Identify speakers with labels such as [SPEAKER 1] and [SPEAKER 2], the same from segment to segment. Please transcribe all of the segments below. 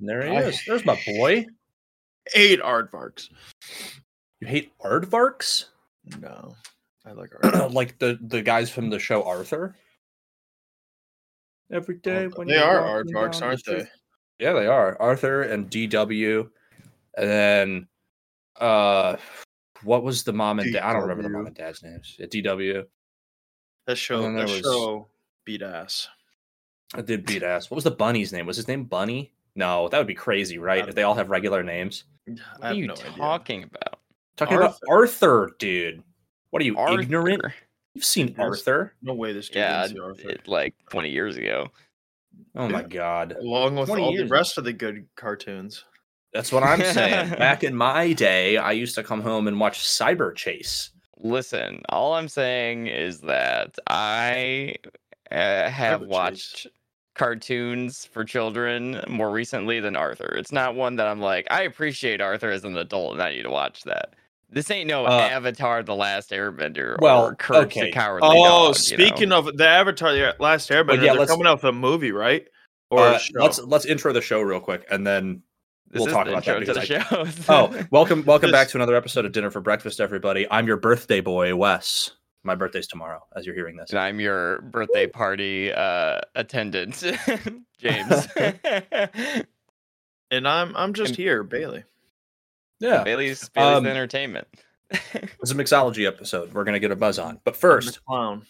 [SPEAKER 1] And there he is. There's my boy.
[SPEAKER 2] Eight aardvarks.
[SPEAKER 1] You hate aardvarks?
[SPEAKER 2] No, I like aardvarks.
[SPEAKER 1] like the the guys from the show Arthur? Every day when
[SPEAKER 2] they
[SPEAKER 1] you're
[SPEAKER 2] are
[SPEAKER 1] walking
[SPEAKER 2] aardvarks,
[SPEAKER 1] down the
[SPEAKER 2] aren't
[SPEAKER 1] street-
[SPEAKER 2] they?
[SPEAKER 1] Yeah, they are. Arthur and DW. And then uh what was the mom and dad? I don't remember the
[SPEAKER 2] DW.
[SPEAKER 1] mom and dad's names. Yeah, DW.
[SPEAKER 2] That show,
[SPEAKER 1] then
[SPEAKER 2] that
[SPEAKER 1] there was-
[SPEAKER 2] show beat ass.
[SPEAKER 1] I did beat ass. What was the bunny's name? Was his name Bunny? No, that would be crazy,
[SPEAKER 2] Uh,
[SPEAKER 1] right? If they all have regular names.
[SPEAKER 2] I
[SPEAKER 3] What are
[SPEAKER 2] have
[SPEAKER 3] you
[SPEAKER 2] no idea.
[SPEAKER 3] talking about?
[SPEAKER 1] Talking about Arthur, dude. What are you ignorant?
[SPEAKER 3] Arthur.
[SPEAKER 1] You've seen
[SPEAKER 2] Yes.
[SPEAKER 1] Arthur?
[SPEAKER 2] No way this dude
[SPEAKER 3] Yeah,
[SPEAKER 2] didn't see Arthur.
[SPEAKER 3] it, like 20 years ago.
[SPEAKER 1] Oh my
[SPEAKER 2] Yeah.
[SPEAKER 1] god.
[SPEAKER 2] Along with
[SPEAKER 1] 20
[SPEAKER 2] all the
[SPEAKER 1] years.
[SPEAKER 2] rest of the good cartoons.
[SPEAKER 1] That's what I'm saying. Back in my day, I used to come home and watch Cyber Chase.
[SPEAKER 3] Listen, all I'm saying is that I uh, have
[SPEAKER 2] would choose-
[SPEAKER 3] watched cartoons for children more recently than Arthur. It's not one that I'm like, I appreciate Arthur as an adult and I need to watch that. This ain't no
[SPEAKER 1] Uh,
[SPEAKER 3] Avatar The Last Airbender
[SPEAKER 1] well,
[SPEAKER 3] or Courage
[SPEAKER 1] okay.
[SPEAKER 3] the Cowardly
[SPEAKER 2] Oh,
[SPEAKER 3] Dog, you know?
[SPEAKER 2] speaking of the Avatar, the Last Airbender,
[SPEAKER 1] yeah,
[SPEAKER 2] they're
[SPEAKER 1] let's-
[SPEAKER 2] coming out with a movie, right? Or a
[SPEAKER 1] Uh,
[SPEAKER 2] show.
[SPEAKER 1] let's let's intro the show real quick and then
[SPEAKER 3] This
[SPEAKER 1] we'll
[SPEAKER 3] is
[SPEAKER 1] talk
[SPEAKER 3] the
[SPEAKER 1] about that
[SPEAKER 3] intro to
[SPEAKER 1] because
[SPEAKER 3] the show.
[SPEAKER 1] oh welcome welcome back
[SPEAKER 2] This-
[SPEAKER 1] to another episode of dinner for breakfast everybody i'm your birthday boy wes my birthday's tomorrow as you're hearing this
[SPEAKER 3] And I'm your birthday party uh, attendant, James.
[SPEAKER 2] and I'm I'm just
[SPEAKER 3] And-
[SPEAKER 2] here, Bailey.
[SPEAKER 1] yeah
[SPEAKER 3] Bailey's, Bailey's
[SPEAKER 1] Um,
[SPEAKER 3] entertainment.
[SPEAKER 1] it's a mixology episode we're gonna get a buzz on but
[SPEAKER 2] I'm the
[SPEAKER 1] first
[SPEAKER 2] clown.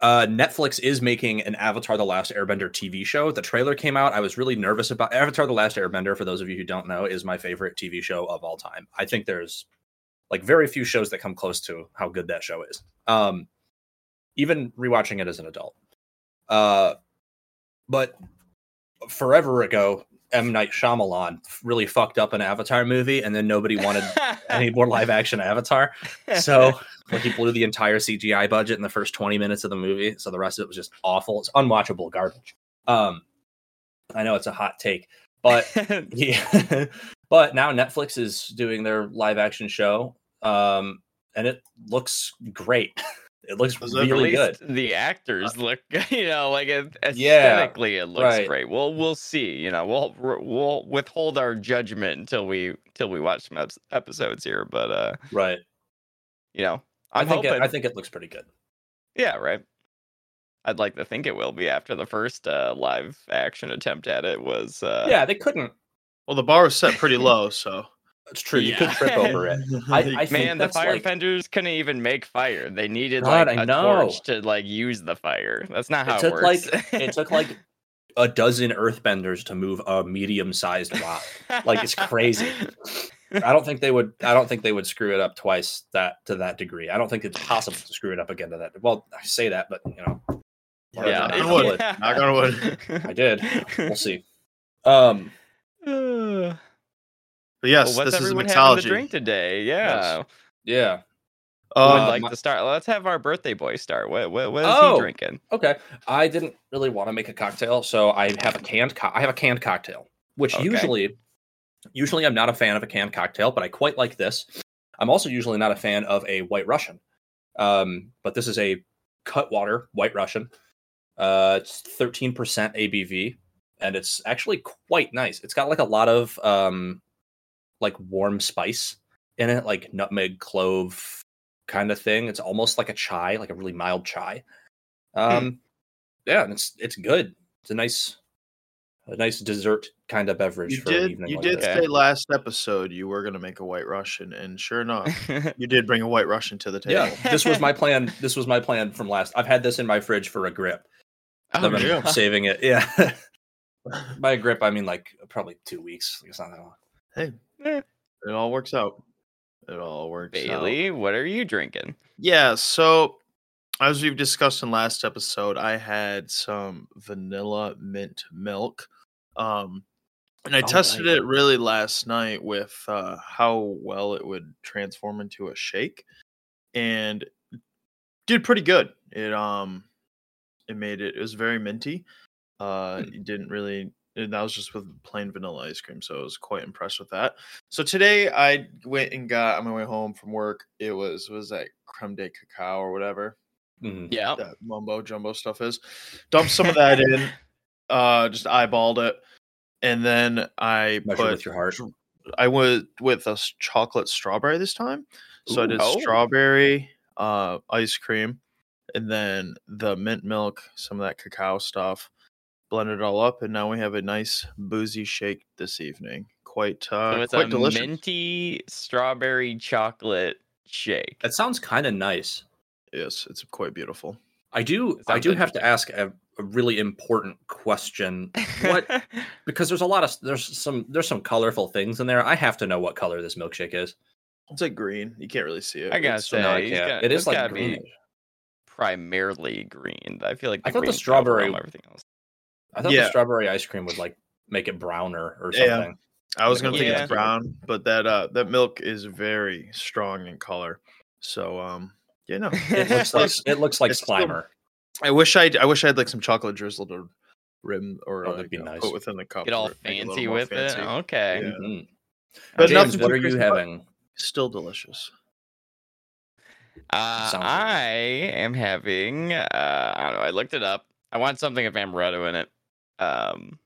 [SPEAKER 1] uh netflix is making an avatar the last airbender tv show the trailer came out i was really nervous about avatar the last airbender for those of you who don't know is my favorite tv show of all time i think there's like very few shows that come close to how good that show is um even rewatching it as an adult uh but forever ago m night Shyamalan really fucked up an avatar movie and then nobody wanted any more live action avatar so like he blew the entire CGI budget in the first 20 minutes of the movie. So the rest of it was just awful. It's unwatchable garbage. Um, I know it's a hot take, but yeah, but now Netflix is doing their live action show. Um, and it looks great. It looks
[SPEAKER 2] Was it
[SPEAKER 3] At
[SPEAKER 1] really good.
[SPEAKER 3] least The actors look, you know, like it,
[SPEAKER 1] Yeah,
[SPEAKER 3] aesthetically, it looks
[SPEAKER 1] right.
[SPEAKER 3] great. Well, we'll see. You know, we'll we'll withhold our judgment until we till we watch some eps- episodes here. But uh,
[SPEAKER 1] Right.
[SPEAKER 3] you know,
[SPEAKER 1] i
[SPEAKER 3] I'm
[SPEAKER 1] think it,
[SPEAKER 3] hoping.
[SPEAKER 1] I think it looks pretty good.
[SPEAKER 3] Yeah, right. I'd like to think it will be after the first uh, live action attempt at it was. Uh,
[SPEAKER 1] yeah, they couldn't.
[SPEAKER 2] Well, the bar was set pretty low, so
[SPEAKER 1] It's true. You could
[SPEAKER 3] Yeah.
[SPEAKER 1] trip over it. I, I think
[SPEAKER 3] Man, the
[SPEAKER 1] that's
[SPEAKER 3] fire
[SPEAKER 1] like-
[SPEAKER 3] fenders couldn't even make fire. They needed
[SPEAKER 1] God,
[SPEAKER 3] like
[SPEAKER 1] I
[SPEAKER 3] a
[SPEAKER 1] know.
[SPEAKER 3] torch to like use the fire. That's not
[SPEAKER 1] It
[SPEAKER 3] how it,
[SPEAKER 1] took,
[SPEAKER 3] works.
[SPEAKER 1] it took like a dozen earthbenders to move a medium sized rock. like it's crazy. I don't think they would. I don't think they would screw it up twice that to that degree. I don't think it's possible to screw it up again to that. Well, I say that, but you know,
[SPEAKER 2] Yeah,
[SPEAKER 3] yeah,
[SPEAKER 1] knock
[SPEAKER 2] it's-
[SPEAKER 1] on
[SPEAKER 2] wood.
[SPEAKER 1] wood.
[SPEAKER 2] knock on wood.
[SPEAKER 1] I did. We'll see. Um,
[SPEAKER 3] Uh,
[SPEAKER 2] But yes,
[SPEAKER 3] well, what's
[SPEAKER 2] this is a
[SPEAKER 3] everyone having
[SPEAKER 2] mixology.
[SPEAKER 3] to drink today? Yeah,
[SPEAKER 1] yeah.
[SPEAKER 3] I would
[SPEAKER 2] Uh,
[SPEAKER 3] like
[SPEAKER 1] my-
[SPEAKER 3] to start. Let's have our birthday boy start. What what, what is
[SPEAKER 1] Oh.
[SPEAKER 3] he drinking?
[SPEAKER 1] Okay. I didn't really want to make a cocktail, so I have a canned. Co- I have a canned cocktail, which
[SPEAKER 3] Okay.
[SPEAKER 1] usually, usually I'm not a fan of a canned cocktail, but I quite like this. I'm also usually not a fan of a White Russian, um, but this is a Cutwater White Russian. Uh, it's 13% ABV, and it's actually quite nice. It's got like a lot of um, like warm spice in it, like nutmeg, clove, kind of thing. It's almost like a chai, like a really mild chai.
[SPEAKER 2] Hmm.
[SPEAKER 1] Um, yeah, and it's it's good. It's a nice, a nice dessert kind of beverage
[SPEAKER 2] you
[SPEAKER 1] for an
[SPEAKER 2] did
[SPEAKER 1] evening.
[SPEAKER 2] you
[SPEAKER 1] like
[SPEAKER 2] did
[SPEAKER 1] this.
[SPEAKER 3] that.
[SPEAKER 2] say last episode you were gonna make a White Russian, and sure enough,
[SPEAKER 3] That's
[SPEAKER 2] you did bring a White Russian to the table.
[SPEAKER 1] Yeah, this was my plan. This was my plan from last. I've had this in my fridge for a grip.
[SPEAKER 3] Oh,
[SPEAKER 1] I've been
[SPEAKER 2] yeah.
[SPEAKER 1] saving it. Yeah, by a grip I mean like probably two weeks. Like, It's not that long.
[SPEAKER 2] It all works out. It all works out.
[SPEAKER 3] Bailey, what are you drinking?
[SPEAKER 2] Yeah, so as we've discussed in last episode, I had some vanilla mint milk. Um and I
[SPEAKER 1] All
[SPEAKER 2] tested
[SPEAKER 1] right.
[SPEAKER 2] it really last night with uh how well it would transform into a shake and did pretty good. It um it made it it was very minty. Uh it didn't really and that was just with plain vanilla ice cream, so I was quite impressed with that. So today I went and got on my way home from work. It was was that creme de cacao or whatever
[SPEAKER 1] Mhm.
[SPEAKER 3] Yeah.
[SPEAKER 2] that mumbo jumbo stuff is. Dumped some of that in. Uh, just eyeballed it, and then I
[SPEAKER 1] Measure
[SPEAKER 2] put
[SPEAKER 1] with your heart.
[SPEAKER 2] I went with a s- chocolate strawberry this time. So I
[SPEAKER 1] Ooh.
[SPEAKER 2] did
[SPEAKER 3] Oh.
[SPEAKER 2] strawberry, uh, ice cream, and then the mint milk, some of that cacao stuff. Blended it all up, and now we have a nice boozy shake this evening. Quite, uh,
[SPEAKER 3] so it's
[SPEAKER 2] quite
[SPEAKER 3] a
[SPEAKER 2] delicious.
[SPEAKER 3] minty strawberry chocolate shake.
[SPEAKER 1] That sounds kind of nice.
[SPEAKER 2] Yes, it's quite beautiful.
[SPEAKER 1] I do.
[SPEAKER 3] It
[SPEAKER 1] I
[SPEAKER 3] sounds
[SPEAKER 1] do have to ask a, a really important question What- because there's a lot of there's some there's some colorful things in there. I have to know what color this milkshake is.
[SPEAKER 2] It's like green. You can't really see it.
[SPEAKER 3] I gotta
[SPEAKER 2] It's-
[SPEAKER 3] say,
[SPEAKER 1] no, I
[SPEAKER 3] he's
[SPEAKER 1] can't.
[SPEAKER 3] got-
[SPEAKER 1] it is
[SPEAKER 3] it's
[SPEAKER 1] like
[SPEAKER 3] gotta be
[SPEAKER 1] green.
[SPEAKER 3] primarily green. I feel like
[SPEAKER 1] I thought the
[SPEAKER 3] the green's gonna
[SPEAKER 1] strawberry-
[SPEAKER 3] overwhelm everything else.
[SPEAKER 1] I thought
[SPEAKER 2] Yeah.
[SPEAKER 1] the strawberry ice cream would like make it browner or
[SPEAKER 2] Yeah.
[SPEAKER 1] something.
[SPEAKER 2] I was gonna think
[SPEAKER 3] Yeah.
[SPEAKER 2] it's brown, but that uh, that milk is very strong in color. So, um, you
[SPEAKER 1] It
[SPEAKER 2] know,
[SPEAKER 1] looks like it looks like
[SPEAKER 2] It's still-
[SPEAKER 1] Slimer.
[SPEAKER 2] I wish I I wish I had like some chocolate drizzled or rim or
[SPEAKER 1] Oh,
[SPEAKER 2] uh,
[SPEAKER 1] that'd be
[SPEAKER 2] you know,
[SPEAKER 1] nice.
[SPEAKER 2] put within the cup.
[SPEAKER 3] Get all
[SPEAKER 2] or make it a little
[SPEAKER 3] fancy
[SPEAKER 2] more
[SPEAKER 3] with
[SPEAKER 2] fancy.
[SPEAKER 3] it. Okay.
[SPEAKER 2] Yeah.
[SPEAKER 1] Mhm.
[SPEAKER 2] But
[SPEAKER 1] James,
[SPEAKER 2] nothing
[SPEAKER 1] what
[SPEAKER 2] too
[SPEAKER 1] are you
[SPEAKER 2] crazy.
[SPEAKER 1] having?
[SPEAKER 2] Still delicious.
[SPEAKER 3] Uh,
[SPEAKER 1] Sounds good.
[SPEAKER 3] I am having. Uh, I don't know. I looked it up. I want something of amaretto in it. Um,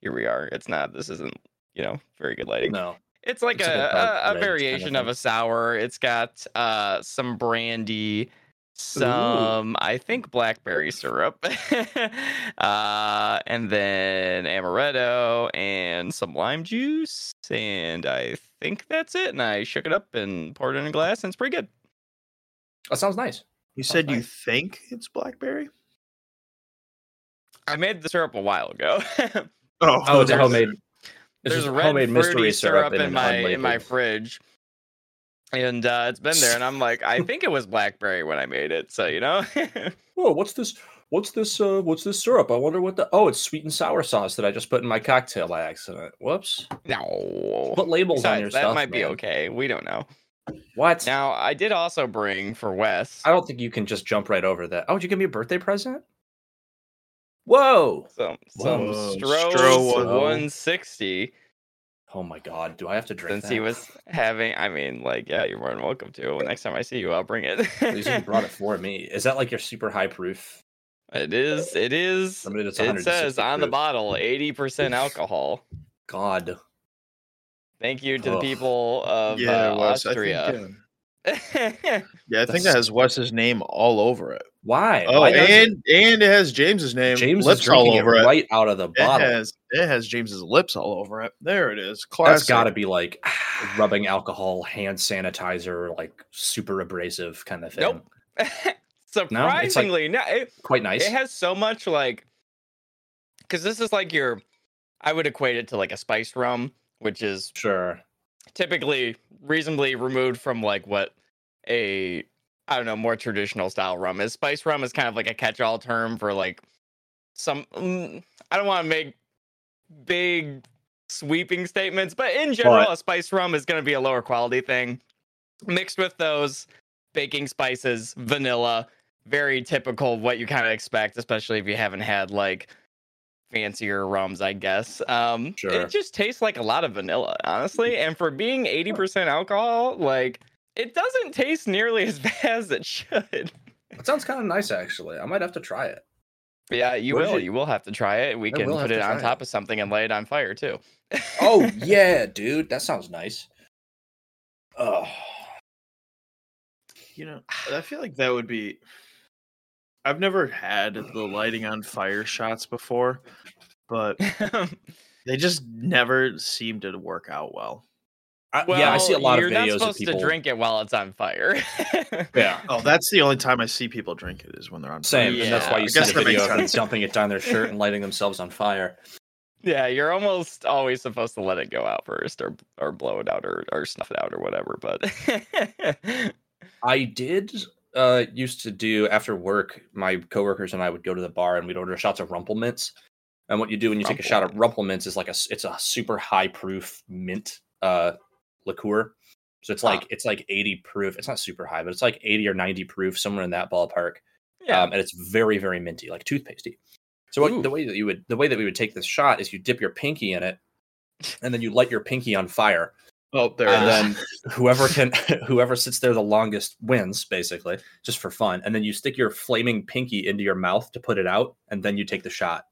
[SPEAKER 3] here we are. It's not. This isn't. You know, very good lighting.
[SPEAKER 1] No,
[SPEAKER 3] It's like
[SPEAKER 1] It's like a
[SPEAKER 3] a,
[SPEAKER 1] dark
[SPEAKER 3] a, a
[SPEAKER 1] red kind of
[SPEAKER 3] variation of
[SPEAKER 1] thing.
[SPEAKER 3] a sour. It's got uh some brandy, some I think blackberry syrup, uh, and then amaretto and some lime juice, and I think that's it. And I shook it up and poured it in a glass, and it's pretty good.
[SPEAKER 1] that sounds nice.
[SPEAKER 2] You
[SPEAKER 3] Sounds
[SPEAKER 2] said you
[SPEAKER 3] nice.
[SPEAKER 2] think it's blackberry?
[SPEAKER 3] I made the syrup a while ago.
[SPEAKER 1] Oh, it's a
[SPEAKER 2] there's-
[SPEAKER 1] homemade. It's
[SPEAKER 3] There's
[SPEAKER 1] just
[SPEAKER 3] red
[SPEAKER 1] homemade mystery
[SPEAKER 3] fruity
[SPEAKER 1] syrup in, an
[SPEAKER 3] my in my
[SPEAKER 1] unlabeled-
[SPEAKER 3] fridge. And uh, it's been there, and I'm like, I think it was blackberry when I made it. So you know,
[SPEAKER 1] Whoa, Oh, what's this? What's this? Uh, what's this syrup? I wonder what the. Oh, it's sweet and sour sauce that I just put in my cocktail by accident. Whoops.
[SPEAKER 3] no.
[SPEAKER 1] Put labels on
[SPEAKER 3] Besides,
[SPEAKER 1] your
[SPEAKER 3] that
[SPEAKER 1] stuff.
[SPEAKER 3] might be
[SPEAKER 1] man.
[SPEAKER 3] okay. We don't know.
[SPEAKER 1] What?
[SPEAKER 3] Now, I did also bring for Wes.
[SPEAKER 1] I don't think you can just jump right over that. Oh, did you give me a birthday present? Whoa!
[SPEAKER 3] Some some
[SPEAKER 2] Whoa,
[SPEAKER 3] Stroh's
[SPEAKER 2] Oh, Stroh
[SPEAKER 1] one-
[SPEAKER 3] 160
[SPEAKER 1] Oh my god, do I have to drink
[SPEAKER 3] since
[SPEAKER 1] that?
[SPEAKER 3] he was having. I mean, like, yeah, you're more than welcome to. Next time I see you, I'll bring it.
[SPEAKER 1] At least you brought it for me. Is that like your super high proof?
[SPEAKER 3] it is. It is.
[SPEAKER 1] I mean, it's
[SPEAKER 3] It says
[SPEAKER 1] 160
[SPEAKER 3] on the
[SPEAKER 1] proof.
[SPEAKER 3] bottle, 80% alcohol.
[SPEAKER 1] God,
[SPEAKER 3] Thank you to the
[SPEAKER 1] Ugh.
[SPEAKER 3] people of
[SPEAKER 2] Yeah,
[SPEAKER 3] uh,
[SPEAKER 2] Wes, I think,
[SPEAKER 3] Austria.
[SPEAKER 2] uh, yeah, I think that
[SPEAKER 1] That's-
[SPEAKER 2] has Wes's name all over it.
[SPEAKER 1] why?
[SPEAKER 2] Oh,
[SPEAKER 1] Why does it?
[SPEAKER 2] and and it has James's name.
[SPEAKER 1] James
[SPEAKER 2] lips
[SPEAKER 1] is
[SPEAKER 2] all
[SPEAKER 1] drinking
[SPEAKER 2] over
[SPEAKER 1] it
[SPEAKER 2] it.
[SPEAKER 1] right out of the
[SPEAKER 2] It
[SPEAKER 1] bottle.
[SPEAKER 2] has it has James's lips all over it. There it is. Classic.
[SPEAKER 1] That's got to be like rubbing alcohol, hand sanitizer, like super abrasive kind of thing.
[SPEAKER 3] Nope. Surprisingly, no, it-
[SPEAKER 1] Quite nice.
[SPEAKER 3] It has so much like, because this is like your, I would equate it to like a spiced rum, which is
[SPEAKER 1] sure.
[SPEAKER 3] typically reasonably removed from like what a I don't know more traditional style rum is. Spice rum is kind of like a catch-all term for like some. mm, I don't want to make big sweeping statements, but in general, a spice rum is going to be a lower quality thing. Mixed with those baking spices, vanilla, very typical of what you kind of expect, especially if you haven't had like fancier rums, I guess. Um,
[SPEAKER 1] Sure. Mm.
[SPEAKER 3] It just tastes like a lot of vanilla, honestly. And for being 80% alcohol, like it doesn't taste nearly as bad as it should.
[SPEAKER 1] That sounds kind of nice, actually. I might have to try it.
[SPEAKER 3] Yeah, you
[SPEAKER 1] What is
[SPEAKER 3] will.
[SPEAKER 1] it?
[SPEAKER 3] You will have to try it. We
[SPEAKER 1] I
[SPEAKER 3] can
[SPEAKER 1] will have
[SPEAKER 3] put
[SPEAKER 1] to
[SPEAKER 3] it on
[SPEAKER 1] try it.
[SPEAKER 3] top of something and lay it on fire too.
[SPEAKER 1] Oh yeah, dude, that sounds nice. Oh,
[SPEAKER 2] You know, I feel like that would be. I've never had the lighting on fire shots before, but they just never seem to work out well.
[SPEAKER 1] I, yeah, I see a lot of
[SPEAKER 3] you're
[SPEAKER 1] videos
[SPEAKER 3] not
[SPEAKER 1] of
[SPEAKER 3] supposed
[SPEAKER 1] people.
[SPEAKER 3] to drink it while it's on fire.
[SPEAKER 1] Yeah,
[SPEAKER 2] Oh, that's the only time I see people drink it is when they're on
[SPEAKER 1] same.
[SPEAKER 2] fire.
[SPEAKER 1] And that's why
[SPEAKER 3] Yeah,
[SPEAKER 1] you
[SPEAKER 2] I
[SPEAKER 1] see
[SPEAKER 2] guess
[SPEAKER 1] the
[SPEAKER 2] that makes
[SPEAKER 1] video of them
[SPEAKER 2] sense.
[SPEAKER 1] dumping it down their shirt and lighting themselves on fire.
[SPEAKER 3] yeah, you're almost always supposed to let it go out first, or or blow it out, or or snuff it out, or whatever. But
[SPEAKER 1] I did uh used to do after work, my coworkers and I would go to the bar and we'd order shots of Rumple Mints. And what you do when you take a shot of Rumple Mints is like a s- it's a super high proof mint uh liqueur. So it's
[SPEAKER 3] Huh.
[SPEAKER 1] like it's like 80 proof. It's not super high, but it's like 80 or 90 proof, somewhere in that ballpark.
[SPEAKER 3] yeah,
[SPEAKER 1] Um, and it's very, very minty, like toothpastey. So what,
[SPEAKER 3] Ooh.
[SPEAKER 1] the way that you would the way that we would take this shot is you dip your pinky in it and then you light your pinky on fire
[SPEAKER 2] Oh, there
[SPEAKER 1] and
[SPEAKER 2] it is.
[SPEAKER 1] then um, whoever can whoever sits there the longest wins basically just for fun and then you stick your flaming pinky into your mouth to put it out and then you take the shot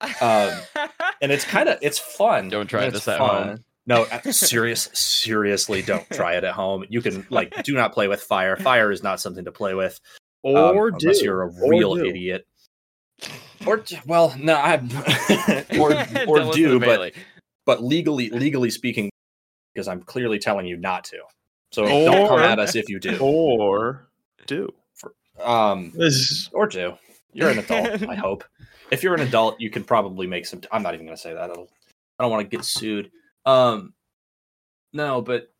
[SPEAKER 1] Um, and it's kind of it's fun.
[SPEAKER 3] Don't try
[SPEAKER 1] It's
[SPEAKER 3] this at
[SPEAKER 1] fun.
[SPEAKER 3] home.
[SPEAKER 1] No, I- serious, seriously, don't try it at home. You can like do not play with fire. Fire is not something to play with, um,
[SPEAKER 2] or do
[SPEAKER 1] unless you're a
[SPEAKER 2] or
[SPEAKER 1] real
[SPEAKER 2] do.
[SPEAKER 1] idiot. Or t- well, no, I'm or
[SPEAKER 3] Don't
[SPEAKER 1] or
[SPEAKER 3] listen
[SPEAKER 1] do,
[SPEAKER 3] to
[SPEAKER 1] but
[SPEAKER 3] Bailey.
[SPEAKER 1] but legally legally speaking, because I'm clearly telling you not to. So
[SPEAKER 2] Or-
[SPEAKER 1] don't come at us if you do.
[SPEAKER 2] or do.
[SPEAKER 1] Um,
[SPEAKER 2] This is-
[SPEAKER 1] or do. You're an adult, I hope. If you're an adult, you can probably make some. I'm not even going to say that. It'll, I don't want to get sued. Um, no, but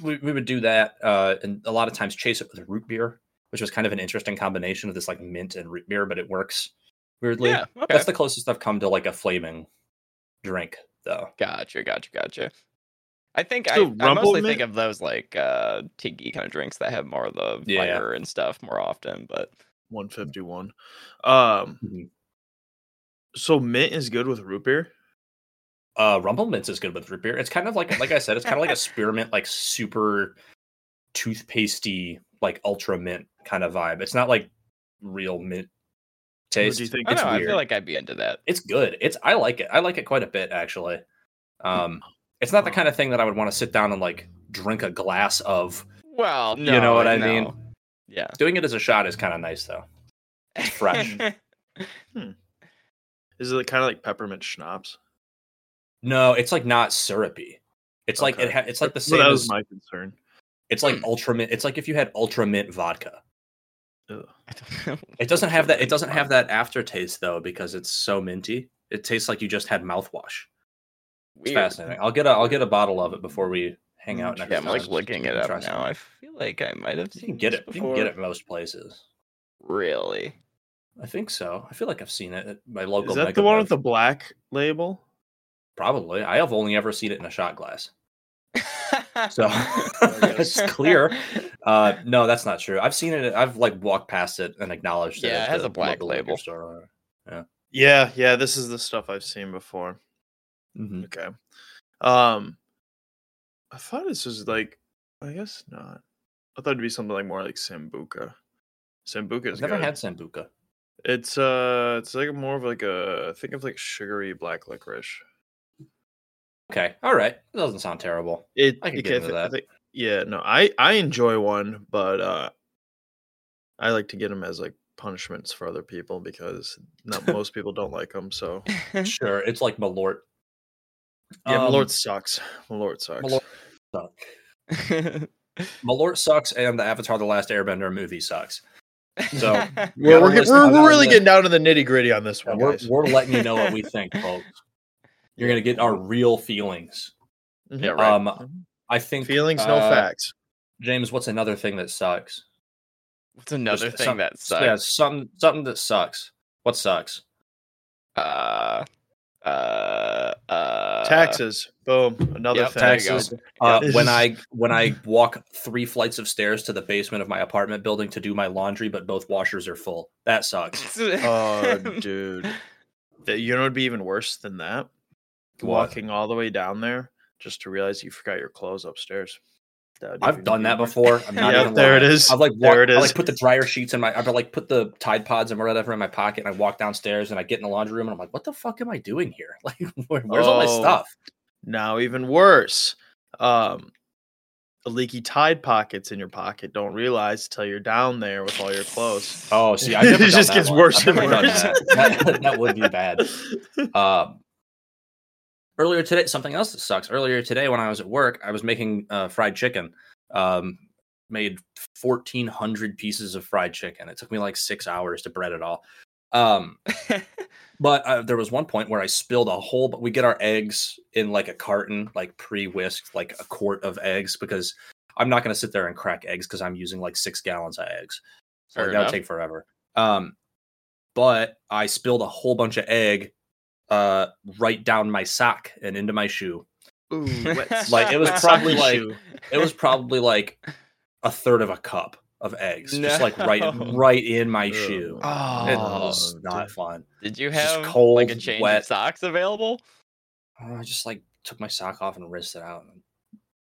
[SPEAKER 1] we, we would do that, uh, and a lot of times chase it with root beer, which was kind of an interesting combination of this like mint and root beer, but it works weirdly.
[SPEAKER 3] yeah, okay.
[SPEAKER 1] That's the closest I've come to like a flaming drink, though.
[SPEAKER 3] Gotcha, gotcha, gotcha. I think
[SPEAKER 2] So
[SPEAKER 3] I, I
[SPEAKER 2] rumble
[SPEAKER 3] mostly
[SPEAKER 2] mi-
[SPEAKER 3] think of those like uh tiki kind of drinks that have more of the
[SPEAKER 1] Yeah.
[SPEAKER 3] fire and stuff more often, but
[SPEAKER 2] 151. Um,
[SPEAKER 1] Mhm.
[SPEAKER 2] so mint is good with root beer.
[SPEAKER 1] Uh, Rumble Mints is good with root beer. It's kind of like, like I said, it's kind of like a spearmint, like super toothpastey, like ultra mint kind of vibe. It's not like real mint
[SPEAKER 2] Or
[SPEAKER 1] taste.
[SPEAKER 2] do you think
[SPEAKER 3] I,
[SPEAKER 1] it's
[SPEAKER 2] it's
[SPEAKER 3] don't know, I
[SPEAKER 1] weird.
[SPEAKER 3] feel like I'd be into that.
[SPEAKER 1] It's good. It's I like it. I like it quite a bit actually. Um, it's not the kind of thing that I would want to sit down and like drink a glass of.
[SPEAKER 3] Well,
[SPEAKER 1] You know what
[SPEAKER 3] no,
[SPEAKER 1] I mean?
[SPEAKER 3] no. Yeah.
[SPEAKER 1] Doing it as a shot is kind of nice though. It's fresh.
[SPEAKER 2] is it kind of like peppermint schnapps?
[SPEAKER 1] no, it's like not syrupy. It's like it
[SPEAKER 2] Okay.
[SPEAKER 1] ha- it's like the
[SPEAKER 2] So
[SPEAKER 1] same.
[SPEAKER 2] that was
[SPEAKER 1] as-
[SPEAKER 2] my concern.
[SPEAKER 1] it's like ultra mint. It's like if you had ultra mint vodka.
[SPEAKER 3] I don't know.
[SPEAKER 1] It doesn't have that. It doesn't have
[SPEAKER 3] Wow.
[SPEAKER 1] that aftertaste though, because it's so minty. It tastes like you just had mouthwash. It's
[SPEAKER 3] Weird. Mm,
[SPEAKER 1] fascinating. I'll get a I'll get a bottle of it before we hang out next
[SPEAKER 3] Yeah, I'm like
[SPEAKER 1] time.
[SPEAKER 3] looking it
[SPEAKER 1] Just
[SPEAKER 3] up
[SPEAKER 1] try
[SPEAKER 3] now.
[SPEAKER 1] some.
[SPEAKER 3] I feel like I might have
[SPEAKER 1] You
[SPEAKER 3] seen
[SPEAKER 1] can get
[SPEAKER 3] this
[SPEAKER 1] it. You can get it
[SPEAKER 3] before.
[SPEAKER 1] most places.
[SPEAKER 3] Really?
[SPEAKER 1] I think so. I feel like I've seen it at my local.
[SPEAKER 2] Is that
[SPEAKER 1] Mega
[SPEAKER 2] the one
[SPEAKER 1] Mart.
[SPEAKER 2] with the black label?
[SPEAKER 1] Probably. I have only ever seen it in a shot glass, so it's clear. Uh, no, that's not true. I've seen it. I've like walked past it and acknowledged it.
[SPEAKER 3] Yeah,
[SPEAKER 1] at
[SPEAKER 3] it has
[SPEAKER 1] the
[SPEAKER 3] a black
[SPEAKER 1] local liquor
[SPEAKER 3] label.
[SPEAKER 1] store.
[SPEAKER 2] Yeah, yeah. This is the stuff I've seen before.
[SPEAKER 1] Mhm.
[SPEAKER 2] Okay. Um, I thought this was like, I guess not. I thought it'd be something like more like sambuca. Sambuca
[SPEAKER 1] I've
[SPEAKER 2] is
[SPEAKER 1] never
[SPEAKER 2] good.
[SPEAKER 1] had sambuca.
[SPEAKER 2] It's uh, it's like more of like a think of like sugary black licorice.
[SPEAKER 1] Okay, all right. It doesn't sound terrible.
[SPEAKER 2] It
[SPEAKER 1] I can
[SPEAKER 2] it
[SPEAKER 1] get into
[SPEAKER 2] thi- I
[SPEAKER 1] that.
[SPEAKER 2] think- yeah, no, I I enjoy one, but uh, I like to get them as like punishments for other people because not most people don't like them. So
[SPEAKER 1] Sure, it's like Malort.
[SPEAKER 2] yeah,
[SPEAKER 1] Um,
[SPEAKER 2] Malort sucks. Malort sucks.
[SPEAKER 1] Malort- Malort sucks, and the Avatar: The Last Airbender movie sucks. So,
[SPEAKER 2] We're,
[SPEAKER 1] Yeah,
[SPEAKER 2] we're,
[SPEAKER 1] listen,
[SPEAKER 2] we're,
[SPEAKER 1] I'm
[SPEAKER 2] we're
[SPEAKER 1] not
[SPEAKER 2] really
[SPEAKER 1] gonna-
[SPEAKER 2] getting down to the nitty gritty on this
[SPEAKER 1] Yeah,
[SPEAKER 2] one.
[SPEAKER 1] we're,
[SPEAKER 2] guys.
[SPEAKER 1] we're letting you know what we think, folks. You're gonna get our real feelings.
[SPEAKER 2] Mhm.
[SPEAKER 3] Yeah, right.
[SPEAKER 1] Um,
[SPEAKER 2] Mhm.
[SPEAKER 1] I think
[SPEAKER 2] Feelings, no
[SPEAKER 1] uh,
[SPEAKER 2] facts.
[SPEAKER 1] James, what's another thing that sucks?
[SPEAKER 3] What's another
[SPEAKER 1] Just
[SPEAKER 3] thing
[SPEAKER 1] some-
[SPEAKER 3] that
[SPEAKER 1] Yeah,
[SPEAKER 3] sucks?
[SPEAKER 1] something something that sucks. What sucks?
[SPEAKER 3] Uh, uh, uh,
[SPEAKER 2] Taxes. Boom. Another
[SPEAKER 3] yep,
[SPEAKER 2] fact.
[SPEAKER 1] there you
[SPEAKER 2] Taxes.
[SPEAKER 1] Uh,
[SPEAKER 2] Yep.
[SPEAKER 1] when I when I walk three flights of stairs to the basement of my apartment building to do my laundry, but both washers are full. That sucks.
[SPEAKER 2] Oh, dude. That you know would be even worse than that.
[SPEAKER 1] What?
[SPEAKER 2] Walking all the way down there just to realize you forgot your clothes upstairs. That would
[SPEAKER 1] I've
[SPEAKER 2] even
[SPEAKER 1] done
[SPEAKER 2] be
[SPEAKER 1] that
[SPEAKER 2] worse.
[SPEAKER 1] before. I'm not
[SPEAKER 2] Yep,
[SPEAKER 1] even
[SPEAKER 2] there
[SPEAKER 1] lying.
[SPEAKER 2] it is.
[SPEAKER 1] I've like
[SPEAKER 2] There
[SPEAKER 1] walked-
[SPEAKER 2] it
[SPEAKER 1] I
[SPEAKER 2] is.
[SPEAKER 1] like put the dryer sheets in my. I've like put the Tide Pods and whatever in my pocket, and I walk downstairs and I get in the laundry room and I'm like, "What the fuck am I doing here? Like, where, where's all my
[SPEAKER 2] Oh.
[SPEAKER 1] stuff?"
[SPEAKER 2] Now even worse. Um a leaky tide pockets in your pocket. Don't realize till you're down there with all your clothes.
[SPEAKER 1] Oh, see, I've never
[SPEAKER 2] It
[SPEAKER 1] done
[SPEAKER 2] just
[SPEAKER 1] that
[SPEAKER 2] gets
[SPEAKER 1] one.
[SPEAKER 2] worse
[SPEAKER 1] I've
[SPEAKER 2] and
[SPEAKER 1] never done
[SPEAKER 2] worse.
[SPEAKER 1] That. That, that would be bad. Um, earlier today, something else that sucks. Earlier today, when I was at work, I was making uh, fried chicken. Um, made fourteen hundred pieces of fried chicken. It took me like six hours to bread it all. Um, but uh, there was one point where I spilled a whole. But we get our eggs in like a carton, like pre-whisked, like a quart of eggs, because I'm not going to sit there and crack eggs because I'm using like six gallons of eggs. So
[SPEAKER 3] Fair
[SPEAKER 1] like, that would
[SPEAKER 3] enough.
[SPEAKER 1] take forever. Um, but I spilled a whole bunch of egg uh right down my sock and into my shoe.
[SPEAKER 2] Ooh,
[SPEAKER 1] Like, it was
[SPEAKER 2] wet
[SPEAKER 1] probably
[SPEAKER 2] socky
[SPEAKER 1] like-
[SPEAKER 2] shoe.
[SPEAKER 1] It was probably like a third of a cup of eggs, just like right
[SPEAKER 3] No.
[SPEAKER 1] right in my
[SPEAKER 2] Ugh.
[SPEAKER 1] shoe. It
[SPEAKER 3] Oh,
[SPEAKER 1] was not fun.
[SPEAKER 3] Did you
[SPEAKER 1] It's just
[SPEAKER 3] have
[SPEAKER 1] cold,
[SPEAKER 3] like a change
[SPEAKER 1] wet.
[SPEAKER 3] of socks available?
[SPEAKER 1] I just like took my sock off and rinsed it out.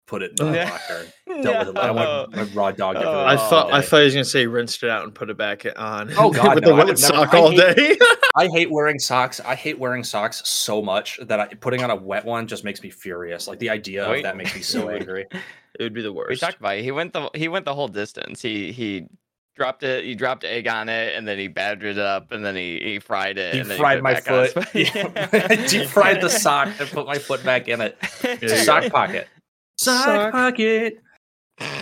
[SPEAKER 1] put it in the
[SPEAKER 3] Yeah.
[SPEAKER 1] locker. Dealt with it. I
[SPEAKER 3] No.
[SPEAKER 1] want my raw dog. it for the
[SPEAKER 3] Oh.
[SPEAKER 2] I
[SPEAKER 1] rest of
[SPEAKER 2] thought
[SPEAKER 1] the
[SPEAKER 2] I
[SPEAKER 1] day.
[SPEAKER 2] thought he was gonna say rinsed it out and put it back on.
[SPEAKER 1] Oh, God,
[SPEAKER 2] with
[SPEAKER 1] no, I
[SPEAKER 2] the
[SPEAKER 1] would never-
[SPEAKER 2] wet sock
[SPEAKER 1] I
[SPEAKER 2] all
[SPEAKER 1] hate-
[SPEAKER 2] day.
[SPEAKER 1] I hate wearing socks. I hate wearing socks so much that I, putting on a wet one just makes me furious. Like the idea of
[SPEAKER 3] Wait.
[SPEAKER 1] that makes me so angry.
[SPEAKER 2] it would be the
[SPEAKER 3] We
[SPEAKER 2] worst.
[SPEAKER 3] talked about it. He went the he went the whole distance. He he dropped it. He dropped egg on it, and then he battered it up, and then he, he fried it.
[SPEAKER 1] Deep
[SPEAKER 3] and then
[SPEAKER 1] fried
[SPEAKER 3] he
[SPEAKER 1] my
[SPEAKER 3] put it
[SPEAKER 1] foot.
[SPEAKER 3] back on his foot.
[SPEAKER 1] Yeah. I deep fried the sock and put my foot back in it.
[SPEAKER 2] you go.
[SPEAKER 1] Sock pocket. Sock,
[SPEAKER 2] Sock.
[SPEAKER 1] pocket.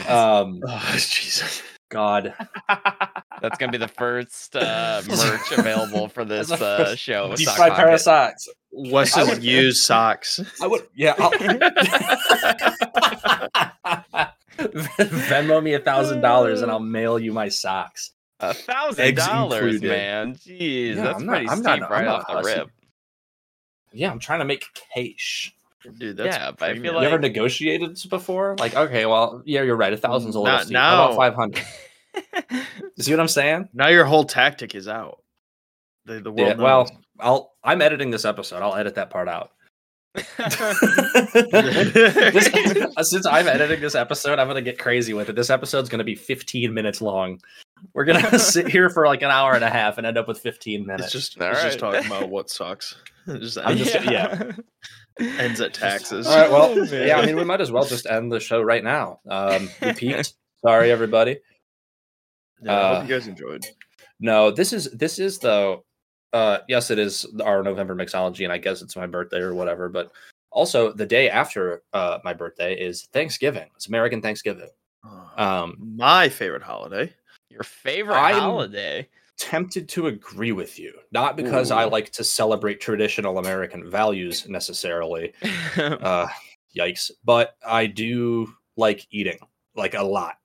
[SPEAKER 1] Um,
[SPEAKER 2] Oh, Jesus.
[SPEAKER 1] God.
[SPEAKER 3] That's gonna be the first uh, merch available for this
[SPEAKER 1] That's our
[SPEAKER 3] uh,
[SPEAKER 1] first
[SPEAKER 3] show.
[SPEAKER 1] Deep
[SPEAKER 3] sock
[SPEAKER 1] fried pair
[SPEAKER 3] pocket.
[SPEAKER 1] of socks.
[SPEAKER 2] Wes
[SPEAKER 1] I
[SPEAKER 2] is
[SPEAKER 1] would-
[SPEAKER 2] used socks.
[SPEAKER 1] I would, yeah. I'll... Venmo me a thousand dollars and I'll mail you my socks.
[SPEAKER 3] A thousand
[SPEAKER 1] Eggs
[SPEAKER 3] dollars,
[SPEAKER 1] included.
[SPEAKER 3] man. Jeez,
[SPEAKER 1] Yeah,
[SPEAKER 3] that's
[SPEAKER 1] I'm not-
[SPEAKER 3] pretty
[SPEAKER 1] I'm not-
[SPEAKER 3] steep
[SPEAKER 1] I'm
[SPEAKER 3] right
[SPEAKER 1] not
[SPEAKER 3] off the
[SPEAKER 1] hustling.
[SPEAKER 3] rip.
[SPEAKER 1] Yeah, I'm trying to make cash.
[SPEAKER 2] Dude, that's
[SPEAKER 3] Yeah, but I feel
[SPEAKER 2] premium.
[SPEAKER 1] you ever
[SPEAKER 3] like-
[SPEAKER 1] negotiated this before? Like, okay, well, yeah, you're right. A thousand's a little
[SPEAKER 2] Not
[SPEAKER 1] steep. How
[SPEAKER 2] now.
[SPEAKER 1] about five hundred? You see what I'm saying?
[SPEAKER 2] now your whole tactic is out. The, the world
[SPEAKER 1] Yeah, well,
[SPEAKER 2] knows.
[SPEAKER 1] I'll I'm editing this episode. I'll edit that part out. This- uh, since I'm editing this episode, I'm gonna get crazy with it. This episode's gonna be 15 minutes long. We're gonna sit here for like an hour and a half and end up with 15
[SPEAKER 2] it's
[SPEAKER 1] minutes.
[SPEAKER 2] just
[SPEAKER 3] All
[SPEAKER 2] it's just
[SPEAKER 3] right.
[SPEAKER 2] talking about what sucks. It just
[SPEAKER 1] I'm
[SPEAKER 2] ends,
[SPEAKER 1] just-
[SPEAKER 2] ends at taxes.
[SPEAKER 1] All right. Well,
[SPEAKER 3] Oh, man.
[SPEAKER 1] yeah. I mean, we might as well just end the show right now. Um, we peaked. Sorry, everybody.
[SPEAKER 2] Yeah, I
[SPEAKER 1] Uh,
[SPEAKER 2] hope you guys enjoyed.
[SPEAKER 1] No, this is this is though. Uh, yes, it is our November mixology, and I guess it's my birthday or whatever. But also, the day after uh, my birthday is Thanksgiving. It's American Thanksgiving. Um,
[SPEAKER 2] uh, My favorite holiday.
[SPEAKER 3] Your favorite
[SPEAKER 1] I'm-
[SPEAKER 3] holiday.
[SPEAKER 1] tempted to agree with you, not because I
[SPEAKER 3] Ooh.
[SPEAKER 1] like to celebrate traditional American values necessarily. Uh, yikes! But I do like eating, like a lot.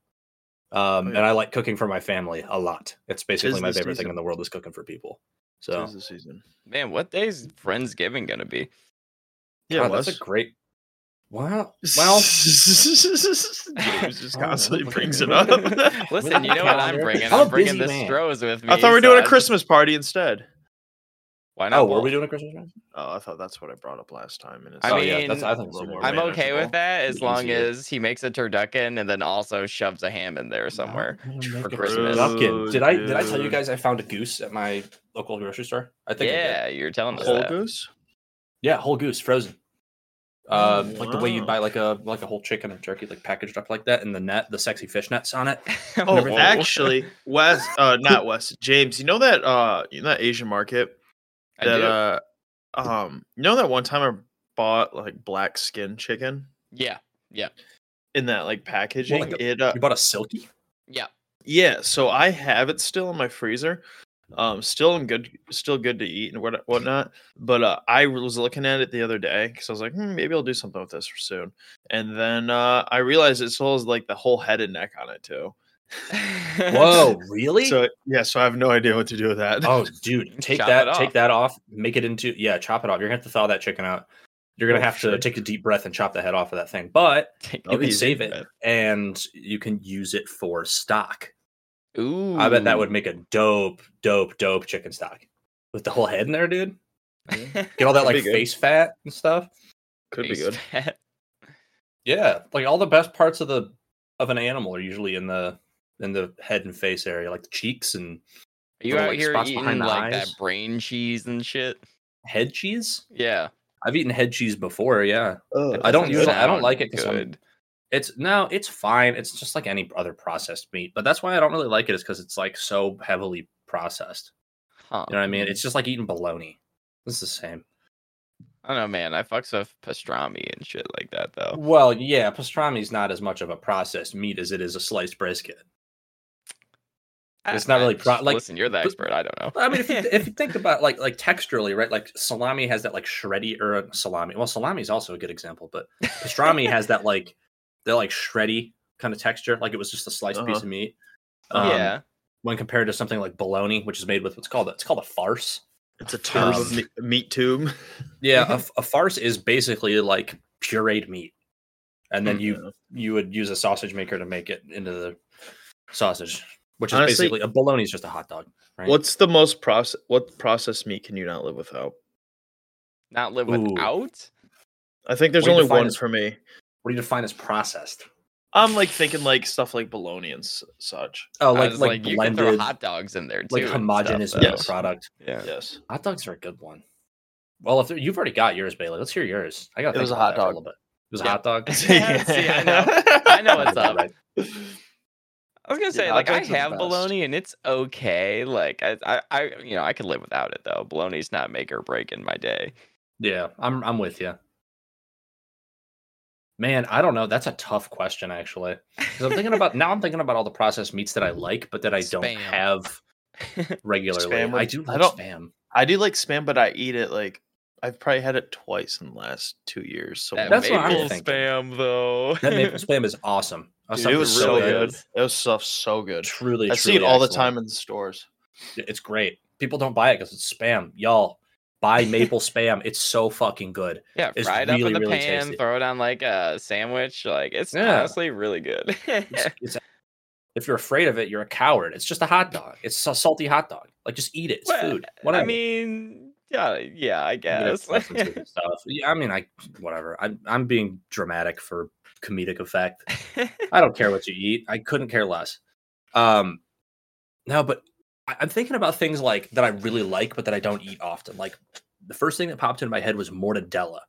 [SPEAKER 1] Um,
[SPEAKER 2] Oh,
[SPEAKER 1] and
[SPEAKER 2] yeah.
[SPEAKER 1] I like cooking for my family a lot. It's basically
[SPEAKER 2] Tis
[SPEAKER 1] my
[SPEAKER 2] the
[SPEAKER 1] favorite
[SPEAKER 2] season.
[SPEAKER 1] thing in the world is cooking for people. So
[SPEAKER 2] Tis the season.
[SPEAKER 3] Man, what day's Friendsgiving gonna be?
[SPEAKER 2] Yeah,
[SPEAKER 1] God,
[SPEAKER 2] it was.
[SPEAKER 1] that's a great. Wow. Well,
[SPEAKER 2] James just
[SPEAKER 1] Oh,
[SPEAKER 2] constantly
[SPEAKER 1] look at
[SPEAKER 2] brings
[SPEAKER 1] him.
[SPEAKER 2] it up.
[SPEAKER 3] Listen, you know what I'm
[SPEAKER 1] calendar.
[SPEAKER 3] bringing?
[SPEAKER 1] I'm a
[SPEAKER 3] I'm bringing
[SPEAKER 1] busy
[SPEAKER 3] the
[SPEAKER 1] man.
[SPEAKER 3] Strohs with me.
[SPEAKER 2] I thought we were
[SPEAKER 3] so
[SPEAKER 2] doing a
[SPEAKER 3] just-
[SPEAKER 2] Christmas party instead.
[SPEAKER 3] Why not?
[SPEAKER 1] oh, were
[SPEAKER 3] both?
[SPEAKER 1] we doing a Christmas? round?
[SPEAKER 2] Oh, I thought that's what I brought up last time. And it's
[SPEAKER 3] I
[SPEAKER 1] oh,
[SPEAKER 3] mean,
[SPEAKER 1] yeah, that's, I think it's
[SPEAKER 2] a little
[SPEAKER 1] even
[SPEAKER 2] more
[SPEAKER 1] better.
[SPEAKER 3] I'm okay
[SPEAKER 2] manageable.
[SPEAKER 3] with that as
[SPEAKER 1] It's
[SPEAKER 3] long
[SPEAKER 1] easier.
[SPEAKER 3] as he makes a turducken and then also shoves a ham in there somewhere.
[SPEAKER 1] Not
[SPEAKER 3] for
[SPEAKER 1] gonna make a
[SPEAKER 3] Christmas.
[SPEAKER 1] turducken. Did I did I tell you
[SPEAKER 2] Dude.
[SPEAKER 1] guys I found a goose at my local grocery store? I think I did.
[SPEAKER 3] Yeah, you're telling us
[SPEAKER 2] Whole
[SPEAKER 3] that.
[SPEAKER 2] goose?
[SPEAKER 1] Yeah, whole goose, frozen. Uh,
[SPEAKER 2] Mm,
[SPEAKER 1] like the way you
[SPEAKER 2] Wow.
[SPEAKER 1] buy like a like a whole chicken or turkey, like packaged up like that, and the net, the sexy fish nets on it.
[SPEAKER 2] Oh,
[SPEAKER 1] Never-
[SPEAKER 2] actually, Wes, uh, not Wes, James. You know that uh, you know that Asian market
[SPEAKER 3] I
[SPEAKER 2] that
[SPEAKER 3] do.
[SPEAKER 2] uh, um, you know that one time I bought like black skin chicken
[SPEAKER 3] yeah,
[SPEAKER 2] in that like packaging.
[SPEAKER 1] a-
[SPEAKER 2] it uh,
[SPEAKER 1] You bought a silky?
[SPEAKER 3] yeah.
[SPEAKER 2] Yeah, so I have it still in my freezer. Um, still in good, still good to eat and what whatnot. But uh, I was looking at it the other day because I was like, hmm, maybe I'll do something with this soon. And then uh, I realized it still has like the whole head and neck on it too.
[SPEAKER 1] Whoa, really?
[SPEAKER 2] So yeah, so I have no idea what to do with that.
[SPEAKER 1] oh, dude, take
[SPEAKER 3] Chop it
[SPEAKER 1] that,
[SPEAKER 3] off.
[SPEAKER 1] take that off, make it into yeah, chop it off. You're gonna have to thaw that chicken out. You're gonna
[SPEAKER 2] Oh,
[SPEAKER 1] have to
[SPEAKER 2] shit.
[SPEAKER 1] take a deep breath and chop the head off of that thing. But
[SPEAKER 3] Take-
[SPEAKER 2] That'll
[SPEAKER 1] you
[SPEAKER 2] be
[SPEAKER 1] can
[SPEAKER 2] easy,
[SPEAKER 1] save it
[SPEAKER 2] man.
[SPEAKER 1] and you can use it for stock.
[SPEAKER 3] Ooh,
[SPEAKER 1] Oh, I bet that would make a dope, dope, dope chicken stock with the whole head in there, dude. Get all that
[SPEAKER 2] Could be
[SPEAKER 1] like
[SPEAKER 2] good.
[SPEAKER 1] face fat and stuff.
[SPEAKER 2] Could be
[SPEAKER 3] Face
[SPEAKER 2] good.
[SPEAKER 3] fat.
[SPEAKER 1] Yeah, like all the best parts of the of an animal are usually in the in the head and face area, like the cheeks and
[SPEAKER 3] Are you
[SPEAKER 1] Little,
[SPEAKER 3] out
[SPEAKER 1] like,
[SPEAKER 3] here
[SPEAKER 1] spots
[SPEAKER 3] eating
[SPEAKER 1] behind the
[SPEAKER 3] like
[SPEAKER 1] eyes.
[SPEAKER 3] that brain cheese and shit?
[SPEAKER 1] head cheese.
[SPEAKER 3] Yeah,
[SPEAKER 1] I've eaten head cheese before. Yeah,
[SPEAKER 2] Ugh.
[SPEAKER 1] I don't
[SPEAKER 3] Doesn't
[SPEAKER 1] usually- I don't
[SPEAKER 3] sound
[SPEAKER 1] like it 'cause I'm-
[SPEAKER 3] good.
[SPEAKER 1] it's no, it's fine. It's just like any other processed meat, but that's why I don't really like it is because it's like so heavily processed.
[SPEAKER 3] Huh.
[SPEAKER 1] You know what I mean? It's just like eating bologna. It's the same.
[SPEAKER 3] I don't know, man. I fucks with pastrami and shit like that though.
[SPEAKER 1] Well, yeah, pastrami's not as much of a processed meat as it is a sliced brisket. It's
[SPEAKER 3] Ah,
[SPEAKER 1] not really
[SPEAKER 3] man,
[SPEAKER 1] pro-
[SPEAKER 3] just
[SPEAKER 1] like-
[SPEAKER 3] listen, you're the
[SPEAKER 1] but-
[SPEAKER 3] expert. I don't know.
[SPEAKER 1] I mean, if you, if you think about like like texturally, right? Like salami has that like shreddy or uh, salami. Well, salami is also a good example, but pastrami has that like they're like shreddy kind of texture, like it was just a sliced piece
[SPEAKER 2] Uh-huh.
[SPEAKER 1] of meat. Um,
[SPEAKER 3] Oh, yeah,
[SPEAKER 1] When compared to something like bologna, which is made with what's called it's called a farce.
[SPEAKER 2] It's a tube of
[SPEAKER 1] Um,
[SPEAKER 2] me- meat tube.
[SPEAKER 1] Yeah, a f- a, farce is basically like pureed meat, and then
[SPEAKER 3] Mm.
[SPEAKER 1] you you would use a sausage maker to make it into the sausage, which is
[SPEAKER 2] Honestly-
[SPEAKER 1] basically a bologna is just a hot dog. Right?
[SPEAKER 2] What's the most process? What processed meat can you not live without?
[SPEAKER 3] not live
[SPEAKER 1] Ooh.
[SPEAKER 3] without.
[SPEAKER 2] I think there's
[SPEAKER 1] Way to
[SPEAKER 2] only
[SPEAKER 1] find
[SPEAKER 2] one
[SPEAKER 1] is-
[SPEAKER 2] for me.
[SPEAKER 1] What do you define as processed?
[SPEAKER 2] I'm like thinking like stuff like bologna and s- such.
[SPEAKER 1] Oh,
[SPEAKER 3] I
[SPEAKER 1] like
[SPEAKER 3] was
[SPEAKER 1] like,
[SPEAKER 3] you can throw
[SPEAKER 1] blended,
[SPEAKER 3] hot dogs in there too,
[SPEAKER 1] like
[SPEAKER 3] and stuff,
[SPEAKER 1] homogenous
[SPEAKER 3] though.
[SPEAKER 2] Yes.
[SPEAKER 1] product.
[SPEAKER 3] Yeah.
[SPEAKER 2] Yes.
[SPEAKER 1] Hot dogs are a good one. Well, if you've already got yours, Bailey, let's hear yours. I got.
[SPEAKER 2] It was a hot dog.
[SPEAKER 1] A little bit. It was
[SPEAKER 3] Yeah.
[SPEAKER 1] a hot dog. um,
[SPEAKER 3] Yeah, see, I know. I know what's up.
[SPEAKER 1] Right.
[SPEAKER 3] I was gonna say,
[SPEAKER 2] Yeah, hot
[SPEAKER 3] like, I
[SPEAKER 2] dogs are the
[SPEAKER 3] have
[SPEAKER 2] best.
[SPEAKER 3] bologna and it's okay. Like, I, I, I, you know, I could live without it though. Bologna's not make or break in my day.
[SPEAKER 1] Yeah, I'm I'm with you. Man, I don't know. That's a tough question, actually. 'Cause I'm thinking about now. I'm thinking about all the processed meats that I like, but that I don't
[SPEAKER 3] Spam.
[SPEAKER 1] have regularly.
[SPEAKER 2] Spam with-
[SPEAKER 1] I do
[SPEAKER 2] I
[SPEAKER 1] like
[SPEAKER 2] don't-
[SPEAKER 1] spam.
[SPEAKER 2] I do like spam, but I eat it like I've probably had it twice in the last two years. So
[SPEAKER 3] That
[SPEAKER 1] That's what I'm
[SPEAKER 3] maple
[SPEAKER 1] thinking.
[SPEAKER 3] spam though.
[SPEAKER 1] That maple spam is awesome. That's
[SPEAKER 2] Dude, it
[SPEAKER 1] something
[SPEAKER 2] was
[SPEAKER 1] really
[SPEAKER 2] so good. It was stuff so good.
[SPEAKER 1] Truly,
[SPEAKER 2] I see it
[SPEAKER 1] truly
[SPEAKER 2] all the
[SPEAKER 1] excellent.
[SPEAKER 2] time in the stores.
[SPEAKER 1] It's great. People don't buy it because it's spam. Y'all buy maple spam. It's so fucking good.
[SPEAKER 3] Yeah,
[SPEAKER 1] It's
[SPEAKER 3] fry it up in
[SPEAKER 1] really,
[SPEAKER 3] the
[SPEAKER 1] really
[SPEAKER 3] pan,
[SPEAKER 1] tasty.
[SPEAKER 3] throw it on like a sandwich. Like, it's
[SPEAKER 1] Yeah.
[SPEAKER 3] honestly really good.
[SPEAKER 1] It's, it's if you're afraid of it, you're a coward. It's just a hot dog. It's a salty hot dog. Like just eat it. It's
[SPEAKER 3] Well,
[SPEAKER 1] food. Whatever.
[SPEAKER 3] I mean, yeah, yeah, I
[SPEAKER 1] You know,
[SPEAKER 3] guess.
[SPEAKER 1] preferences and stuff. Yeah, I mean, I whatever. I'm I'm being dramatic for comedic effect. I don't care what you eat. I couldn't care less. Um, no, but I, I'm thinking about things like that I really like, but that I don't eat often. Like the first thing that popped into my head was mortadella.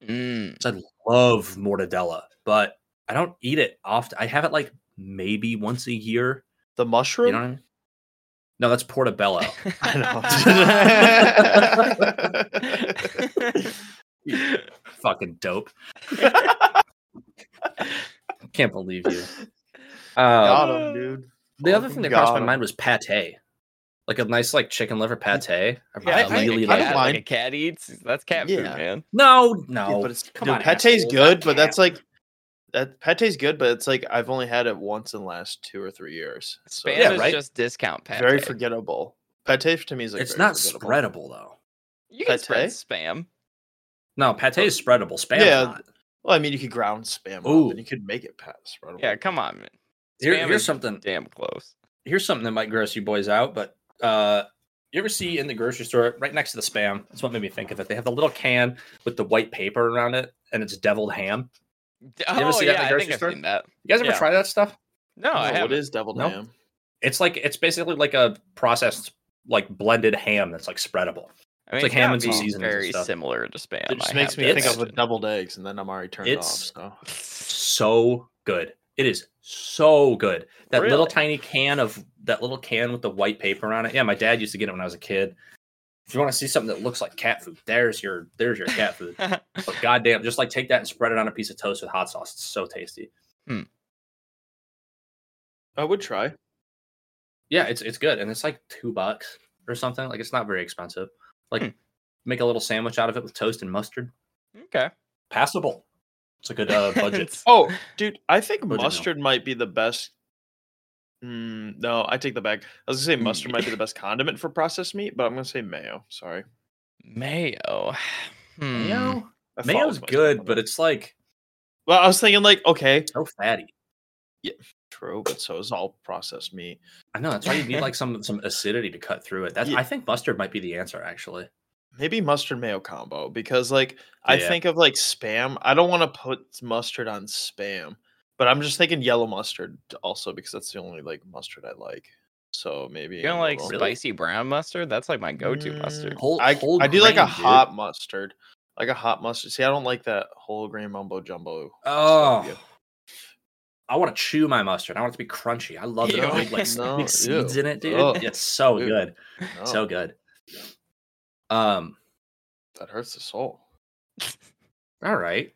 [SPEAKER 3] Mm,
[SPEAKER 1] 'cause I love mortadella, but I don't eat it often. I have it like maybe once a year.
[SPEAKER 2] The mushroom.
[SPEAKER 1] You know what I mean? No, that's portobello.
[SPEAKER 2] I know.
[SPEAKER 1] Fucking dope. Can't believe you. Um,
[SPEAKER 2] Got him, dude.
[SPEAKER 1] The other thing that
[SPEAKER 2] Fucking
[SPEAKER 1] crossed my
[SPEAKER 2] got 'em.
[SPEAKER 1] mind was pate, like a nice like chicken liver pate. I
[SPEAKER 3] yeah,
[SPEAKER 2] I
[SPEAKER 3] I, like
[SPEAKER 1] really
[SPEAKER 3] a
[SPEAKER 1] like.
[SPEAKER 2] I don't
[SPEAKER 3] cat, like
[SPEAKER 2] mind.
[SPEAKER 3] a cat eats. That's cat food,
[SPEAKER 2] Yeah.
[SPEAKER 3] man.
[SPEAKER 1] No, no,
[SPEAKER 2] Yeah, but it's
[SPEAKER 1] come
[SPEAKER 2] dude,
[SPEAKER 1] on,
[SPEAKER 2] pate's
[SPEAKER 1] asshole.
[SPEAKER 2] good, but
[SPEAKER 1] Yeah.
[SPEAKER 2] that's like that pate's good, but it's like I've only had it once in the last two or three years. So
[SPEAKER 3] Spam
[SPEAKER 1] Yeah,
[SPEAKER 3] is
[SPEAKER 1] right?
[SPEAKER 3] just discount pate.
[SPEAKER 2] very forgettable. Pate to me is like
[SPEAKER 1] it's
[SPEAKER 2] very
[SPEAKER 1] not
[SPEAKER 2] forgettable.
[SPEAKER 1] spreadable though.
[SPEAKER 3] You can spread
[SPEAKER 2] Pate?
[SPEAKER 3] spam.
[SPEAKER 1] No, pate is spreadable. Spam.
[SPEAKER 2] Oh. Yeah.
[SPEAKER 1] not.
[SPEAKER 2] Well, I mean, you could ground spam,
[SPEAKER 1] Ooh.
[SPEAKER 2] up and you could make it pass. spreadable.
[SPEAKER 3] Yeah, come on, man.
[SPEAKER 1] Here-
[SPEAKER 3] Spam
[SPEAKER 1] here's
[SPEAKER 3] is
[SPEAKER 1] something.
[SPEAKER 3] damn close.
[SPEAKER 1] Here's something that might gross you boys out, but uh, you ever see in the grocery store right next to the spam? That's what made me think of it. They have the little can with the white paper around it, and it's deviled ham.
[SPEAKER 3] Oh
[SPEAKER 1] ever see
[SPEAKER 3] yeah,
[SPEAKER 1] that in the
[SPEAKER 3] I think
[SPEAKER 1] grocery
[SPEAKER 3] I've
[SPEAKER 1] store?
[SPEAKER 3] seen that.
[SPEAKER 1] You guys ever
[SPEAKER 3] Yeah.
[SPEAKER 1] try that stuff?
[SPEAKER 3] No, I
[SPEAKER 2] No, what
[SPEAKER 3] haven't.
[SPEAKER 2] is deviled
[SPEAKER 1] Nope.
[SPEAKER 2] ham?
[SPEAKER 1] It's like it's basically like a processed like blended ham that's like spreadable.
[SPEAKER 3] I
[SPEAKER 1] It's
[SPEAKER 3] mean,
[SPEAKER 1] like
[SPEAKER 3] gotta
[SPEAKER 1] ham and some
[SPEAKER 3] be
[SPEAKER 1] seasonings and
[SPEAKER 3] Very
[SPEAKER 1] stuff.
[SPEAKER 3] similar to spam.
[SPEAKER 2] It just
[SPEAKER 3] I
[SPEAKER 2] makes
[SPEAKER 3] have
[SPEAKER 2] me
[SPEAKER 3] to
[SPEAKER 2] think
[SPEAKER 1] it's-
[SPEAKER 2] of doubled eggs, and then I'm already turned
[SPEAKER 1] it's-
[SPEAKER 2] off. So
[SPEAKER 3] imagine.
[SPEAKER 1] so good. It is so good. That little
[SPEAKER 3] Really?
[SPEAKER 1] tiny can of that little can with the white paper on it. Yeah, my dad used to get it when I was a kid. If you want to see something that looks like cat food, there's your there's your cat food. But goddamn, just like take that and spread it on a piece of toast with hot sauce. It's so tasty.
[SPEAKER 2] I would try.
[SPEAKER 1] Yeah, it's it's good, and it's like two bucks or something. Like it's not very expensive. Like
[SPEAKER 3] Hmm.
[SPEAKER 1] make a little sandwich out of it with toast and mustard.
[SPEAKER 3] okay.
[SPEAKER 1] Passable. It's a good uh, budget.
[SPEAKER 3] It's-
[SPEAKER 2] Oh, dude, I think
[SPEAKER 1] Budget meal.
[SPEAKER 2] mustard might be the best. Mm, no, I take the back. I was gonna
[SPEAKER 1] Hmm.
[SPEAKER 2] say mustard might be the best condiment for processed meat, but I'm gonna say mayo. Sorry,
[SPEAKER 3] Mayo. Hmm.
[SPEAKER 1] Mayo,
[SPEAKER 2] I thought it
[SPEAKER 1] mayo's
[SPEAKER 2] was mustard, my
[SPEAKER 1] good,
[SPEAKER 2] bad.
[SPEAKER 1] but it's like
[SPEAKER 2] well, I was thinking like, okay,
[SPEAKER 1] so fatty.
[SPEAKER 2] true, but so is all processed meat.
[SPEAKER 1] I know that's why you need like some some acidity to cut through it. That's
[SPEAKER 2] Yeah.
[SPEAKER 1] I think mustard might be the answer actually.
[SPEAKER 2] Maybe mustard mayo combo because like I
[SPEAKER 1] Yeah.
[SPEAKER 2] think of like spam. I don't want to put mustard on spam, but I'm just thinking yellow mustard also because that's the only like mustard I like. So maybe
[SPEAKER 3] You don't
[SPEAKER 2] a
[SPEAKER 3] like
[SPEAKER 2] little-
[SPEAKER 3] spicy brown mustard? That's like my go-to mustard.
[SPEAKER 1] Whole,
[SPEAKER 2] I,
[SPEAKER 1] whole
[SPEAKER 2] I do like a
[SPEAKER 1] grain, dude.
[SPEAKER 2] hot mustard, like a hot mustard. See, I don't like that whole grain mumbo jumbo. stuff you
[SPEAKER 1] Oh, I want to chew my mustard. I want it to be crunchy. I love the
[SPEAKER 3] Ew.
[SPEAKER 1] big like s-
[SPEAKER 2] No,
[SPEAKER 1] big seeds
[SPEAKER 2] ew.
[SPEAKER 1] in it, dude.
[SPEAKER 2] Ugh.
[SPEAKER 1] It's so
[SPEAKER 2] Ew.
[SPEAKER 1] good,
[SPEAKER 2] get. No,
[SPEAKER 1] so good. Um,
[SPEAKER 2] that hurts the soul.
[SPEAKER 1] all right.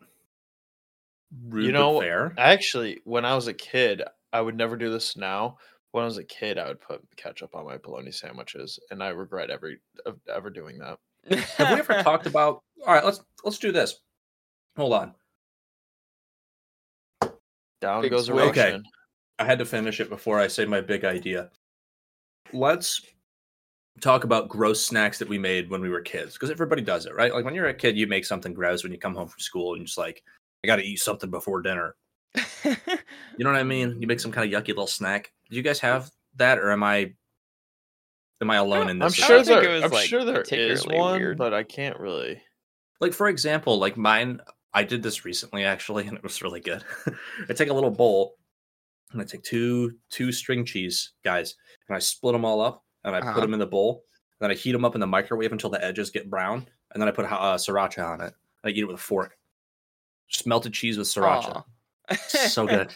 [SPEAKER 1] Rude, but
[SPEAKER 2] know,
[SPEAKER 1] fair.
[SPEAKER 2] Actually, when I was a kid, I would never do this now. When I was a kid, I would put ketchup on my bologna sandwiches, and I regret every of ever doing that.
[SPEAKER 1] Have we ever talked about? All right, let's let's do this. Hold on.
[SPEAKER 2] Down
[SPEAKER 3] Big
[SPEAKER 2] goes
[SPEAKER 3] switch.
[SPEAKER 1] Okay.
[SPEAKER 2] erection.
[SPEAKER 1] I had to finish it before I say my big idea. Let's talk about gross snacks that we made when we were kids because everybody does it, right? Like when you're a kid, you make something gross when you come home from school and you're just like, I got to eat something before dinner. You know what I mean? You make some kind of yucky little snack. Do you guys have that, or am I am I alone in
[SPEAKER 2] I'm
[SPEAKER 1] this?
[SPEAKER 3] I
[SPEAKER 2] sure
[SPEAKER 3] don't think
[SPEAKER 2] there.
[SPEAKER 3] it was,
[SPEAKER 2] I'm
[SPEAKER 3] like,
[SPEAKER 2] sure there is
[SPEAKER 3] particularly
[SPEAKER 2] one,
[SPEAKER 3] weird.
[SPEAKER 2] but I can't really.
[SPEAKER 1] like for example, like mine I did this recently actually, and it was really good. I take a little bowl and I take two two string cheese guys, and I split them all up and I put
[SPEAKER 3] Uh-huh.
[SPEAKER 1] them in the bowl. And then I heat them up in the microwave until the edges get brown, and then I put uh, sriracha on it. And I eat it with a fork. Just melted cheese with sriracha.
[SPEAKER 3] Aw.
[SPEAKER 1] So good.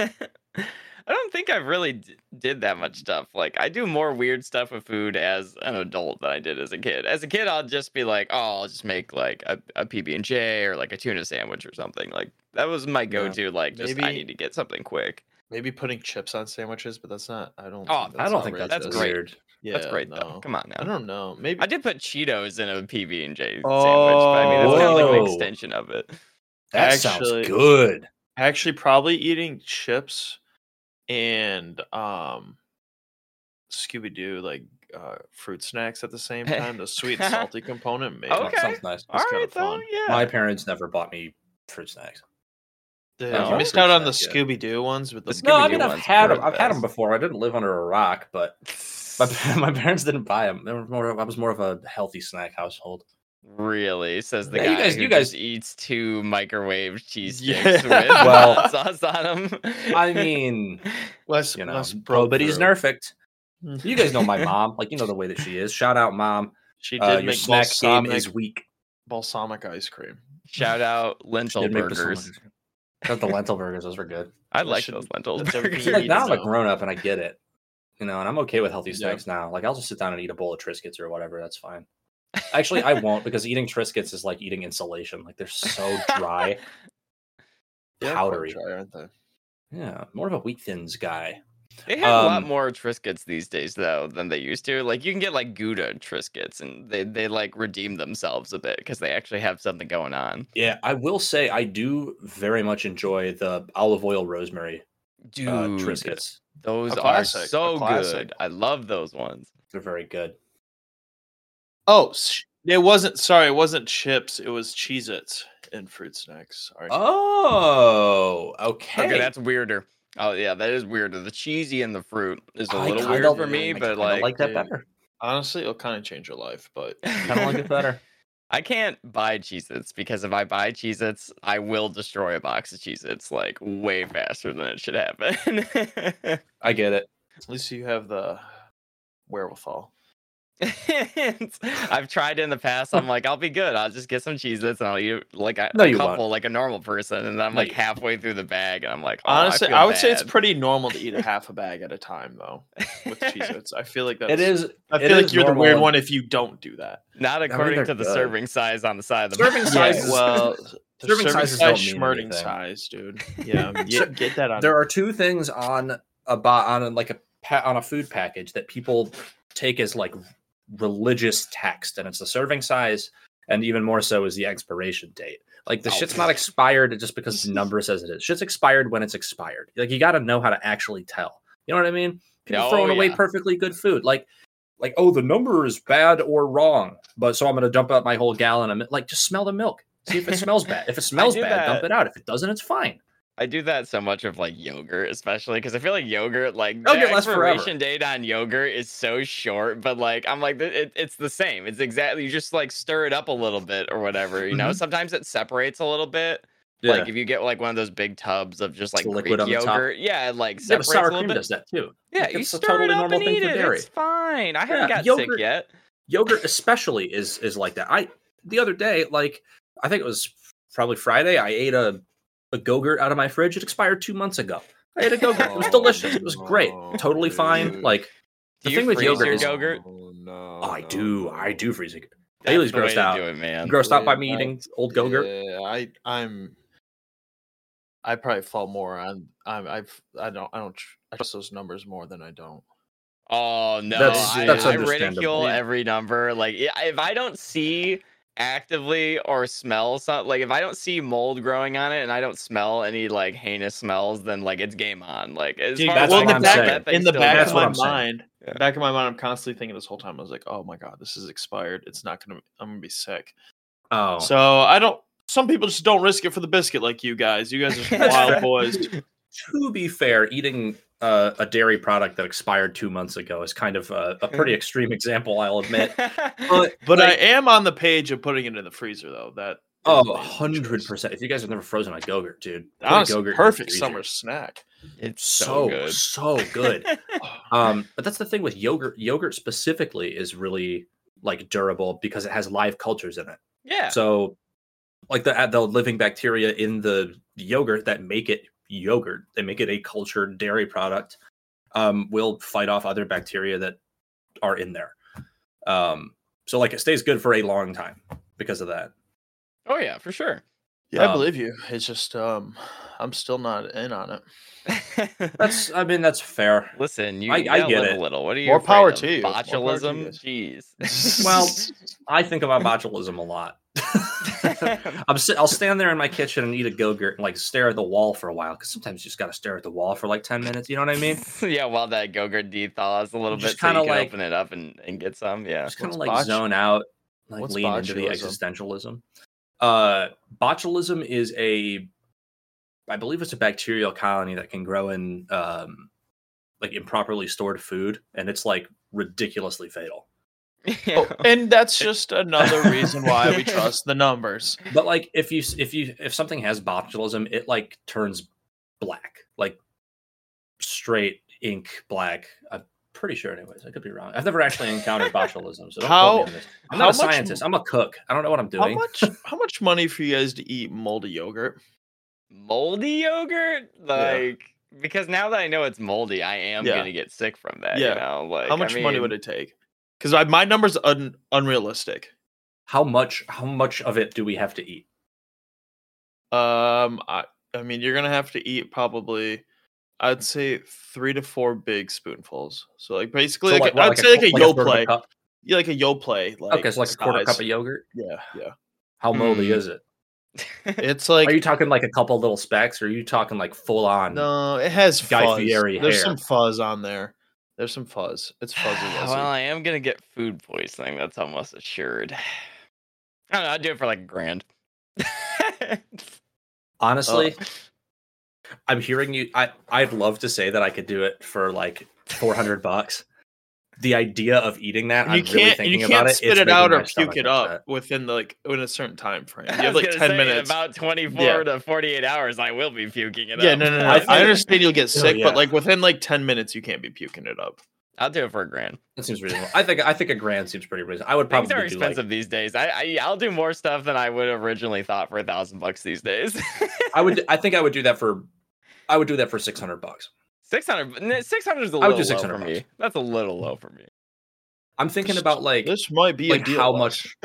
[SPEAKER 3] I don't think I've really d- did that much stuff. Like I do more weird stuff with food as an adult than I did as a kid. As a kid, I'll just be like, "Oh, I'll just make like a, a PB and J or like a tuna sandwich or something." Like that was my go-to. Like just I
[SPEAKER 2] Maybe-
[SPEAKER 3] need to get something quick.
[SPEAKER 2] Maybe putting chips on sandwiches, but that's not. I don't.
[SPEAKER 3] Oh,
[SPEAKER 1] I don't think that's,
[SPEAKER 3] outrageous. That's great.
[SPEAKER 1] weird.
[SPEAKER 2] Yeah,
[SPEAKER 3] That's great though.
[SPEAKER 2] no.
[SPEAKER 3] Come on
[SPEAKER 2] I
[SPEAKER 3] now.
[SPEAKER 2] don't know. Maybe
[SPEAKER 3] I did put Cheetos in a PB and J sandwich, but I mean that's kind of like
[SPEAKER 1] Oh.
[SPEAKER 3] an extension of it.
[SPEAKER 1] That
[SPEAKER 2] Actually-
[SPEAKER 1] sounds good.
[SPEAKER 2] actually probably eating chips and um Scooby Doo like uh, fruit snacks at the same time. The sweet and salty component made
[SPEAKER 1] That
[SPEAKER 3] Okay.
[SPEAKER 1] sounds nice.
[SPEAKER 3] All
[SPEAKER 2] kinda
[SPEAKER 3] right, though.
[SPEAKER 2] fun.
[SPEAKER 3] Yeah.
[SPEAKER 1] My parents never bought me fruit snacks.
[SPEAKER 3] Oh,
[SPEAKER 2] you
[SPEAKER 3] I
[SPEAKER 2] missed
[SPEAKER 1] fruit
[SPEAKER 2] out on the
[SPEAKER 1] snack, yeah.
[SPEAKER 2] Scooby Doo ones with the
[SPEAKER 3] The
[SPEAKER 1] No, I
[SPEAKER 3] Scooby-Doo
[SPEAKER 1] mean I've
[SPEAKER 3] ones
[SPEAKER 1] had
[SPEAKER 3] were
[SPEAKER 1] them.
[SPEAKER 3] the
[SPEAKER 1] I've had them
[SPEAKER 3] best.
[SPEAKER 1] before. I didn't live under a rock, but my, pa- my parents didn't buy them. They were more. I was more of a healthy snack household.
[SPEAKER 3] Really says the
[SPEAKER 1] Yeah,
[SPEAKER 3] guy
[SPEAKER 1] you guys-
[SPEAKER 3] who
[SPEAKER 1] you
[SPEAKER 3] just eats two microwave cheese
[SPEAKER 2] Yeah.
[SPEAKER 3] sticks with
[SPEAKER 1] Well-
[SPEAKER 3] hot sauce on them.
[SPEAKER 1] I mean,
[SPEAKER 2] less,
[SPEAKER 1] you know, oh,
[SPEAKER 2] less broke
[SPEAKER 1] nobody's
[SPEAKER 2] through.
[SPEAKER 1] perfect. You guys know my mom. Like you know the way that she is. Shout out, mom.
[SPEAKER 2] She did
[SPEAKER 1] Uh, your
[SPEAKER 2] make
[SPEAKER 1] snack game
[SPEAKER 2] balsamic,
[SPEAKER 1] is weak.
[SPEAKER 2] balsamic ice cream.
[SPEAKER 3] shout out
[SPEAKER 1] She
[SPEAKER 3] lentil
[SPEAKER 1] did make balsamic
[SPEAKER 3] burgers.
[SPEAKER 1] ice cream. Not the lentil burgers. Those were good.
[SPEAKER 3] I
[SPEAKER 2] That
[SPEAKER 3] like
[SPEAKER 2] should-
[SPEAKER 3] those lentil
[SPEAKER 2] that's everything
[SPEAKER 3] burgers.
[SPEAKER 2] you
[SPEAKER 1] Like,
[SPEAKER 2] need
[SPEAKER 1] now
[SPEAKER 2] to
[SPEAKER 1] I'm a
[SPEAKER 2] know.
[SPEAKER 1] grown up and I get it. You know, and I'm okay with healthy
[SPEAKER 2] Yeah.
[SPEAKER 1] snacks now. Like I'll just sit down and eat a bowl of Triscuits or whatever. That's fine. Actually, I won't because eating Triscuits is like eating insulation. Like they're so dry.
[SPEAKER 2] Yeah, quite
[SPEAKER 1] Powdery.
[SPEAKER 2] dry, aren't they?
[SPEAKER 1] Yeah, more of a wheat thins guy.
[SPEAKER 3] They have a lot
[SPEAKER 1] Um,
[SPEAKER 3] more Triscuits these days though than they used to. Like you can get like Gouda Triscuits, and they they like redeem themselves a bit because they actually have something going on.
[SPEAKER 1] Yeah, I will say I do very much enjoy the olive oil rosemary
[SPEAKER 3] Dude,
[SPEAKER 1] uh, Triscuits.
[SPEAKER 3] those
[SPEAKER 2] A
[SPEAKER 3] are
[SPEAKER 2] classic, a
[SPEAKER 3] so
[SPEAKER 2] classic.
[SPEAKER 3] good. I love those ones.
[SPEAKER 1] They're very good.
[SPEAKER 2] Oh, sh- it wasn't. Sorry, it wasn't chips. It was Cheez-Its and fruit snacks. Sorry.
[SPEAKER 1] Oh, okay.
[SPEAKER 3] Okay, that's weirder. Oh yeah, that is weirder. The cheesy and the fruit is a
[SPEAKER 1] I
[SPEAKER 3] little
[SPEAKER 1] kinda-
[SPEAKER 3] weird for me,
[SPEAKER 1] I
[SPEAKER 3] but
[SPEAKER 1] kinda
[SPEAKER 3] like,
[SPEAKER 1] like that
[SPEAKER 2] dude,
[SPEAKER 1] better.
[SPEAKER 2] Honestly, it'll kind of change your life, but
[SPEAKER 1] Kind of like it better.
[SPEAKER 3] I can't buy Cheez Its because if I buy Cheez Its, I will destroy a box of Cheez Its like way faster than it should happen.
[SPEAKER 1] I get it.
[SPEAKER 2] at least you have the wherewithal.
[SPEAKER 3] It's- I've tried in the past. I'm like, I'll be good. I'll just get some Cheez Its and I'll eat like a,
[SPEAKER 1] No,
[SPEAKER 3] a
[SPEAKER 1] you won't.
[SPEAKER 3] couple, like a normal person. And then I'm
[SPEAKER 1] No,
[SPEAKER 3] like
[SPEAKER 1] you-
[SPEAKER 3] halfway through the bag and I'm
[SPEAKER 1] Uh,
[SPEAKER 3] like, oh,
[SPEAKER 2] Honestly,
[SPEAKER 3] feel
[SPEAKER 2] I, would say it's
[SPEAKER 3] bad.
[SPEAKER 2] pretty normal to eat a half a bag at a time, though, with Cheez-Its. I feel like that's.
[SPEAKER 1] It is
[SPEAKER 2] I
[SPEAKER 1] it
[SPEAKER 2] feel
[SPEAKER 1] is
[SPEAKER 2] like you're the
[SPEAKER 1] normal
[SPEAKER 2] weird
[SPEAKER 1] and-
[SPEAKER 2] one if you don't do that.
[SPEAKER 3] not according
[SPEAKER 1] they're
[SPEAKER 3] to the
[SPEAKER 1] good.
[SPEAKER 3] serving size on the side of the
[SPEAKER 1] Serving
[SPEAKER 3] box.
[SPEAKER 1] size Sizes. is-
[SPEAKER 2] well, the
[SPEAKER 1] Serving
[SPEAKER 2] serving,
[SPEAKER 1] sizes
[SPEAKER 2] size,
[SPEAKER 1] don't mean
[SPEAKER 2] schmerting
[SPEAKER 1] anything.
[SPEAKER 2] size, dude. Yeah,
[SPEAKER 1] So-
[SPEAKER 2] get, get that on.
[SPEAKER 1] there are two things on a bo- on a, like a pa- on a food package that people take as like religious text and it's the serving size and even more so is the expiration date like the
[SPEAKER 3] Oh.
[SPEAKER 1] shit's not expired just because the number says it is shit's expired when it's expired like you got to know how to actually tell you know what i mean people
[SPEAKER 3] Yeah,
[SPEAKER 1] throwing
[SPEAKER 3] oh,
[SPEAKER 1] away
[SPEAKER 3] yeah.
[SPEAKER 1] perfectly good food like like oh the number is bad or wrong but so i'm gonna dump out my whole gallon of mi- like just smell the milk see if it smells bad if it smells
[SPEAKER 3] do
[SPEAKER 1] bad dump
[SPEAKER 3] that.
[SPEAKER 1] it out if it doesn't it's fine
[SPEAKER 3] I do that so much of like yogurt, especially because I feel like yogurt, like
[SPEAKER 1] Yogurt
[SPEAKER 3] the
[SPEAKER 1] lasts forever.
[SPEAKER 3] expiration date on yogurt is so short. But like, I'm like, th- it, it's the same. It's exactly you just like stir it up a little bit or whatever. You know,
[SPEAKER 1] Mhm.
[SPEAKER 3] sometimes it separates a little bit. Like if you get like one of those big tubs of just like
[SPEAKER 1] the liquid
[SPEAKER 3] Greek
[SPEAKER 1] on the top.
[SPEAKER 3] yogurt, yeah, it like
[SPEAKER 1] Yeah, but
[SPEAKER 3] separates
[SPEAKER 1] sour
[SPEAKER 3] a little
[SPEAKER 1] cream
[SPEAKER 3] bit.
[SPEAKER 1] does that too.
[SPEAKER 3] Yeah,
[SPEAKER 1] Like,
[SPEAKER 3] you
[SPEAKER 1] it's a
[SPEAKER 3] stir
[SPEAKER 1] totally
[SPEAKER 3] it up
[SPEAKER 1] normal
[SPEAKER 3] and
[SPEAKER 1] thing
[SPEAKER 3] eat
[SPEAKER 1] for
[SPEAKER 3] it.
[SPEAKER 1] dairy.
[SPEAKER 3] It's fine. I
[SPEAKER 1] Yeah,
[SPEAKER 3] haven't got sick
[SPEAKER 1] yogurt-
[SPEAKER 3] yet.
[SPEAKER 1] Yogurt especially is is like that. I the other day, like I think it was probably Friday, I ate a a gogurt out of my fridge. It expired two months ago. I ate a gogurt. It was delicious. It was great. Totally fine. Like
[SPEAKER 3] Do
[SPEAKER 1] the
[SPEAKER 3] you
[SPEAKER 1] thing with
[SPEAKER 3] freeze your
[SPEAKER 1] yogurt is
[SPEAKER 3] yogurt?
[SPEAKER 2] Oh, no,
[SPEAKER 1] I
[SPEAKER 2] no,
[SPEAKER 1] do, I
[SPEAKER 2] no.
[SPEAKER 1] do freeze it.
[SPEAKER 3] That's
[SPEAKER 1] Bailey's
[SPEAKER 3] the way
[SPEAKER 1] grossed
[SPEAKER 3] to
[SPEAKER 1] out.
[SPEAKER 3] Do it, man.
[SPEAKER 1] Grossed out by
[SPEAKER 2] Yeah,
[SPEAKER 1] me eating old gogurt.
[SPEAKER 2] Yeah, I I'm I probably fall more on I'm I've I don't I don't tr- I trust those numbers more than I don't.
[SPEAKER 3] Oh no,
[SPEAKER 1] That's-
[SPEAKER 3] I,
[SPEAKER 2] that's
[SPEAKER 3] I
[SPEAKER 1] understandable.
[SPEAKER 3] ridicule
[SPEAKER 2] Yeah.
[SPEAKER 3] every number. Like i- if I don't see actively or smell something, like if I don't see mold growing on it and I don't smell any like heinous smells, then like it's game on. Like as
[SPEAKER 2] Dude,
[SPEAKER 3] far as
[SPEAKER 1] that's
[SPEAKER 3] I
[SPEAKER 1] what
[SPEAKER 3] can
[SPEAKER 1] I'm
[SPEAKER 3] tell,
[SPEAKER 1] saying.
[SPEAKER 3] that thing's
[SPEAKER 2] in the
[SPEAKER 3] still
[SPEAKER 2] back
[SPEAKER 1] That's
[SPEAKER 2] of
[SPEAKER 3] good.
[SPEAKER 1] what
[SPEAKER 2] my
[SPEAKER 1] I'm saying.
[SPEAKER 2] mind,
[SPEAKER 3] Yeah.
[SPEAKER 2] back of my mind, I'm constantly thinking this whole time. I was like, oh my god, this is expired. It's not gonna. I'm gonna be sick.
[SPEAKER 1] Oh,
[SPEAKER 2] So I don't. Some people just don't risk it for the biscuit, like you guys. You guys are some wild
[SPEAKER 1] fair.
[SPEAKER 2] boys.
[SPEAKER 1] to be fair, eating uh, a dairy product that expired two months ago is kind of a, a
[SPEAKER 3] Mm.
[SPEAKER 1] pretty extreme example, I'll admit. But
[SPEAKER 2] But I
[SPEAKER 1] Like-
[SPEAKER 2] am on the page of putting it in the freezer, though. That
[SPEAKER 1] Oh,
[SPEAKER 2] amazing choice.
[SPEAKER 1] 100%. If you guys have never frozen a Gogurt, dude. put a
[SPEAKER 2] Honestly,
[SPEAKER 1] Go-Gurt in the
[SPEAKER 2] perfect
[SPEAKER 1] freezer.
[SPEAKER 2] summer snack.
[SPEAKER 3] It's
[SPEAKER 1] So,
[SPEAKER 3] so,
[SPEAKER 1] so,
[SPEAKER 3] good.
[SPEAKER 1] good. um, but that's the thing with yogurt. Yogurt specifically is really like durable because it has live cultures in it.
[SPEAKER 3] yeah.
[SPEAKER 1] So, like the uh, the living bacteria in the yogurt that make it yogurt, they make it a cultured dairy product. Um, will fight off other bacteria that are in there. Um, so like it stays good for a long time because of that.
[SPEAKER 3] oh yeah, for sure.
[SPEAKER 2] Yeah, I
[SPEAKER 1] Um,
[SPEAKER 2] believe you. It's just um, I'm still not in on it.
[SPEAKER 1] That's I mean that's fair.
[SPEAKER 3] Listen, you
[SPEAKER 1] I-
[SPEAKER 3] I,
[SPEAKER 1] I get
[SPEAKER 3] get
[SPEAKER 1] it.
[SPEAKER 3] a little. What are you?
[SPEAKER 2] More
[SPEAKER 3] afraid
[SPEAKER 2] power
[SPEAKER 3] of?
[SPEAKER 2] to you. More power to you
[SPEAKER 3] Botulism.
[SPEAKER 2] guys.
[SPEAKER 1] Well, I think about botulism a lot.
[SPEAKER 3] Jeez.
[SPEAKER 1] I'm sit, I'll stand there in my kitchen and eat a go-gurt and like stare at the wall for a while because sometimes you just got to stare at the wall for like 10 minutes. You know what I mean?
[SPEAKER 3] yeah, while that Gogurt D thaws a little
[SPEAKER 1] Just
[SPEAKER 3] bit, so you
[SPEAKER 1] kinda
[SPEAKER 3] can
[SPEAKER 1] like-
[SPEAKER 3] open it up and, and get some. Yeah.
[SPEAKER 1] just kind of
[SPEAKER 2] What's
[SPEAKER 1] like
[SPEAKER 2] botu-
[SPEAKER 1] zone out, like
[SPEAKER 2] what's
[SPEAKER 1] lean into the
[SPEAKER 2] botulism?
[SPEAKER 1] existentialism. Uh, botulism is a, I believe it's a bacterial colony that can grow in um, like improperly stored food, and it's like ridiculously fatal.
[SPEAKER 2] Oh, and that's just another reason why we trust the numbers.
[SPEAKER 1] But like if you s- if you if something has botulism, it like turns black, like straight ink black. I'm pretty sure, anyways. I could be wrong. I've never actually encountered botulism, so don't quote me on
[SPEAKER 2] How-
[SPEAKER 1] this. I'm
[SPEAKER 2] how
[SPEAKER 1] not a
[SPEAKER 2] much-
[SPEAKER 1] scientist. I'm a cook. I don't know what I'm
[SPEAKER 2] How
[SPEAKER 1] doing.
[SPEAKER 2] much? How much money for you guys to eat moldy yogurt?
[SPEAKER 3] moldy yogurt? Like because now that I know it's moldy, I am
[SPEAKER 2] Yeah.
[SPEAKER 3] gonna get sick from that.
[SPEAKER 2] Yeah.
[SPEAKER 3] You know, like
[SPEAKER 2] how much
[SPEAKER 3] I mean,
[SPEAKER 2] money would it take? Because my number's un- unrealistic.
[SPEAKER 1] how much how much of it do we have to eat
[SPEAKER 2] Um, I, I mean, you're gonna have to eat probably, I'd say three to four big spoonfuls. So like basically,
[SPEAKER 1] So, like,
[SPEAKER 2] like,
[SPEAKER 1] what,
[SPEAKER 2] I'd say like
[SPEAKER 1] qu-
[SPEAKER 2] a yo
[SPEAKER 1] third of
[SPEAKER 2] play,
[SPEAKER 1] cup?
[SPEAKER 2] yeah, like a yo play. Like
[SPEAKER 1] okay so like a quarter cup
[SPEAKER 2] size.
[SPEAKER 1] of yogurt
[SPEAKER 2] Yeah, yeah.
[SPEAKER 1] how moldy
[SPEAKER 3] Hmm.
[SPEAKER 1] is it
[SPEAKER 2] It's like
[SPEAKER 1] are you talking like a couple little specks or are you talking like full on
[SPEAKER 2] no, it has
[SPEAKER 1] Guy
[SPEAKER 2] fuzz.
[SPEAKER 1] Fieri
[SPEAKER 2] There's
[SPEAKER 1] hair?
[SPEAKER 2] some fuzz on there. There's some fuzz. It's fuzzy.
[SPEAKER 3] well, I am gonna get food poisoning. That's almost assured. I don't know. I'd do it for like a grand.
[SPEAKER 1] honestly Oh. i'm hearing you i i'd love to say that i could do it for like 400 bucks the idea of eating that
[SPEAKER 2] And you
[SPEAKER 1] I'm really
[SPEAKER 2] can't
[SPEAKER 1] thinking
[SPEAKER 2] you can't
[SPEAKER 1] about it,
[SPEAKER 2] spit
[SPEAKER 1] it's
[SPEAKER 2] it out
[SPEAKER 1] making
[SPEAKER 2] or
[SPEAKER 1] my stomach
[SPEAKER 2] puke it up
[SPEAKER 1] upset.
[SPEAKER 2] within the, like within a certain time frame. You
[SPEAKER 3] I
[SPEAKER 2] have
[SPEAKER 3] was
[SPEAKER 2] like
[SPEAKER 3] gonna
[SPEAKER 2] ten
[SPEAKER 3] say, in
[SPEAKER 2] minutes.
[SPEAKER 3] about 24
[SPEAKER 2] Yeah.
[SPEAKER 3] to 48 hours, I will be puking it
[SPEAKER 2] yeah,
[SPEAKER 3] up.
[SPEAKER 2] no, no, no.
[SPEAKER 1] I
[SPEAKER 2] I,
[SPEAKER 1] think-
[SPEAKER 2] understand you'll get sick,
[SPEAKER 1] yeah.
[SPEAKER 2] but like within like ten minutes, you can't be puking it up.
[SPEAKER 3] I'll do it for a grand.
[SPEAKER 1] That seems reasonable. I think I think a grand seems pretty reasonable. I would
[SPEAKER 3] Things
[SPEAKER 1] probably
[SPEAKER 3] are
[SPEAKER 1] do like
[SPEAKER 3] expensive these days. I, I I'll do more stuff than I would have originally thought for a thousand bucks these days.
[SPEAKER 1] I would I think I would do that for I would do that for six hundred bucks.
[SPEAKER 3] 600 n- 600 is a
[SPEAKER 1] I would do
[SPEAKER 3] little low
[SPEAKER 1] 600
[SPEAKER 3] for
[SPEAKER 1] bucks.
[SPEAKER 3] me. That's a little low for me.
[SPEAKER 1] I'm thinking about like
[SPEAKER 2] This might be
[SPEAKER 1] like
[SPEAKER 2] a deal.
[SPEAKER 1] how
[SPEAKER 2] though.
[SPEAKER 1] much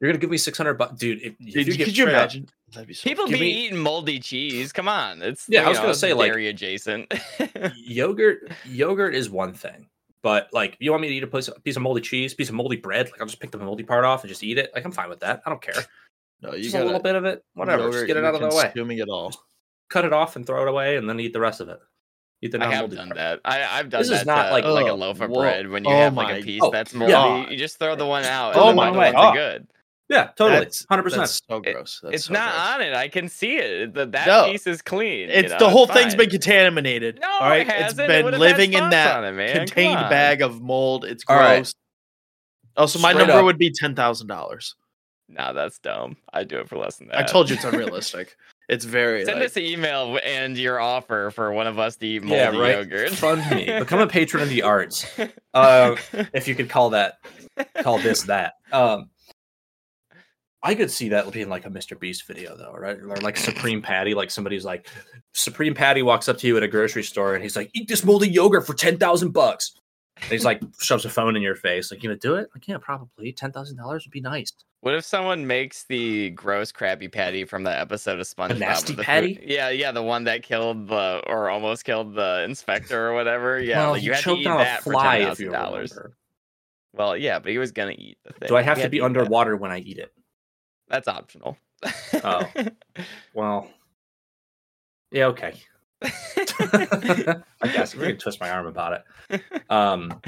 [SPEAKER 1] you're gonna give me 600 bucks dude if, if
[SPEAKER 2] Dude,
[SPEAKER 1] you get
[SPEAKER 2] could you
[SPEAKER 1] straight up-
[SPEAKER 2] imagine? That'd be so
[SPEAKER 3] People
[SPEAKER 1] Give
[SPEAKER 3] be
[SPEAKER 1] me-
[SPEAKER 3] eating moldy cheese. Come on. It's
[SPEAKER 1] Yeah, I
[SPEAKER 3] you
[SPEAKER 1] was
[SPEAKER 3] know,
[SPEAKER 1] gonna
[SPEAKER 3] it's
[SPEAKER 1] say, like-
[SPEAKER 3] dairy adjacent.
[SPEAKER 1] yogurt yogurt is one thing but like you want me to eat a piece, piece of moldy cheese piece of moldy bread like i'll just pick the moldy part off and just eat it like i'm fine with that i don't care
[SPEAKER 2] No, you
[SPEAKER 1] just
[SPEAKER 2] got
[SPEAKER 1] a little bit of it whatever just get it out of the way
[SPEAKER 2] Consuming it all.
[SPEAKER 1] cut it off and throw it away and then eat the rest of it eat the
[SPEAKER 3] I have
[SPEAKER 1] non-moldy
[SPEAKER 3] done
[SPEAKER 1] part.
[SPEAKER 3] that. I, I've done
[SPEAKER 1] This
[SPEAKER 3] that
[SPEAKER 1] is not
[SPEAKER 3] to,
[SPEAKER 1] like-
[SPEAKER 3] like a
[SPEAKER 2] Ugh,
[SPEAKER 3] loaf of
[SPEAKER 2] whoa.
[SPEAKER 3] bread when you
[SPEAKER 2] Oh
[SPEAKER 3] have like
[SPEAKER 2] my
[SPEAKER 3] a piece
[SPEAKER 1] God.
[SPEAKER 3] that's moldy.
[SPEAKER 1] Yeah.
[SPEAKER 3] You just throw the one out.
[SPEAKER 2] Oh
[SPEAKER 3] and
[SPEAKER 1] my
[SPEAKER 3] then the ones
[SPEAKER 2] God.
[SPEAKER 3] that good.
[SPEAKER 1] yeah totally
[SPEAKER 2] That's-
[SPEAKER 1] 100%
[SPEAKER 2] That's so gross. That's
[SPEAKER 3] it's
[SPEAKER 2] so
[SPEAKER 3] not
[SPEAKER 2] gross.
[SPEAKER 3] on it. I can see it. The, that
[SPEAKER 2] No.
[SPEAKER 3] piece is clean. you
[SPEAKER 2] It's
[SPEAKER 3] know,
[SPEAKER 2] the whole thing's
[SPEAKER 3] fine.
[SPEAKER 2] been contaminated.
[SPEAKER 3] No,
[SPEAKER 2] all right,
[SPEAKER 3] it hasn't.
[SPEAKER 2] has
[SPEAKER 3] It
[SPEAKER 2] been
[SPEAKER 3] would've had
[SPEAKER 2] living in
[SPEAKER 3] spots
[SPEAKER 2] that
[SPEAKER 3] on it, man. Come
[SPEAKER 2] contained
[SPEAKER 3] on.
[SPEAKER 2] bag of mold. It's
[SPEAKER 1] All right.
[SPEAKER 2] gross. Also, my
[SPEAKER 1] Straight
[SPEAKER 2] number
[SPEAKER 1] up.
[SPEAKER 2] would be ten thousand dollars.
[SPEAKER 3] Nah, that's dumb. I do it for less than that.
[SPEAKER 2] I told you it's unrealistic. it's very.
[SPEAKER 3] Send
[SPEAKER 2] like-
[SPEAKER 3] us an email w- and your offer for one of us to eat moldy
[SPEAKER 1] yeah right
[SPEAKER 3] yogurt.
[SPEAKER 1] fund me become a patron of the arts uh, if you could call that call this that. Um, I could see that being like a Mr. Beast video, though, right? Or like Supreme Patty, like somebody's like, Supreme Patty walks up to you at a grocery store and he's like, "Eat this moldy yogurt for ten thousand bucks." And he's like, shoves a phone in your face, like, "You gonna do it?" Like, yeah, probably. Ten thousand dollars would be nice.
[SPEAKER 3] What if someone makes the gross Krabby Patty from the episode of SpongeBob? with
[SPEAKER 1] nasty
[SPEAKER 3] the food-
[SPEAKER 1] patty?
[SPEAKER 3] Yeah, yeah, the one that killed the or almost killed the inspector or whatever. Yeah,
[SPEAKER 1] Well,
[SPEAKER 3] like
[SPEAKER 1] he
[SPEAKER 3] you had to eat that for ten thousand dollars.
[SPEAKER 1] remember.
[SPEAKER 3] Well, yeah, but he was gonna eat the thing.
[SPEAKER 1] Do I
[SPEAKER 3] He
[SPEAKER 1] have to
[SPEAKER 3] had
[SPEAKER 1] be
[SPEAKER 3] eat that.
[SPEAKER 1] underwater when I eat it?
[SPEAKER 3] That's optional.
[SPEAKER 1] Oh. Well, yeah, okay. I guess we can twist my arm about it. Um,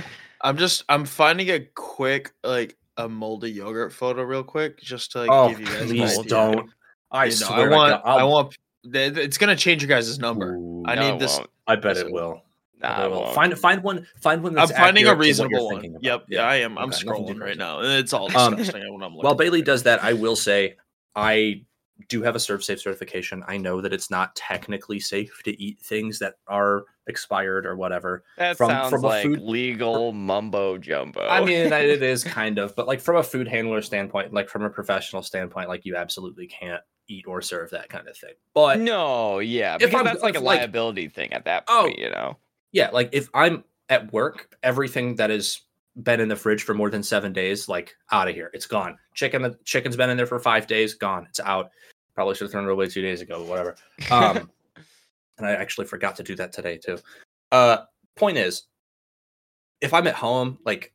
[SPEAKER 2] I'm just. I'm finding a quick like a moldy yogurt photo real quick just to like,
[SPEAKER 1] oh,
[SPEAKER 2] give you guys. an
[SPEAKER 1] please
[SPEAKER 2] idea.
[SPEAKER 1] don't. I
[SPEAKER 2] You know,
[SPEAKER 1] swear,
[SPEAKER 2] I want. I want. th- th- It's gonna change your guys' number. I
[SPEAKER 1] I,
[SPEAKER 3] No,
[SPEAKER 2] need
[SPEAKER 3] it
[SPEAKER 2] this-
[SPEAKER 3] won't.
[SPEAKER 1] bet
[SPEAKER 2] listen.
[SPEAKER 1] it will. I bet
[SPEAKER 3] Nah,
[SPEAKER 1] it
[SPEAKER 3] it
[SPEAKER 1] will.
[SPEAKER 3] won't.
[SPEAKER 1] Find find one. Find one.
[SPEAKER 2] I'm
[SPEAKER 1] That's
[SPEAKER 2] finding a
[SPEAKER 1] accurate to what you're
[SPEAKER 2] reasonable one.
[SPEAKER 1] thinking about.
[SPEAKER 2] Yep. Yeah, I am. I'm
[SPEAKER 1] Okay, nothing too
[SPEAKER 2] scrolling
[SPEAKER 1] crazy.
[SPEAKER 2] right now, and it's all
[SPEAKER 1] Um,
[SPEAKER 2] disgusting. when I'm looking
[SPEAKER 1] While
[SPEAKER 2] at
[SPEAKER 1] Bailey
[SPEAKER 2] it.
[SPEAKER 1] does that, I will say I do have a serve safe certification. I know that it's not technically safe to eat things that are expired or whatever.
[SPEAKER 3] That
[SPEAKER 1] From-
[SPEAKER 3] sounds
[SPEAKER 1] from a
[SPEAKER 3] like
[SPEAKER 1] food-
[SPEAKER 3] legal mumbo jumbo.
[SPEAKER 1] I mean, that it is kind of, but like from a food handler standpoint, like from a professional standpoint, like you absolutely can't eat or serve that kind of thing. But
[SPEAKER 3] no, yeah,
[SPEAKER 1] If
[SPEAKER 3] because
[SPEAKER 1] I'm-
[SPEAKER 3] that's like a
[SPEAKER 1] if, like-
[SPEAKER 3] liability thing at that
[SPEAKER 1] Oh.
[SPEAKER 3] point, you know.
[SPEAKER 1] yeah, like if I'm at work, everything that has been in the fridge for more than seven days, like out of here, it's gone. Chicken, the chicken's been in there for five days, gone. It's out. Probably should have thrown it away two days ago, but whatever. Um, and I actually forgot to do that today too. Uh, point is, if I'm at home, like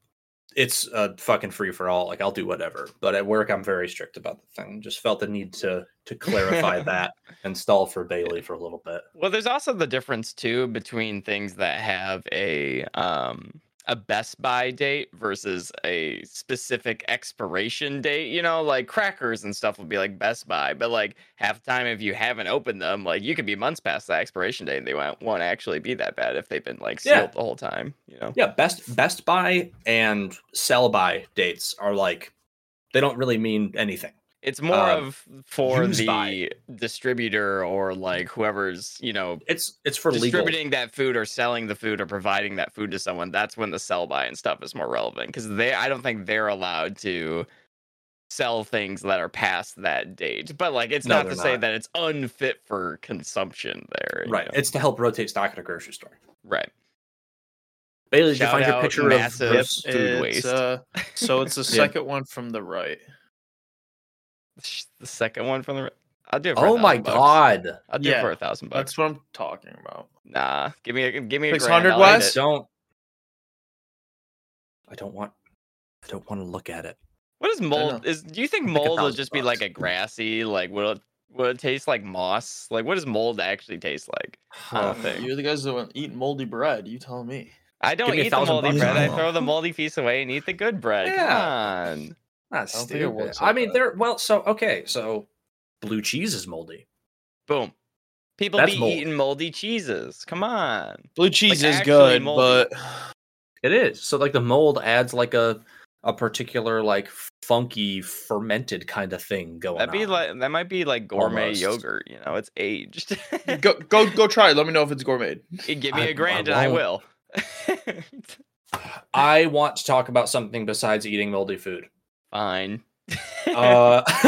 [SPEAKER 1] it's a fucking free for all. Like I'll do whatever, but at work, I'm very strict about the thing. Just felt the need to to clarify that and stall for Bailey for a little bit.
[SPEAKER 3] Well, there's also the difference too between things that have a um a best by date versus a specific expiration date. You know, like crackers and stuff would be like best by, but like half the time if you haven't opened them, like you could be months past the expiration date and they won't, won't actually be that bad if they've been like sealed
[SPEAKER 1] Yeah.
[SPEAKER 3] the whole time. You know.
[SPEAKER 1] Yeah, best best buy and sell by dates are like they don't really mean anything.
[SPEAKER 3] It's more
[SPEAKER 1] Uh,
[SPEAKER 3] of for
[SPEAKER 1] use
[SPEAKER 3] the
[SPEAKER 1] by.
[SPEAKER 3] distributor or like whoever's, you know,
[SPEAKER 1] It's it's for legal.
[SPEAKER 3] distributing that food or selling the food or providing that food to someone. That's when the sell by and stuff is more relevant because they, I don't think they're allowed to sell things that are past that date. But like, it's
[SPEAKER 1] No,
[SPEAKER 3] not to
[SPEAKER 1] they're
[SPEAKER 3] say
[SPEAKER 1] not.
[SPEAKER 3] that it's unfit for consumption there. you
[SPEAKER 1] Right.
[SPEAKER 3] know?
[SPEAKER 1] It's to help rotate stock at a grocery store.
[SPEAKER 3] Right.
[SPEAKER 1] Bailey, did you
[SPEAKER 3] Shout
[SPEAKER 1] find your
[SPEAKER 3] out
[SPEAKER 1] picture of
[SPEAKER 3] massive-
[SPEAKER 2] Yep,
[SPEAKER 1] gross-
[SPEAKER 3] food
[SPEAKER 2] it's,
[SPEAKER 3] waste.
[SPEAKER 2] Uh, so it's the second one from the right.
[SPEAKER 3] The second one from the, re- I'll do it for
[SPEAKER 1] Oh
[SPEAKER 3] a
[SPEAKER 1] my
[SPEAKER 3] thousand bucks.
[SPEAKER 1] god.
[SPEAKER 3] I'll do it
[SPEAKER 2] Yeah,
[SPEAKER 3] for a thousand bucks.
[SPEAKER 2] That's what I'm talking about.
[SPEAKER 3] Nah, give me a, give me a grand,
[SPEAKER 2] 600
[SPEAKER 3] I'll eat
[SPEAKER 2] Wes?
[SPEAKER 3] it.
[SPEAKER 1] Don't I don't want I don't want to look at it.
[SPEAKER 3] What is
[SPEAKER 2] know.
[SPEAKER 3] mold? Is do you think
[SPEAKER 1] Like a
[SPEAKER 3] mold will
[SPEAKER 1] thousand
[SPEAKER 3] just be
[SPEAKER 1] bucks.
[SPEAKER 3] like a grassy? Like will it will it taste like moss? Like what does mold actually taste like? I
[SPEAKER 1] Huh.
[SPEAKER 3] don't think.
[SPEAKER 2] You're the guys that want eat moldy bread. You tell me.
[SPEAKER 3] I don't
[SPEAKER 1] me a
[SPEAKER 3] eat the
[SPEAKER 1] thousand
[SPEAKER 3] moldy
[SPEAKER 1] bucks
[SPEAKER 3] bread.
[SPEAKER 1] and
[SPEAKER 3] I
[SPEAKER 1] I'll-
[SPEAKER 3] throw the moldy piece away and eat the good bread.
[SPEAKER 1] Yeah.
[SPEAKER 3] Come on.
[SPEAKER 1] That's
[SPEAKER 2] I don't think it
[SPEAKER 1] stupid.
[SPEAKER 2] works
[SPEAKER 1] I
[SPEAKER 2] like
[SPEAKER 1] mean
[SPEAKER 2] that.
[SPEAKER 1] there well, so okay, so blue cheese is moldy.
[SPEAKER 3] Boom. People
[SPEAKER 1] That's
[SPEAKER 3] be
[SPEAKER 1] mold.
[SPEAKER 3] eating moldy cheeses. Come on.
[SPEAKER 2] Blue cheese is
[SPEAKER 3] actually
[SPEAKER 2] good,
[SPEAKER 3] moldy.
[SPEAKER 2] but
[SPEAKER 1] It is. So like the mold adds like a a particular like funky fermented kind of thing going
[SPEAKER 3] That'd be
[SPEAKER 1] on.
[SPEAKER 3] like that might be like gourmet
[SPEAKER 1] Almost.
[SPEAKER 3] yogurt. You know, it's aged.
[SPEAKER 2] go go go try it. Let me know if it's gourmet.
[SPEAKER 3] Give
[SPEAKER 1] I-
[SPEAKER 3] me
[SPEAKER 1] I
[SPEAKER 3] a grand and I will.
[SPEAKER 1] I want to talk about something besides eating moldy food.
[SPEAKER 3] Fine.
[SPEAKER 1] Uh,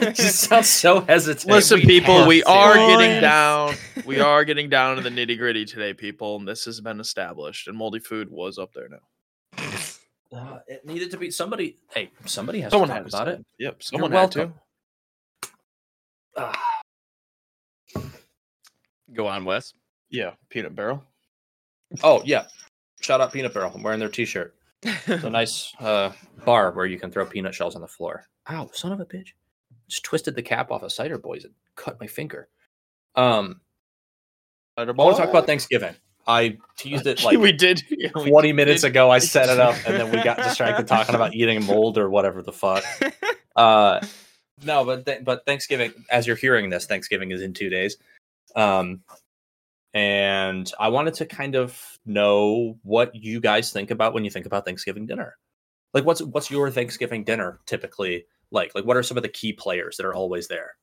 [SPEAKER 1] it just sounds so hesitant.
[SPEAKER 2] Listen,
[SPEAKER 3] we
[SPEAKER 2] people,
[SPEAKER 3] have
[SPEAKER 2] we
[SPEAKER 3] to.
[SPEAKER 2] are
[SPEAKER 3] Boys.
[SPEAKER 2] getting down. We are getting down to the nitty gritty today, people, and this has been established. And moldy food was up there now.
[SPEAKER 1] Uh, it needed to be somebody. Hey, somebody has
[SPEAKER 2] Someone
[SPEAKER 1] to
[SPEAKER 2] had
[SPEAKER 1] talk about
[SPEAKER 2] say
[SPEAKER 1] it.
[SPEAKER 2] Yep, someone
[SPEAKER 1] You're
[SPEAKER 2] had
[SPEAKER 1] welcome.
[SPEAKER 2] to.
[SPEAKER 1] Ah,
[SPEAKER 3] Go on, Wes.
[SPEAKER 2] Yeah, peanut barrel.
[SPEAKER 1] oh yeah, shout out Peanut Barrel. I'm wearing their T-shirt. It's a nice uh, bar where you can throw peanut shells on the floor. Ow, son of a bitch! Just twisted the cap off of cider boys and cut my finger. Um,
[SPEAKER 2] I
[SPEAKER 1] I want to talk about Thanksgiving. I teased it like
[SPEAKER 2] we did. yeah, we
[SPEAKER 1] 20 minutes
[SPEAKER 2] did.
[SPEAKER 1] ago i set it up and then we got distracted talking about eating mold or whatever the fuck uh no but th- but thanksgiving as you're hearing this thanksgiving is in two days um and i wanted to kind of know what you guys think about when you think about thanksgiving dinner like what's what's your thanksgiving dinner typically like like what are some of the key players that are always there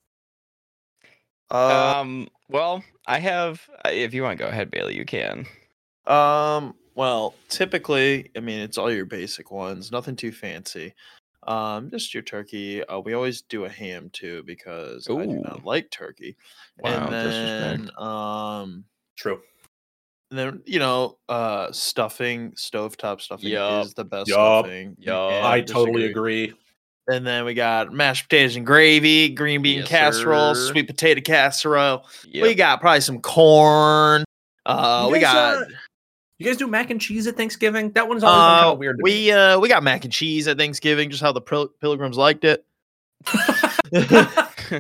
[SPEAKER 2] Uh,
[SPEAKER 3] Um. Well, I have. uh, If you want to go ahead, Bailey, you can.
[SPEAKER 2] Um, well, typically, I mean, it's all your basic ones, nothing too fancy. Um, just your turkey. Uh, we always do a ham too because I do
[SPEAKER 3] Ooh.
[SPEAKER 2] not like turkey.
[SPEAKER 3] Wow,
[SPEAKER 2] and
[SPEAKER 3] disrespect.
[SPEAKER 2] then, um,
[SPEAKER 1] true
[SPEAKER 2] then you know, uh, stuffing, stovetop stuffing
[SPEAKER 3] Yup.
[SPEAKER 2] is the best
[SPEAKER 1] Yup.
[SPEAKER 2] stuffing. you
[SPEAKER 3] Yup.
[SPEAKER 2] can't
[SPEAKER 1] i totally
[SPEAKER 2] disagree.
[SPEAKER 1] agree
[SPEAKER 2] And then we got mashed potatoes and gravy, green bean
[SPEAKER 3] Yes,
[SPEAKER 2] casserole,
[SPEAKER 3] sir.
[SPEAKER 2] sweet potato casserole. We
[SPEAKER 3] Yep.
[SPEAKER 2] got probably some corn. Uh,
[SPEAKER 1] You
[SPEAKER 2] we
[SPEAKER 1] guys,
[SPEAKER 2] got
[SPEAKER 1] uh, you guys do mac and cheese at thanksgiving that one's always been kind
[SPEAKER 2] Uh,
[SPEAKER 1] of weird to me.
[SPEAKER 2] we uh we got mac and cheese at Thanksgiving, just how the pil- pilgrims liked it. uh,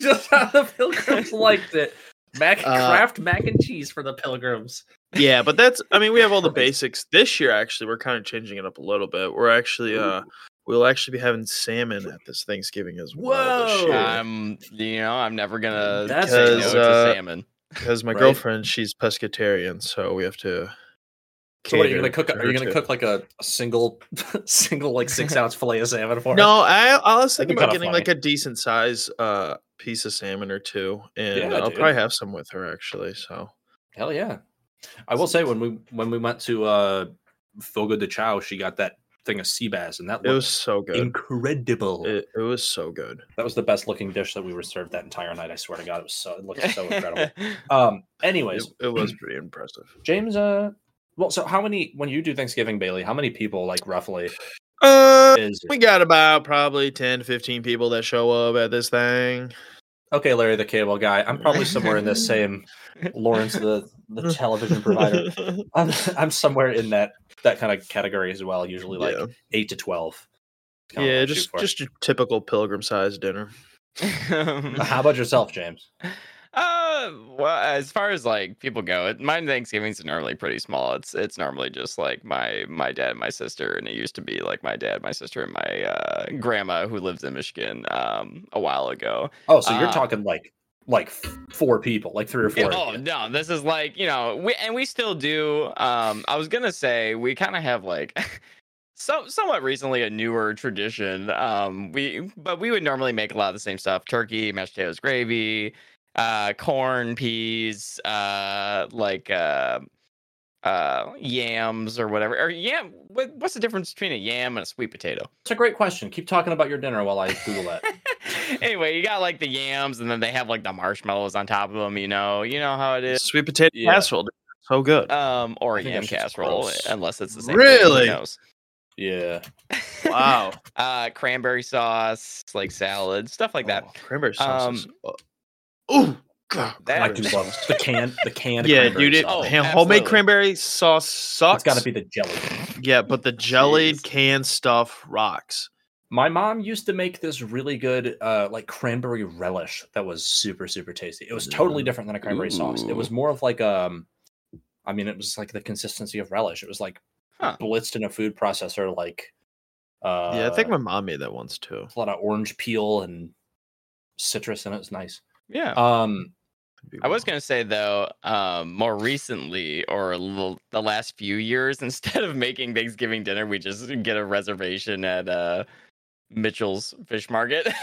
[SPEAKER 1] Just how the pilgrims liked it. Mac
[SPEAKER 2] Uh,
[SPEAKER 1] craft mac and cheese for the pilgrims.
[SPEAKER 2] Yeah, but that's I mean we have all the
[SPEAKER 1] Christ.
[SPEAKER 2] basics. This year actually we're kind of changing it up a little bit. We're actually uh we'll actually be having salmon at this Thanksgiving as well this
[SPEAKER 1] Whoa.
[SPEAKER 2] year.
[SPEAKER 3] I'm. You know, I'm never gonna
[SPEAKER 1] That's
[SPEAKER 3] say no
[SPEAKER 2] because,
[SPEAKER 3] to
[SPEAKER 2] uh,
[SPEAKER 3] salmon.
[SPEAKER 2] Because my
[SPEAKER 1] Right.
[SPEAKER 2] girlfriend she's pescatarian, so we have to
[SPEAKER 1] So what are you
[SPEAKER 2] catered
[SPEAKER 1] gonna cook? Are you gonna
[SPEAKER 2] to-
[SPEAKER 1] cook like a, a single, single like six ounce fillet of salmon for?
[SPEAKER 2] No, I, I was
[SPEAKER 1] That'd
[SPEAKER 2] thinking
[SPEAKER 1] be
[SPEAKER 2] about
[SPEAKER 1] kinda
[SPEAKER 2] getting like a decent size uh piece of salmon or two, and
[SPEAKER 1] Yeah,
[SPEAKER 2] I'll
[SPEAKER 1] dude.
[SPEAKER 2] probably have some with her actually. So
[SPEAKER 1] her? hell yeah! I will say when we when we went to uh Fogo de Chao, she got that thing of sea bass, and that
[SPEAKER 2] it was
[SPEAKER 1] looked
[SPEAKER 2] so good.
[SPEAKER 1] incredible.
[SPEAKER 2] It, it was so good.
[SPEAKER 1] That was the best looking dish that we were served that entire night. I swear to God, it was so it looked so incredible. Um,
[SPEAKER 2] It,
[SPEAKER 1] anyways,
[SPEAKER 2] it was pretty impressive.
[SPEAKER 1] James, uh, well, so how many when you do Thanksgiving, Bailey? How many people like roughly
[SPEAKER 2] Uh,
[SPEAKER 1] is?
[SPEAKER 2] we got about probably 10 15 people that show up at this thing.
[SPEAKER 1] Okay, Larry the cable guy. I'm probably somewhere in this same Lawrence the the television provider. I'm I'm somewhere in that that kind of category as well. Usually like
[SPEAKER 2] yeah,
[SPEAKER 1] eight to twelve. It's kinda what
[SPEAKER 2] yeah
[SPEAKER 1] I shoot
[SPEAKER 2] just
[SPEAKER 1] for.
[SPEAKER 2] just your typical pilgrim sized dinner.
[SPEAKER 1] How about yourself, James?
[SPEAKER 3] Um, Uh, well, as far as like people go, it, my Thanksgivings are normally pretty small. It's it's normally just like my my dad, and my sister, and it used to be like my dad, my sister, and my uh, grandma who lives in Michigan um a while ago.
[SPEAKER 1] Oh, so you're
[SPEAKER 3] Uh,
[SPEAKER 1] talking like like f- four people, like three or
[SPEAKER 3] Yeah,
[SPEAKER 1] four. of
[SPEAKER 3] oh
[SPEAKER 1] you.
[SPEAKER 3] no, this is like you know, we and we still do. Um, I was gonna say we kind of have like. So, somewhat recently, a newer tradition. Um, we but we would normally make a lot of the same stuff: turkey, mashed potatoes, gravy, uh, corn, peas, uh, like uh, uh, yams or whatever. Or yam. What, what's the difference between a yam and a sweet potato?
[SPEAKER 1] It's a great question. Keep talking about your dinner while I Google that.
[SPEAKER 3] anyway, you got like the yams, and then they have like the marshmallows on top of them. You know, you know how it is.
[SPEAKER 2] Sweet potato
[SPEAKER 1] Yeah. Uh,
[SPEAKER 2] casserole. dude. So good.
[SPEAKER 3] um or
[SPEAKER 1] I think
[SPEAKER 3] yam
[SPEAKER 1] that shit's
[SPEAKER 3] casserole
[SPEAKER 1] gross.
[SPEAKER 3] unless it's the same thing, who
[SPEAKER 2] Really?
[SPEAKER 3] knows?
[SPEAKER 1] yeah.
[SPEAKER 2] wow.
[SPEAKER 3] uh cranberry sauce like salad stuff like that
[SPEAKER 2] Oh, cranberry sauce.
[SPEAKER 1] Um,
[SPEAKER 2] is- oh, ooh, God,
[SPEAKER 3] that-
[SPEAKER 1] I
[SPEAKER 2] cranberry
[SPEAKER 1] do
[SPEAKER 2] sauce.
[SPEAKER 1] love the can the canned.
[SPEAKER 2] yeah,
[SPEAKER 1] cranberry
[SPEAKER 2] dude. It, Oh,
[SPEAKER 1] sauce.
[SPEAKER 2] hand- homemade
[SPEAKER 3] Oh, absolutely.
[SPEAKER 2] cranberry sauce
[SPEAKER 1] it's
[SPEAKER 2] sucks.
[SPEAKER 1] got to be the jelly.
[SPEAKER 2] Yeah, but the jellied
[SPEAKER 3] Jeez.
[SPEAKER 2] canned stuff rocks.
[SPEAKER 1] My mom used to make this really good, uh, like cranberry relish that was super, super tasty. It was totally
[SPEAKER 2] Mm.
[SPEAKER 1] different than a cranberry sauce. It was
[SPEAKER 3] Ooh.
[SPEAKER 1] more of like, um, I mean, it was like the consistency of relish. It was like
[SPEAKER 3] Huh.
[SPEAKER 1] blitzed in a food processor, like, uh,
[SPEAKER 2] yeah, I think my mom made that once too.
[SPEAKER 1] a lot of orange peel and citrus, and it was nice.
[SPEAKER 3] yeah
[SPEAKER 1] Um,
[SPEAKER 3] i was gonna say though um more recently or a little, the last few years instead of making thanksgiving dinner we just get a reservation at uh Mitchell's Fish Market.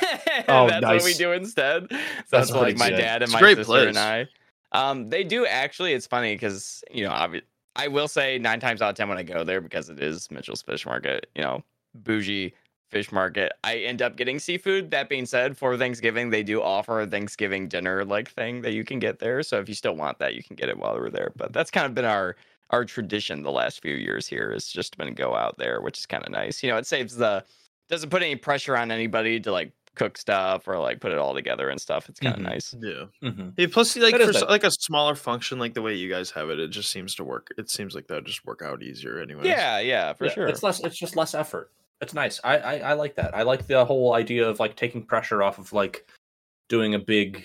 [SPEAKER 1] Oh,
[SPEAKER 3] that's what we
[SPEAKER 1] nice.
[SPEAKER 3] do instead. So
[SPEAKER 1] That's
[SPEAKER 3] that's, what, like
[SPEAKER 1] pretty
[SPEAKER 3] my
[SPEAKER 1] sick.
[SPEAKER 3] dad and
[SPEAKER 2] It's a
[SPEAKER 3] my
[SPEAKER 2] great
[SPEAKER 3] sister and I.
[SPEAKER 2] place.
[SPEAKER 3] Um, they do actually. It's funny because you know, obvi- I will say nine times out of ten when I go there because it is Mitchell's Fish Market. You know, bougie fish market. I end up getting seafood. That being said, for Thanksgiving they do offer a Thanksgiving dinner like thing that you can get there. So if you still want that, you can get it while we're there. But that's kind of been our our tradition the last few years here is just been go out there, which is kind of nice. You know, it saves the doesn't put any pressure on anybody to like cook stuff or like put it all together and stuff. It's kind of
[SPEAKER 1] Mhm.
[SPEAKER 3] nice.
[SPEAKER 2] Yeah.
[SPEAKER 1] mhm.
[SPEAKER 2] Hey, plus, like
[SPEAKER 1] That is
[SPEAKER 2] for s-
[SPEAKER 1] nice.
[SPEAKER 2] like a smaller function, like the way you guys have it, it just seems to work. It seems like that would just work out easier anyway.
[SPEAKER 3] Yeah, yeah, for
[SPEAKER 1] Yeah,
[SPEAKER 3] sure.
[SPEAKER 1] it's less. It's just less effort. It's nice. I, I I like that. I like the whole idea of like taking pressure off of like doing a big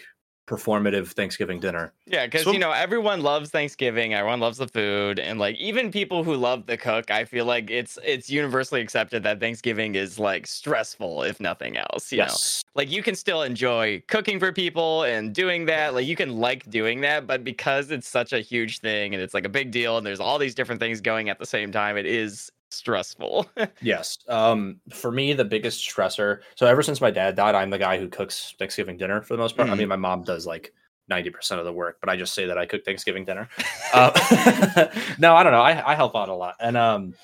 [SPEAKER 1] performative Thanksgiving dinner.
[SPEAKER 3] yeah, because
[SPEAKER 2] So-
[SPEAKER 3] you know everyone loves Thanksgiving. Everyone loves the food, and like even people who love the cook, I feel like it's it's universally accepted that Thanksgiving is like stressful, if nothing else. You know, like you can still enjoy cooking for people and doing that. Like you can like doing that, but because it's such a huge thing and it's like a big deal, and there's all these different things going at the same time, it is stressful.
[SPEAKER 1] Yes. Um, for me, the biggest stressor. So ever since my dad died, I'm the guy who cooks Thanksgiving dinner for the most part. I
[SPEAKER 3] Mhm.
[SPEAKER 2] Mm.
[SPEAKER 1] mean, my mom does like ninety percent of the work, but I just say that I cook Thanksgiving dinner. Uh, no, I don't know. I, I help out a lot, and um,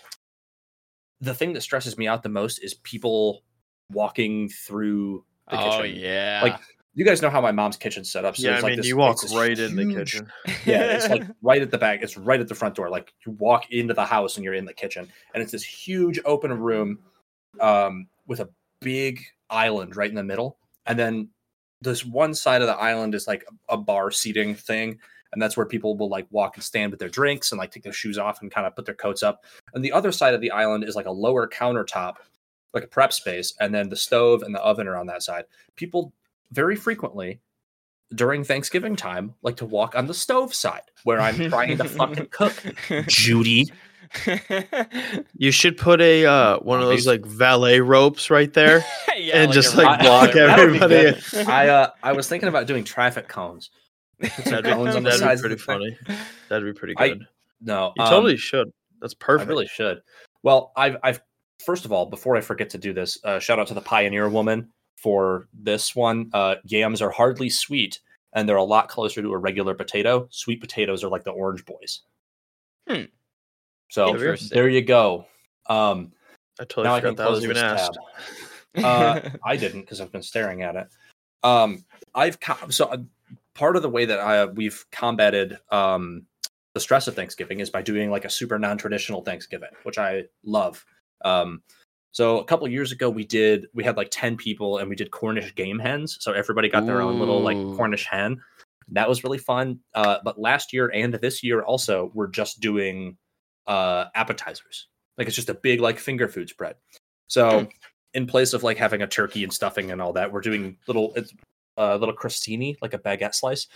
[SPEAKER 1] the thing that stresses me out the most is people walking through the
[SPEAKER 3] oh
[SPEAKER 1] kitchen.
[SPEAKER 3] yeah,
[SPEAKER 1] Like, you guys know how my mom's kitchen's set up. So
[SPEAKER 2] Yeah, I
[SPEAKER 1] there's,
[SPEAKER 2] mean,
[SPEAKER 1] like, this-
[SPEAKER 2] you walk
[SPEAKER 1] it's this
[SPEAKER 2] right in the
[SPEAKER 1] huge-
[SPEAKER 2] kitchen.
[SPEAKER 1] Yeah, it's like right at the back. It's right at the front door. Like you walk into the house and you're in the kitchen, and it's this huge open room um, with a big island right in the middle, and then this one side of the island is like a bar seating thing. And that's where people will like walk and stand with their drinks and like take their shoes off and kind of put their coats up. And the other side of the island is like a lower countertop, like a prep space. And then the stove and the oven are on that side. People very frequently during Thanksgiving time like to walk on the stove side where I'm trying to fucking cook. Judy.
[SPEAKER 2] You should put a uh,
[SPEAKER 1] Mm,
[SPEAKER 2] one of those
[SPEAKER 1] Obviously.
[SPEAKER 2] like valet ropes right there.
[SPEAKER 3] yeah,
[SPEAKER 2] And just,
[SPEAKER 3] a
[SPEAKER 2] like,
[SPEAKER 3] rock-
[SPEAKER 2] block
[SPEAKER 3] that would be
[SPEAKER 2] everybody
[SPEAKER 3] good.
[SPEAKER 1] I uh, I was thinking about doing traffic cones.
[SPEAKER 2] That'd be,
[SPEAKER 1] Cones on the
[SPEAKER 2] that'd be
[SPEAKER 1] sides of
[SPEAKER 2] pretty
[SPEAKER 1] the thing.
[SPEAKER 2] funny. That'd be pretty
[SPEAKER 1] I-
[SPEAKER 2] good.
[SPEAKER 1] No,
[SPEAKER 2] you
[SPEAKER 1] um,
[SPEAKER 2] totally should. That's perfect.
[SPEAKER 1] I really should. Well, I've, I've first of all, before I forget to do this, uh, shout out to the Pioneer Woman for this one. Uh, yams are hardly sweet, and they're a lot closer to a regular potato. Sweet potatoes are like the orange boys.
[SPEAKER 3] Hmm.
[SPEAKER 1] So
[SPEAKER 3] Interesting.
[SPEAKER 1] there you go. Um,
[SPEAKER 2] I totally
[SPEAKER 1] now I can
[SPEAKER 2] forgot that
[SPEAKER 1] close
[SPEAKER 2] was even
[SPEAKER 1] this tab.
[SPEAKER 2] asked.
[SPEAKER 1] Uh, I didn't because I've been staring at it. Um, I've co- so uh, part of the way that I, we've combated um, the stress of Thanksgiving is by doing like a super non-traditional Thanksgiving, which I love. Um, so a couple years ago, we did we had like ten people and we did Cornish game hens. So everybody got their own little like
[SPEAKER 3] Ooh.
[SPEAKER 1] Cornish hen. That was really fun. Uh, but last year and this year also, we're just doing uh, appetizers. Like it's just a big like finger food spread. So in place of like having a turkey and stuffing and all that, we're doing little it's uh, little crostini, like a baguette slice,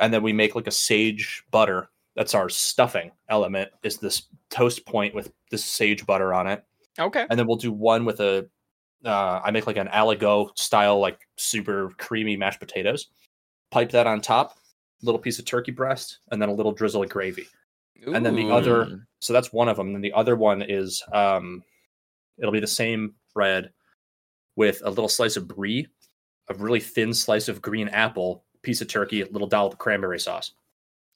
[SPEAKER 1] and then we make like a sage butter. That's our stuffing element. Is this toast point with this sage butter on it,
[SPEAKER 3] okay.
[SPEAKER 1] and then we'll do one with a. Uh, I make like an aligo style, like super creamy mashed potatoes. Pipe that on top, little piece of turkey breast, and then a little drizzle of gravy and then the other-
[SPEAKER 2] Mm.
[SPEAKER 1] so that's one of them. And the other one is um, it'll be the same bread with a little slice of brie, a really thin slice of green apple, piece of turkey, a little dollop of cranberry sauce.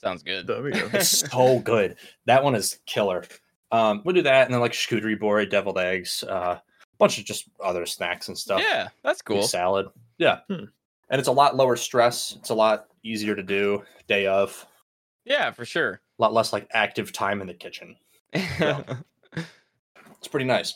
[SPEAKER 3] sounds good.
[SPEAKER 2] There we go.
[SPEAKER 1] Mm. It's so good. That one is killer. Um, we'll do that, and then like charcuterie board, deviled eggs, a uh, bunch of just other snacks and stuff.
[SPEAKER 3] yeah, that's
[SPEAKER 1] Big
[SPEAKER 3] cool.
[SPEAKER 1] salad. Yeah,
[SPEAKER 2] Hmm.
[SPEAKER 1] and it's a lot lower stress. It's a lot easier to do day of.
[SPEAKER 3] Yeah, for sure.
[SPEAKER 1] A lot less like active time in the kitchen. Yeah. It's pretty nice.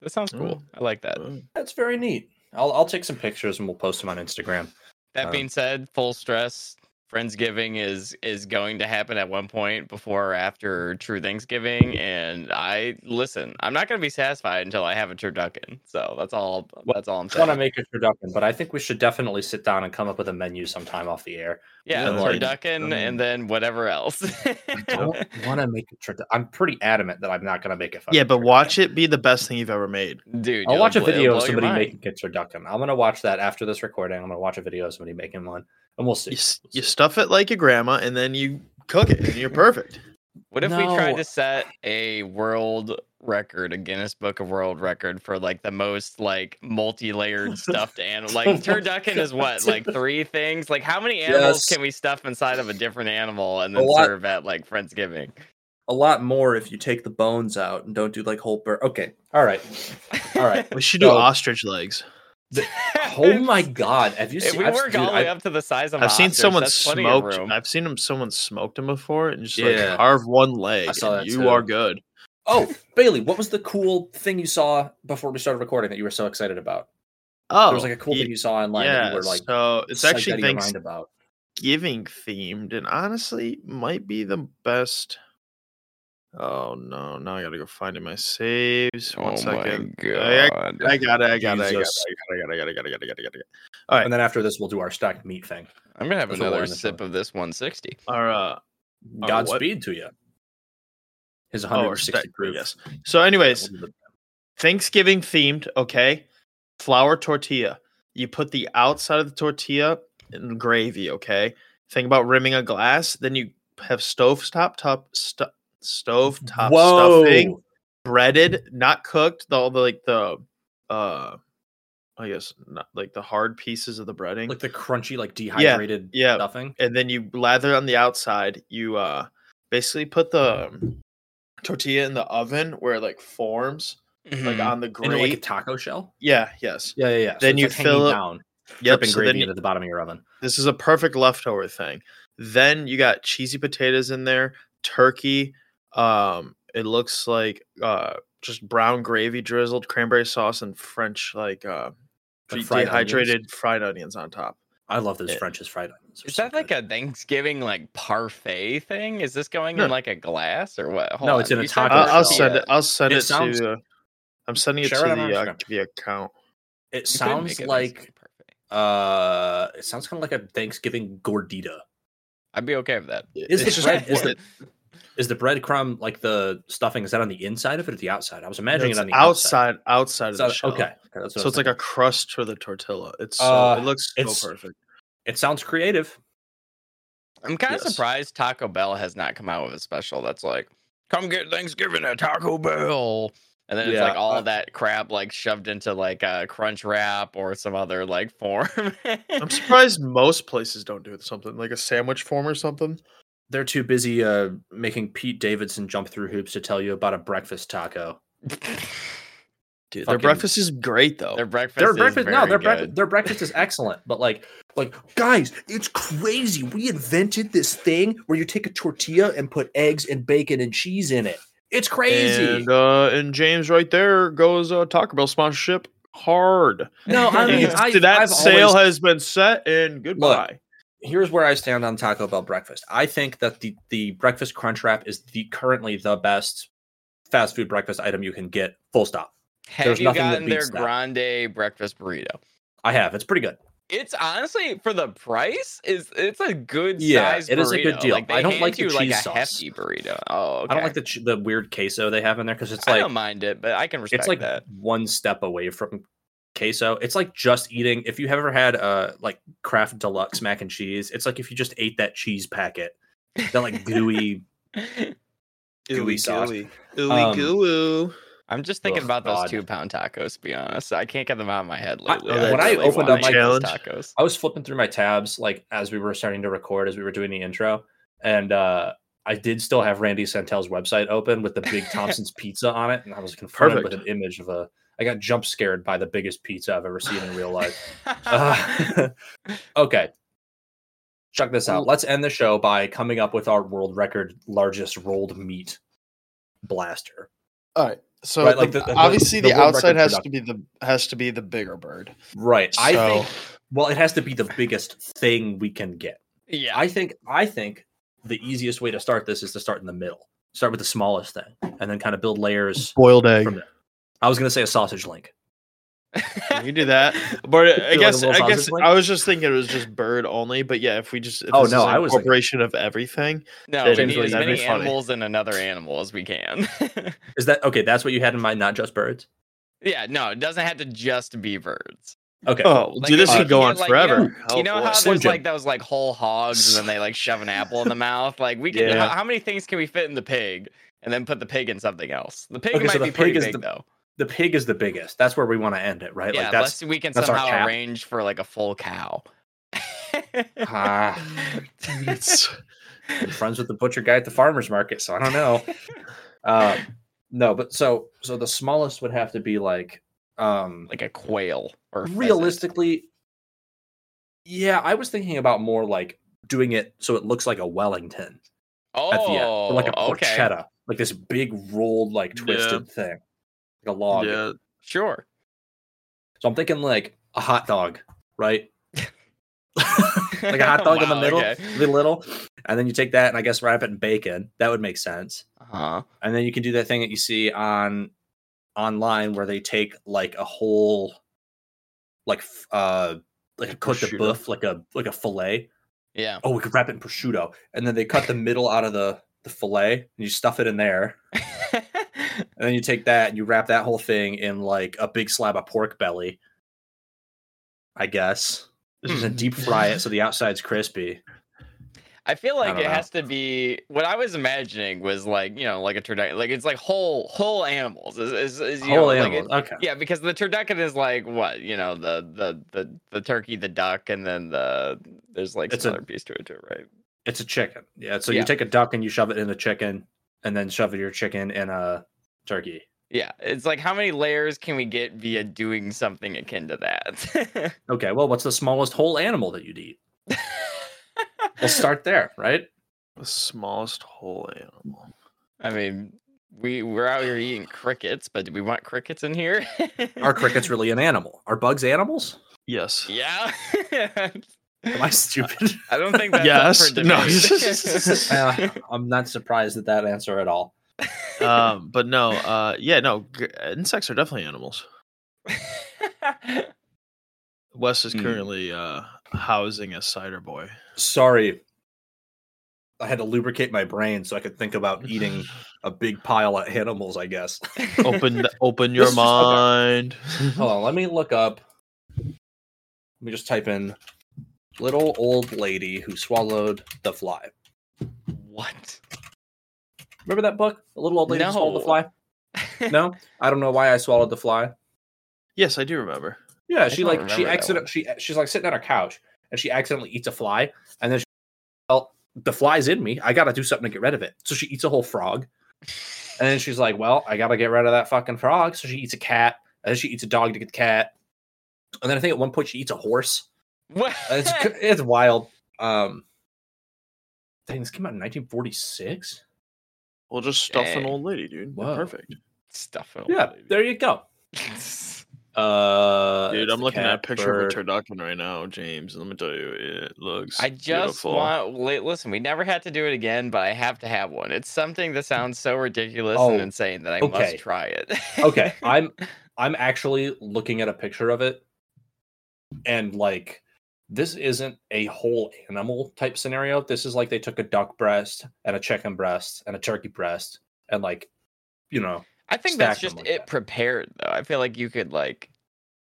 [SPEAKER 3] that sounds cool. I like that.
[SPEAKER 2] Mm.
[SPEAKER 1] That's very neat. I'll, I'll take some pictures and we'll post them on Instagram.
[SPEAKER 3] That
[SPEAKER 1] Uh,
[SPEAKER 3] being said, full stress. Friendsgiving is is going to happen at one point before or after True Thanksgiving, and I listen. I'm not going to be satisfied until I have a turducken. So that's all.
[SPEAKER 1] Well,
[SPEAKER 3] That's all I'm
[SPEAKER 1] I want to
[SPEAKER 3] saying.
[SPEAKER 1] make a turducken, but I think we should definitely sit down and come up with a menu sometime off the air.
[SPEAKER 3] yeah,
[SPEAKER 1] Yeah,
[SPEAKER 2] like,
[SPEAKER 3] turducken,
[SPEAKER 2] um,
[SPEAKER 3] and then whatever else.
[SPEAKER 1] I don't want to make a turducken. I'm pretty adamant that I'm not going to make a. fucking
[SPEAKER 2] Yeah, but
[SPEAKER 1] turducken.
[SPEAKER 2] watch it be the best thing you've ever made.
[SPEAKER 3] Dude,
[SPEAKER 1] I'll
[SPEAKER 3] you'll
[SPEAKER 1] watch a
[SPEAKER 3] bl- it'll
[SPEAKER 1] video of
[SPEAKER 3] blow your
[SPEAKER 1] somebody
[SPEAKER 3] mind.
[SPEAKER 1] making a turducken. I'm going to watch that after this recording. I'm going to watch a video of somebody making one, and we'll see.
[SPEAKER 2] You, s- you stuff it like your grandma, and then you cook it, and you're perfect.
[SPEAKER 3] What if we tried
[SPEAKER 1] No.
[SPEAKER 3] to set a world record, a Guinness Book of World Record for like the most like multi-layered stuffed animal? Like
[SPEAKER 1] Oh my
[SPEAKER 3] turducken is what,
[SPEAKER 1] God.
[SPEAKER 3] like three things? Like how many
[SPEAKER 1] Yes.
[SPEAKER 3] animals can we stuff inside of a different animal and
[SPEAKER 1] A
[SPEAKER 3] then
[SPEAKER 1] lot.
[SPEAKER 3] serve at like Friendsgiving?
[SPEAKER 1] A lot more if you take the bones out and don't do like whole bird. Okay, all right. All right.
[SPEAKER 2] We should do
[SPEAKER 1] So-
[SPEAKER 2] ostrich legs.
[SPEAKER 1] Oh my god, have you
[SPEAKER 3] If
[SPEAKER 1] seen?
[SPEAKER 3] we
[SPEAKER 1] I've-
[SPEAKER 3] work
[SPEAKER 1] dude,
[SPEAKER 3] all the way
[SPEAKER 1] I've-
[SPEAKER 3] up to the size of an
[SPEAKER 2] I've seen
[SPEAKER 3] ostrich,
[SPEAKER 2] someone
[SPEAKER 3] that's plenty of
[SPEAKER 2] smoked.
[SPEAKER 3] room.
[SPEAKER 2] I've seen him. Someone smoked him before, and just
[SPEAKER 1] Yeah.
[SPEAKER 2] like carve one leg.
[SPEAKER 1] I saw
[SPEAKER 2] and
[SPEAKER 1] that
[SPEAKER 2] you
[SPEAKER 1] too.
[SPEAKER 2] are good.
[SPEAKER 1] Oh, Bailey, what was the cool thing you saw before we started recording that you were so excited about?
[SPEAKER 2] Oh,
[SPEAKER 1] there was like a cool
[SPEAKER 2] ye-
[SPEAKER 1] thing you saw online
[SPEAKER 2] yeah.
[SPEAKER 1] that you were like
[SPEAKER 2] so it's
[SPEAKER 1] psyched
[SPEAKER 2] actually
[SPEAKER 1] out of your mind
[SPEAKER 2] Thanksgiving
[SPEAKER 1] about.
[SPEAKER 2] themed, and honestly, might be the best. Oh no! Now I gotta go find it. in My saves.
[SPEAKER 1] Oh
[SPEAKER 2] One
[SPEAKER 3] Oh
[SPEAKER 2] second. I- I got it. I got it. I got it.
[SPEAKER 1] Jesus.
[SPEAKER 2] I got it. I got it. I got it. I got it. I got it. I got it.
[SPEAKER 1] And then after this, we'll do our stacked meat thing.
[SPEAKER 3] I'm gonna have
[SPEAKER 1] That's a
[SPEAKER 3] another
[SPEAKER 1] lot of
[SPEAKER 3] sip of this 160.
[SPEAKER 2] Our uh, what?
[SPEAKER 1] Godspeed to you. His
[SPEAKER 2] oh,
[SPEAKER 1] 160
[SPEAKER 2] respect.
[SPEAKER 1] proof.
[SPEAKER 2] Yes. So, anyways, Thanksgiving themed. Okay, flour tortilla. You put the outside of the tortilla in gravy. Okay. Think about rimming a glass. Then you have stove top top stu- stove top
[SPEAKER 1] Whoa!
[SPEAKER 2] stuffing, breaded, not cooked. The all the like the uh, I guess not like the hard pieces of the breading.
[SPEAKER 1] Like the crunchy, like dehydrated
[SPEAKER 2] yeah,
[SPEAKER 1] stuffing.
[SPEAKER 2] and then you lather on the outside. You uh basically put the um, tortilla in the oven where it like forms like on the
[SPEAKER 1] Into
[SPEAKER 2] grate.
[SPEAKER 1] Mm-hmm. like a taco shell.
[SPEAKER 2] yeah, yes.
[SPEAKER 1] Yeah, yeah, yeah. So
[SPEAKER 2] Then
[SPEAKER 1] it's,
[SPEAKER 2] you
[SPEAKER 1] like, hanging
[SPEAKER 2] fill it-
[SPEAKER 1] down,
[SPEAKER 2] Yep.
[SPEAKER 1] dripping
[SPEAKER 2] So
[SPEAKER 1] gravy
[SPEAKER 2] then you-
[SPEAKER 1] into the bottom of your oven.
[SPEAKER 2] this is a perfect leftover thing. Then you got cheesy potatoes in there, turkey. Um, it looks like uh just brown gravy drizzled, cranberry sauce, and French like uh
[SPEAKER 1] Like
[SPEAKER 2] de-
[SPEAKER 1] fried onions?
[SPEAKER 2] dehydrated fried onions on top.
[SPEAKER 1] I love those
[SPEAKER 2] Yeah.
[SPEAKER 1] French's fried onions.
[SPEAKER 3] Is that like a Thanksgiving like parfait thing? Is this going
[SPEAKER 2] No.
[SPEAKER 3] in like a glass or what?
[SPEAKER 1] No, it's in a
[SPEAKER 3] you said
[SPEAKER 1] taco
[SPEAKER 2] I'll, I'll
[SPEAKER 1] shell.
[SPEAKER 2] send it. I'll send
[SPEAKER 1] It
[SPEAKER 2] it,
[SPEAKER 1] sounds-
[SPEAKER 2] to. Uh, I'm sending it
[SPEAKER 1] Share
[SPEAKER 2] to
[SPEAKER 1] it on our
[SPEAKER 2] the, uh,
[SPEAKER 1] Instagram.
[SPEAKER 2] the account.
[SPEAKER 1] It
[SPEAKER 3] You could
[SPEAKER 1] sounds
[SPEAKER 3] make a
[SPEAKER 1] like
[SPEAKER 3] Thanksgiving parfait.
[SPEAKER 1] uh, it sounds kind of like a Thanksgiving gordita.
[SPEAKER 3] I'd be okay with that.
[SPEAKER 1] Is
[SPEAKER 2] It's
[SPEAKER 1] the
[SPEAKER 2] just
[SPEAKER 1] bread- is
[SPEAKER 2] wood.
[SPEAKER 1] the- Is the breadcrumb like the stuffing? Is that on the inside of it or the outside? I was
[SPEAKER 2] No,
[SPEAKER 1] imagining
[SPEAKER 2] it's
[SPEAKER 1] it on the outside.
[SPEAKER 2] outside, outside of
[SPEAKER 1] It's
[SPEAKER 2] the
[SPEAKER 1] out-
[SPEAKER 2] shell.
[SPEAKER 1] okay, okay, that's what I
[SPEAKER 2] so
[SPEAKER 1] was
[SPEAKER 2] it's like a
[SPEAKER 1] thinking.
[SPEAKER 2] crust for the tortilla. It's so,
[SPEAKER 1] Uh,
[SPEAKER 2] it looks so
[SPEAKER 1] it's-
[SPEAKER 2] perfect.
[SPEAKER 1] It sounds creative.
[SPEAKER 3] I'm kind of
[SPEAKER 2] Yes.
[SPEAKER 3] surprised Taco Bell has not come out with a special that's like come get Thanksgiving at Taco Bell. And then it's
[SPEAKER 1] Yeah,
[SPEAKER 3] like all
[SPEAKER 1] uh,
[SPEAKER 3] that crap like shoved into like a crunch wrap or some other like form.
[SPEAKER 2] I'm surprised most places don't do something like a sandwich form or something.
[SPEAKER 1] They're too busy uh, making Pete Davidson jump through hoops to tell you about a breakfast taco.
[SPEAKER 2] Dude,
[SPEAKER 1] their
[SPEAKER 2] their
[SPEAKER 1] Fucking-
[SPEAKER 2] breakfast
[SPEAKER 1] breakfast
[SPEAKER 2] is great though.
[SPEAKER 3] their breakfast.
[SPEAKER 1] Their
[SPEAKER 3] is
[SPEAKER 1] breakfast, no,
[SPEAKER 3] very
[SPEAKER 1] their
[SPEAKER 3] good.
[SPEAKER 1] breakfast, their breakfast is excellent. But like, like guys, it's crazy. We invented this thing where you take a tortilla and put eggs and bacon and cheese in it. It's crazy.
[SPEAKER 2] And, uh, and James right there goes uh, Taco Bell sponsorship hard.
[SPEAKER 1] no, I mean,
[SPEAKER 2] Because
[SPEAKER 1] I,
[SPEAKER 2] that
[SPEAKER 1] I've
[SPEAKER 2] sale
[SPEAKER 1] always-
[SPEAKER 2] has been set and goodbye.
[SPEAKER 1] here's where I stand on Taco Bell breakfast. I think that the the breakfast crunch wrap is the currently the best fast food breakfast item you can get. Full stop.
[SPEAKER 3] Have
[SPEAKER 1] there's
[SPEAKER 3] you
[SPEAKER 1] nothing that
[SPEAKER 3] gotten their
[SPEAKER 1] beats that.
[SPEAKER 3] grande breakfast burrito?
[SPEAKER 1] I have. It's pretty good.
[SPEAKER 3] It's honestly for the price is it's a good
[SPEAKER 1] Yeah,
[SPEAKER 3] size.
[SPEAKER 1] it is a good
[SPEAKER 3] burrito.
[SPEAKER 1] deal.
[SPEAKER 3] Like, they
[SPEAKER 1] I don't
[SPEAKER 3] hand
[SPEAKER 1] like the
[SPEAKER 3] you like a
[SPEAKER 1] cheese sauce.
[SPEAKER 3] hefty burrito. Oh,
[SPEAKER 1] I don't
[SPEAKER 3] okay.
[SPEAKER 1] like the ch- the weird queso they have in there because it's
[SPEAKER 3] I
[SPEAKER 1] like
[SPEAKER 3] don't mind it, but I can respect
[SPEAKER 1] it's like
[SPEAKER 3] that.
[SPEAKER 1] one step away from queso. It's like just eating. If you have ever had uh like Kraft Deluxe mac and cheese, it's like if you just ate that cheese packet, that like gooey. gooey sauce. Um,
[SPEAKER 2] gooey.
[SPEAKER 3] I'm just thinking
[SPEAKER 1] Ugh,
[SPEAKER 3] about those
[SPEAKER 1] God.
[SPEAKER 3] two pound tacos. To be honest, I can't get them out of my head
[SPEAKER 1] I-
[SPEAKER 3] lately.
[SPEAKER 2] when I
[SPEAKER 3] really
[SPEAKER 1] opened up
[SPEAKER 3] wanna eat
[SPEAKER 2] my-
[SPEAKER 3] those
[SPEAKER 2] Challenge.
[SPEAKER 3] tacos,
[SPEAKER 1] I was flipping through my tabs like as we were starting to record, as we were doing the intro, and uh I did still have Randy Santel's website open with the big Thompson's pizza on it, and I was confronted with an
[SPEAKER 2] Perfect.
[SPEAKER 1] image of a. I got jump scared by the biggest pizza I've ever seen in real life. Uh, okay. Check this out. Let's end the show by coming up with our world record largest rolled meat blaster.
[SPEAKER 2] All right. So
[SPEAKER 1] Right, like
[SPEAKER 2] the-
[SPEAKER 1] the- the-
[SPEAKER 2] obviously
[SPEAKER 1] the
[SPEAKER 2] the,
[SPEAKER 1] world
[SPEAKER 2] outside
[SPEAKER 1] record
[SPEAKER 2] has to be the has to be the bigger bird.
[SPEAKER 1] Right. I think
[SPEAKER 2] So-
[SPEAKER 1] well, it has to be the biggest thing we can get.
[SPEAKER 3] yeah,
[SPEAKER 1] I think I think the easiest way to start this is to start in the middle. Start with the smallest thing and then kind of build layers.
[SPEAKER 2] boiled
[SPEAKER 1] From there. I was gonna say a sausage link.
[SPEAKER 2] You can do that, but I
[SPEAKER 1] a
[SPEAKER 2] guess
[SPEAKER 1] little
[SPEAKER 2] I guess
[SPEAKER 1] sausage link?
[SPEAKER 2] I was just thinking it was just bird only. But yeah, if we just if
[SPEAKER 1] Oh,
[SPEAKER 2] this
[SPEAKER 1] no,
[SPEAKER 2] is an
[SPEAKER 1] I was thinking-
[SPEAKER 2] incorporation of everything.
[SPEAKER 3] no,
[SPEAKER 2] That
[SPEAKER 3] we
[SPEAKER 2] is
[SPEAKER 3] need
[SPEAKER 2] really-
[SPEAKER 3] as
[SPEAKER 2] that'd be
[SPEAKER 3] many
[SPEAKER 2] funny.
[SPEAKER 3] animals and another animal as we can.
[SPEAKER 1] Is that okay? That's what you had in mind, not just birds.
[SPEAKER 3] yeah, no, it doesn't have to just be birds.
[SPEAKER 1] Okay.
[SPEAKER 2] Oh,
[SPEAKER 3] Like,
[SPEAKER 2] dude, this
[SPEAKER 1] uh,
[SPEAKER 2] could go
[SPEAKER 3] yeah,
[SPEAKER 2] on
[SPEAKER 3] like, you know-
[SPEAKER 2] forever.
[SPEAKER 3] you know
[SPEAKER 2] Hell,
[SPEAKER 3] how
[SPEAKER 2] boy.
[SPEAKER 1] Slim
[SPEAKER 3] there's like
[SPEAKER 1] Jim.
[SPEAKER 3] those like whole hogs, and then they like shove an apple in the mouth. Like we can,
[SPEAKER 2] Yeah.
[SPEAKER 3] how, how many things can we fit in the pig, and then put the pig in something else? The pig
[SPEAKER 1] Okay,
[SPEAKER 3] might
[SPEAKER 1] so the
[SPEAKER 3] be pretty
[SPEAKER 1] pig is
[SPEAKER 3] big
[SPEAKER 1] the-
[SPEAKER 3] though.
[SPEAKER 1] The pig is the biggest. That's where we want to end it, right?
[SPEAKER 3] yeah,
[SPEAKER 1] like that's
[SPEAKER 3] unless we can
[SPEAKER 1] that's our
[SPEAKER 3] somehow
[SPEAKER 1] cap.
[SPEAKER 3] arrange for like a full cow.
[SPEAKER 1] Ah.
[SPEAKER 2] It's-
[SPEAKER 1] I'm friends with the butcher guy at the farmers market, so I don't know. um, no, but so so the smallest would have to be like um
[SPEAKER 3] like a quail or a pheasant.
[SPEAKER 1] realistically yeah, I was thinking about more like doing it so it looks like a Wellington
[SPEAKER 3] Oh,
[SPEAKER 1] at the end, or like a
[SPEAKER 3] okay,
[SPEAKER 1] porchetta, like this big rolled like
[SPEAKER 2] Yeah.
[SPEAKER 1] twisted thing, like a log.
[SPEAKER 2] yeah,
[SPEAKER 3] sure.
[SPEAKER 1] So I'm thinking like a hot dog, right? like a hot dog in the
[SPEAKER 3] Wow,
[SPEAKER 1] middle,
[SPEAKER 3] okay.
[SPEAKER 1] really little, and then you take that and I guess wrap it in bacon. That would make sense.
[SPEAKER 3] Uh-huh.
[SPEAKER 1] and then you can do that thing that you see on online where they take like a whole like f- uh like a cooked
[SPEAKER 2] Prosciutto.
[SPEAKER 1] a buff like a like a fillet
[SPEAKER 3] Yeah.
[SPEAKER 1] oh we could wrap it in prosciutto and then they cut the middle out of the the fillet and you stuff it in there and then you take that and you wrap that whole thing in like a big slab of pork belly i guess this is a
[SPEAKER 3] Hmm.
[SPEAKER 1] deep fry it so the outside's crispy
[SPEAKER 3] I feel like
[SPEAKER 1] don't
[SPEAKER 3] it
[SPEAKER 1] know.
[SPEAKER 3] has to be what I was imagining was like you know like a turducken like it's like whole whole animals is is, is you know,
[SPEAKER 1] whole uh,
[SPEAKER 3] like, it-
[SPEAKER 1] animal okay
[SPEAKER 3] yeah, because the turducken is like what you know the the the the turkey, the duck, and then the there's like
[SPEAKER 1] It's
[SPEAKER 3] some
[SPEAKER 1] a-
[SPEAKER 3] other piece to it too, right?
[SPEAKER 1] It's a chicken. Yeah. So
[SPEAKER 3] Yeah.
[SPEAKER 1] you take a duck and you shove it in a chicken, and then shove your chicken in a turkey.
[SPEAKER 3] Yeah, it's like how many layers can we get via doing something akin to that?
[SPEAKER 1] Okay. Well, what's the smallest whole animal that you'd eat? We'll start there, right?
[SPEAKER 2] the smallest whole animal.
[SPEAKER 3] I mean, we we're out here eating crickets, but do we want crickets in here?
[SPEAKER 1] Are crickets really an animal? Are bugs animals?
[SPEAKER 2] Yes.
[SPEAKER 3] Yeah.
[SPEAKER 1] Am I stupid?
[SPEAKER 3] I don't think that's
[SPEAKER 2] Yes.
[SPEAKER 3] up for
[SPEAKER 2] No.
[SPEAKER 3] debate.
[SPEAKER 1] Uh, I'm not surprised at that answer at all.
[SPEAKER 2] um, but no, uh, yeah, no, g- insects are definitely animals. Wes is
[SPEAKER 1] Hmm.
[SPEAKER 2] currently uh, housing a cider boy.
[SPEAKER 1] Sorry. I had to lubricate my brain so I could think about eating a big pile of animals, I guess. Oh.
[SPEAKER 2] Open, th- open your
[SPEAKER 1] This is- okay.
[SPEAKER 2] mind.
[SPEAKER 1] Hold on, let me look up. Let me just type in little old lady who swallowed the fly.
[SPEAKER 3] what?
[SPEAKER 1] Remember that book? The little old lady who swallowed the
[SPEAKER 3] No.
[SPEAKER 1] fly. No, I don't know why I swallowed the fly.
[SPEAKER 2] Yes, I do remember.
[SPEAKER 1] Yeah, she
[SPEAKER 3] don't
[SPEAKER 1] like she
[SPEAKER 3] remember that
[SPEAKER 1] accident she she's like sitting on her couch and she accidentally eats a fly and then she well the fly's in me. I gotta do something to get rid of it. So she eats a whole frog. And then she's like, Well, I gotta get rid of that fucking frog. So she eats a cat, and then she eats a dog to get the cat. And then I think at one point she eats a horse.
[SPEAKER 3] What?
[SPEAKER 1] Uh, It's c- it's wild. Um dang, this came out in 1946.
[SPEAKER 2] Well, just stuff an
[SPEAKER 3] Dang.
[SPEAKER 2] old lady, dude. You're
[SPEAKER 1] Whoa.
[SPEAKER 2] Perfect.
[SPEAKER 3] Stuff. it,
[SPEAKER 1] Yeah,
[SPEAKER 3] Oh, baby.
[SPEAKER 1] there you go. Uh
[SPEAKER 2] Dude,
[SPEAKER 1] it's
[SPEAKER 2] I'm
[SPEAKER 1] the
[SPEAKER 2] looking at a
[SPEAKER 1] cat,
[SPEAKER 2] picture
[SPEAKER 1] bird.
[SPEAKER 2] of a turducken right now, James. Let me tell you, it looks.
[SPEAKER 3] I just
[SPEAKER 2] beautiful.
[SPEAKER 3] want want. Listen, we never had to do it again, but I have to have one. It's something that sounds so ridiculous
[SPEAKER 1] Oh,
[SPEAKER 3] and insane that I
[SPEAKER 1] okay.
[SPEAKER 3] must try it.
[SPEAKER 1] okay i'm i'm actually looking at a picture of it and like this isn't a whole animal type scenario this is like they took a duck breast and a chicken breast and a turkey breast and like you know
[SPEAKER 3] I think that's
[SPEAKER 1] stack 'em
[SPEAKER 3] just
[SPEAKER 1] like
[SPEAKER 3] it
[SPEAKER 1] that.
[SPEAKER 3] prepared though. I feel like you could like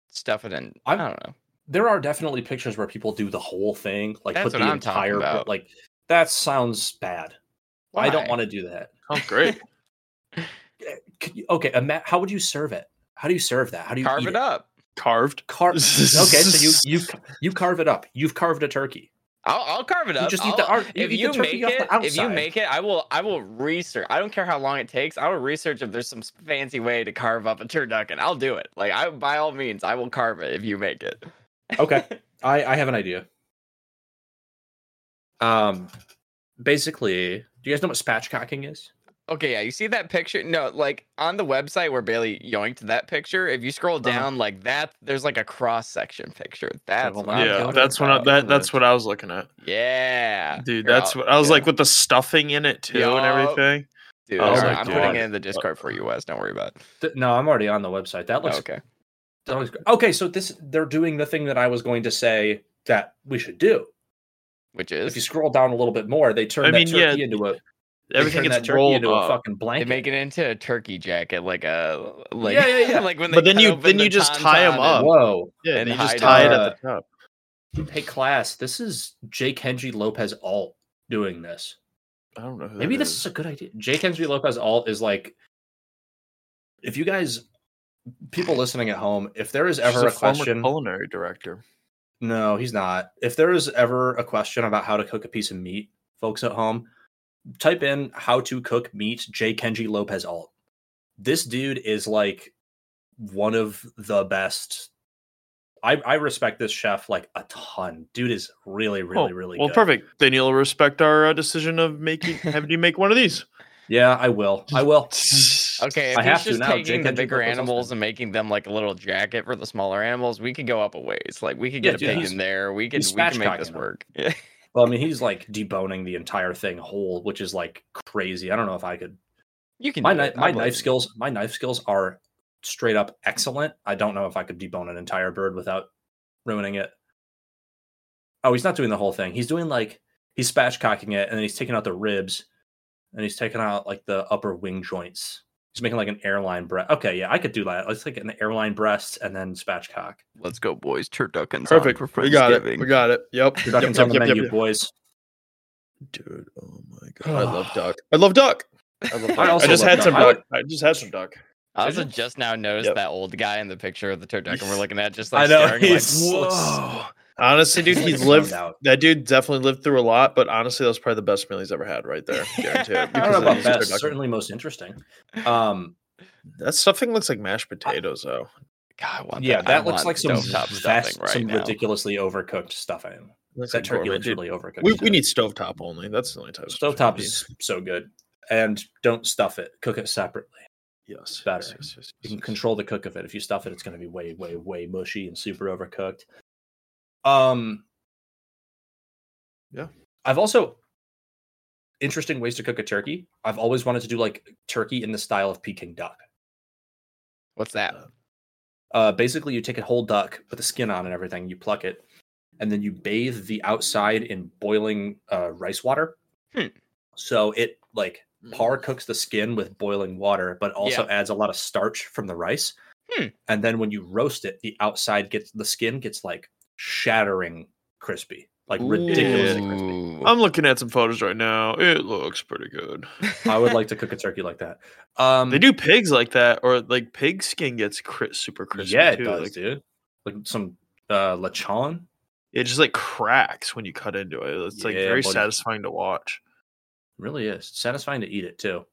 [SPEAKER 3] stuff it in.
[SPEAKER 1] I'm-
[SPEAKER 3] I don't know.
[SPEAKER 1] there are definitely pictures where people do the whole thing like
[SPEAKER 3] That's
[SPEAKER 1] put
[SPEAKER 3] what
[SPEAKER 1] the
[SPEAKER 3] I'm talking
[SPEAKER 1] entire
[SPEAKER 3] about.
[SPEAKER 1] like that sounds bad i don't want to do that
[SPEAKER 2] Sounds Oh, great.
[SPEAKER 1] Could you- okay ima- how would you serve it how do you serve that how do you
[SPEAKER 3] carve
[SPEAKER 1] eat
[SPEAKER 3] it up.
[SPEAKER 2] Carved.
[SPEAKER 1] Car- okay so you you you carve it up you've carved a turkey
[SPEAKER 3] I'll, I'll carve it
[SPEAKER 1] You
[SPEAKER 3] up.
[SPEAKER 1] just
[SPEAKER 3] I'll,
[SPEAKER 1] eat the art- you
[SPEAKER 3] if
[SPEAKER 1] eat the
[SPEAKER 3] you
[SPEAKER 1] turkey
[SPEAKER 3] make
[SPEAKER 1] off
[SPEAKER 3] it,
[SPEAKER 1] the
[SPEAKER 3] if you
[SPEAKER 1] outside.
[SPEAKER 3] make it, I will. I will research. I don't care how long it takes. I will research if there's some fancy way to carve up a turducken. I'll do it. Like I, by all means, I will carve it if you make it.
[SPEAKER 1] Okay. I, I have an idea. Um, basically, do you guys know what spatchcocking is?
[SPEAKER 3] Okay, yeah, you see that picture? No, like on the website where Bailey yoinked that picture, if you scroll
[SPEAKER 1] Uh-huh.
[SPEAKER 3] down like that, there's like a cross section picture. That's
[SPEAKER 1] hold
[SPEAKER 3] what
[SPEAKER 1] on.
[SPEAKER 3] I'm
[SPEAKER 2] yeah,
[SPEAKER 3] talking
[SPEAKER 2] that's what I,
[SPEAKER 3] about.
[SPEAKER 2] that that's what I was looking at,
[SPEAKER 3] Yeah,
[SPEAKER 2] dude.
[SPEAKER 3] Here,
[SPEAKER 2] That's
[SPEAKER 3] I'll-
[SPEAKER 2] what I was
[SPEAKER 3] yeah.
[SPEAKER 2] like with the stuffing in it too and
[SPEAKER 3] Yup.
[SPEAKER 2] everything.
[SPEAKER 3] Dude,
[SPEAKER 2] Oh
[SPEAKER 3] all right,
[SPEAKER 1] my
[SPEAKER 3] I'm
[SPEAKER 1] God.
[SPEAKER 3] putting it in the Discord for you, Wes. Don't worry about. it.
[SPEAKER 1] Th- no, I'm already on the website. That
[SPEAKER 3] Oh,
[SPEAKER 1] looks,
[SPEAKER 3] okay.
[SPEAKER 1] that looks okay. So this they're doing the thing that I was going to say that we should do.
[SPEAKER 3] Which
[SPEAKER 1] If you
[SPEAKER 3] is
[SPEAKER 1] scroll down a little bit more, they turn
[SPEAKER 2] I
[SPEAKER 1] that
[SPEAKER 2] mean, yeah,
[SPEAKER 1] turkey into a they
[SPEAKER 2] Everything
[SPEAKER 1] turn that
[SPEAKER 2] gets
[SPEAKER 1] turkey
[SPEAKER 2] rolled
[SPEAKER 1] into a
[SPEAKER 2] up.
[SPEAKER 1] fucking
[SPEAKER 3] they
[SPEAKER 1] blanket.
[SPEAKER 3] make it into a turkey jacket, like a like
[SPEAKER 1] Yeah, yeah, yeah.
[SPEAKER 3] like when they
[SPEAKER 2] But then
[SPEAKER 3] cut
[SPEAKER 2] you-
[SPEAKER 3] open
[SPEAKER 2] then
[SPEAKER 3] the
[SPEAKER 2] you just tie 'em
[SPEAKER 3] tauntaun
[SPEAKER 2] up.
[SPEAKER 3] and-
[SPEAKER 1] Whoa!
[SPEAKER 2] Yeah,
[SPEAKER 3] and
[SPEAKER 2] and you just
[SPEAKER 3] hide
[SPEAKER 2] tie it
[SPEAKER 1] it.
[SPEAKER 2] at the top.
[SPEAKER 1] Hey, class, this is Jake Henry Lopez Alt doing this.
[SPEAKER 2] I don't know. Who
[SPEAKER 1] Maybe
[SPEAKER 2] that
[SPEAKER 1] this is a good idea. Jake Henry Lopez alt is like, if you guys, people listening at home, if there is
[SPEAKER 2] She's
[SPEAKER 1] ever a,
[SPEAKER 2] former
[SPEAKER 1] question,
[SPEAKER 2] culinary director.
[SPEAKER 1] no, he's not. If there is ever a question about how to cook a piece of meat, folks at home, type in how to cook meat Jake Henry Lopez alt. This dude is like one of the best. I, I respect this chef like a ton. Dude is really, really,
[SPEAKER 2] Oh,
[SPEAKER 1] really
[SPEAKER 2] well,
[SPEAKER 1] good.
[SPEAKER 2] perfect. Then you'll respect our uh, decision of making having you make one of these.
[SPEAKER 1] Yeah, I will. I will.
[SPEAKER 3] Okay, if
[SPEAKER 1] I have
[SPEAKER 3] he's
[SPEAKER 1] to
[SPEAKER 3] just
[SPEAKER 1] now,
[SPEAKER 3] taking
[SPEAKER 1] Jake
[SPEAKER 3] the
[SPEAKER 1] Hendrick
[SPEAKER 3] bigger
[SPEAKER 1] Lopez also.
[SPEAKER 3] animals and making them like a little jacket for the smaller animals, we could go up a ways. Like we could
[SPEAKER 1] Yeah,
[SPEAKER 3] get
[SPEAKER 1] dude,
[SPEAKER 3] a pig
[SPEAKER 1] he's-
[SPEAKER 3] in there. We could
[SPEAKER 1] he's
[SPEAKER 3] we can make this
[SPEAKER 1] spatchcocking them.
[SPEAKER 3] work. Yeah.
[SPEAKER 1] Well, I mean, he's like deboning the entire thing whole, which is like crazy. I don't know if I could.
[SPEAKER 3] you can.
[SPEAKER 1] My
[SPEAKER 3] do
[SPEAKER 1] knife,
[SPEAKER 3] it. I
[SPEAKER 1] my
[SPEAKER 3] believe
[SPEAKER 1] knife
[SPEAKER 3] you.
[SPEAKER 1] skills, my knife skills are straight up excellent. I don't know if I could debone an entire bird without ruining it. Oh, he's not doing the whole thing. He's doing like he's spatchcocking it, and then he's taking out the ribs, and he's taking out like the upper wing joints. He's making like an airline breast. Okay, yeah, I could do that. Let's take an airline breast and then spatchcock.
[SPEAKER 3] Let's go, boys. Turduckens. on
[SPEAKER 2] Perfect.
[SPEAKER 3] For
[SPEAKER 2] We got it.
[SPEAKER 3] Friendsgiving.
[SPEAKER 2] We got it. Yep.
[SPEAKER 1] Turducken's on the menu, boys.
[SPEAKER 2] Dude, oh my god, I love duck. I love duck. I, love duck. I,
[SPEAKER 1] also
[SPEAKER 2] just
[SPEAKER 1] love
[SPEAKER 2] had
[SPEAKER 1] duck.
[SPEAKER 2] some
[SPEAKER 1] I would-
[SPEAKER 2] duck. I just had some duck.
[SPEAKER 3] I also
[SPEAKER 2] Did you?
[SPEAKER 3] just now noticed
[SPEAKER 2] Yep.
[SPEAKER 3] that old guy in the picture of the turducken we're looking at, just
[SPEAKER 1] I
[SPEAKER 3] like
[SPEAKER 1] know,
[SPEAKER 3] staring like,
[SPEAKER 1] he's- looks-
[SPEAKER 3] whoa.
[SPEAKER 2] Honestly, dude,
[SPEAKER 1] Like,
[SPEAKER 2] he's
[SPEAKER 1] zoned
[SPEAKER 2] lived.
[SPEAKER 1] out.
[SPEAKER 2] That dude definitely lived through a lot, but honestly, that was probably the best meal he's ever had, right there. Guarantee it,
[SPEAKER 1] I don't
[SPEAKER 2] because
[SPEAKER 1] know
[SPEAKER 2] of
[SPEAKER 1] about
[SPEAKER 2] these
[SPEAKER 1] best.
[SPEAKER 2] turducken-
[SPEAKER 1] Certainly most interesting. Um,
[SPEAKER 2] That stuffing looks like mashed potatoes, though.
[SPEAKER 3] God, I want
[SPEAKER 1] yeah,
[SPEAKER 3] I
[SPEAKER 1] that looks
[SPEAKER 3] want
[SPEAKER 1] like some
[SPEAKER 3] stovetop
[SPEAKER 1] vast,
[SPEAKER 3] stuffing right
[SPEAKER 1] some
[SPEAKER 3] now.
[SPEAKER 1] ridiculously overcooked stuffing.
[SPEAKER 2] It Looks
[SPEAKER 1] That
[SPEAKER 2] like
[SPEAKER 1] turkey
[SPEAKER 2] gourmet,
[SPEAKER 1] looks
[SPEAKER 2] dude.
[SPEAKER 1] really overcooked.
[SPEAKER 2] We,
[SPEAKER 1] to
[SPEAKER 2] we
[SPEAKER 1] it.
[SPEAKER 2] need stovetop only. That's the only type. of stuffing
[SPEAKER 1] stovetop
[SPEAKER 2] we need.
[SPEAKER 1] is so good, and don't stuff it. Cook it separately.
[SPEAKER 2] yes,
[SPEAKER 1] better.
[SPEAKER 2] yes, yes,
[SPEAKER 1] You
[SPEAKER 2] yes, yes,
[SPEAKER 1] can
[SPEAKER 2] yes.
[SPEAKER 1] control the cook of it. If you stuff it, it's going to be way, way, way mushy and super overcooked. Um,
[SPEAKER 2] Yeah.
[SPEAKER 1] I've also interesting ways to cook a turkey. I've always wanted to do like turkey in the style of Peking duck.
[SPEAKER 3] What's that?
[SPEAKER 1] uh, basically you take a whole duck with the skin on and everything you pluck it and then you bathe the outside in boiling uh, rice water
[SPEAKER 3] Hmm.
[SPEAKER 1] so it like
[SPEAKER 2] Mm.
[SPEAKER 1] par cooks the skin with boiling water but also
[SPEAKER 3] Yeah.
[SPEAKER 1] adds a lot of starch from the rice
[SPEAKER 3] Hmm.
[SPEAKER 1] and then when you roast it the outside gets the skin gets like shattering crispy like ridiculously crispy.
[SPEAKER 3] Ooh.
[SPEAKER 2] I'm looking at some photos right now. It looks pretty good.
[SPEAKER 1] I would like to cook a turkey like that. Um,
[SPEAKER 2] They do pigs like that, or like pig skin gets cri- super crispy.
[SPEAKER 1] yeah, it
[SPEAKER 2] too.
[SPEAKER 1] does,
[SPEAKER 2] like,
[SPEAKER 1] dude. Like some uh, lechon.
[SPEAKER 2] It just like cracks when you cut into it. It's like
[SPEAKER 1] Yeah,
[SPEAKER 2] very
[SPEAKER 1] buddy.
[SPEAKER 2] satisfying to watch.
[SPEAKER 1] Really is satisfying to eat it too.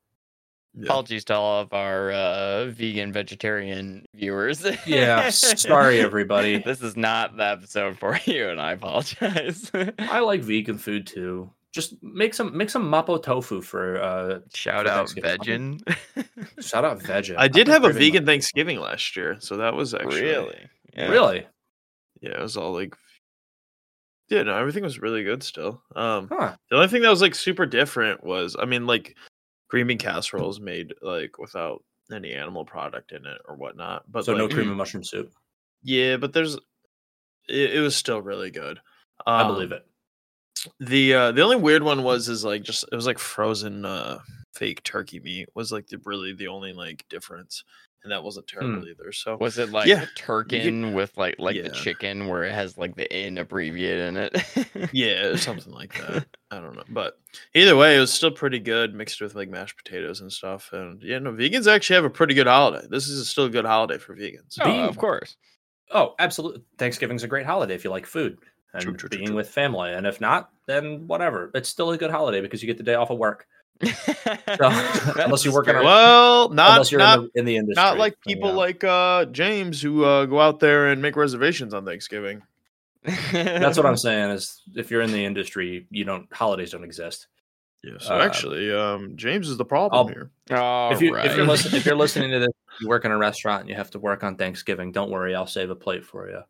[SPEAKER 3] Apologies to all of our uh, vegan vegetarian viewers.
[SPEAKER 1] Yeah, sorry, everybody.
[SPEAKER 3] This is not the episode for you, and I apologize.
[SPEAKER 1] I like vegan food too. Just make some make some mapo tofu for uh
[SPEAKER 3] Shout
[SPEAKER 1] For
[SPEAKER 3] out
[SPEAKER 1] Thanksgiving.
[SPEAKER 3] Vegin.
[SPEAKER 1] shout out veggie.
[SPEAKER 2] I did have a vegan Thanksgiving last year, so that was actually
[SPEAKER 3] really? Yeah.
[SPEAKER 1] Really?
[SPEAKER 2] yeah, it was all like yeah, no, everything was really good still. Um,
[SPEAKER 1] Huh.
[SPEAKER 2] the only thing that was like super different was I mean like green bean casseroles made like without any animal product in it or whatnot, but
[SPEAKER 1] so no
[SPEAKER 2] like, mm.
[SPEAKER 1] cream and mushroom soup.
[SPEAKER 2] yeah, but there's it, it was still really good. Um,
[SPEAKER 1] I believe it.
[SPEAKER 2] the uh the only weird one was is like just it was like frozen uh fake turkey meat was like the really the only like difference and that wasn't
[SPEAKER 3] Hmm.
[SPEAKER 2] terrible either so
[SPEAKER 3] Was it like
[SPEAKER 2] Yeah.
[SPEAKER 3] turkin with like like the
[SPEAKER 2] Yeah.
[SPEAKER 3] chicken where it has like the in abbreviate in it?
[SPEAKER 2] yeah it's something like that i don't know but either way it was still pretty good mixed with like mashed potatoes and stuff and yeah no vegans actually have a pretty good holiday this is still a good holiday for vegans
[SPEAKER 3] Oh,
[SPEAKER 1] Bean.
[SPEAKER 3] of course.
[SPEAKER 1] Oh, absolutely. Thanksgiving's a great holiday if you like food and
[SPEAKER 2] True, true, true,
[SPEAKER 1] being
[SPEAKER 2] true.
[SPEAKER 1] with family. And if not, then whatever. It's still a good holiday because you get the day off of work. unless you work in a-
[SPEAKER 2] well not
[SPEAKER 1] unless you're
[SPEAKER 2] not
[SPEAKER 1] in, the, in the industry.
[SPEAKER 2] not like
[SPEAKER 1] you
[SPEAKER 2] people
[SPEAKER 1] know.
[SPEAKER 2] like uh james who uh go out there and make reservations on thanksgiving
[SPEAKER 1] That's what I'm saying is if you're in the industry, you don't holidays don't exist.
[SPEAKER 2] yeah so
[SPEAKER 1] Uh,
[SPEAKER 2] actually um james is the problem
[SPEAKER 1] I'll-
[SPEAKER 2] here
[SPEAKER 3] All
[SPEAKER 1] if you if you're
[SPEAKER 3] right.
[SPEAKER 1] listening if you're listening to this, you work in a restaurant and you have to work on Thanksgiving. Don't worry, I'll save a plate for you.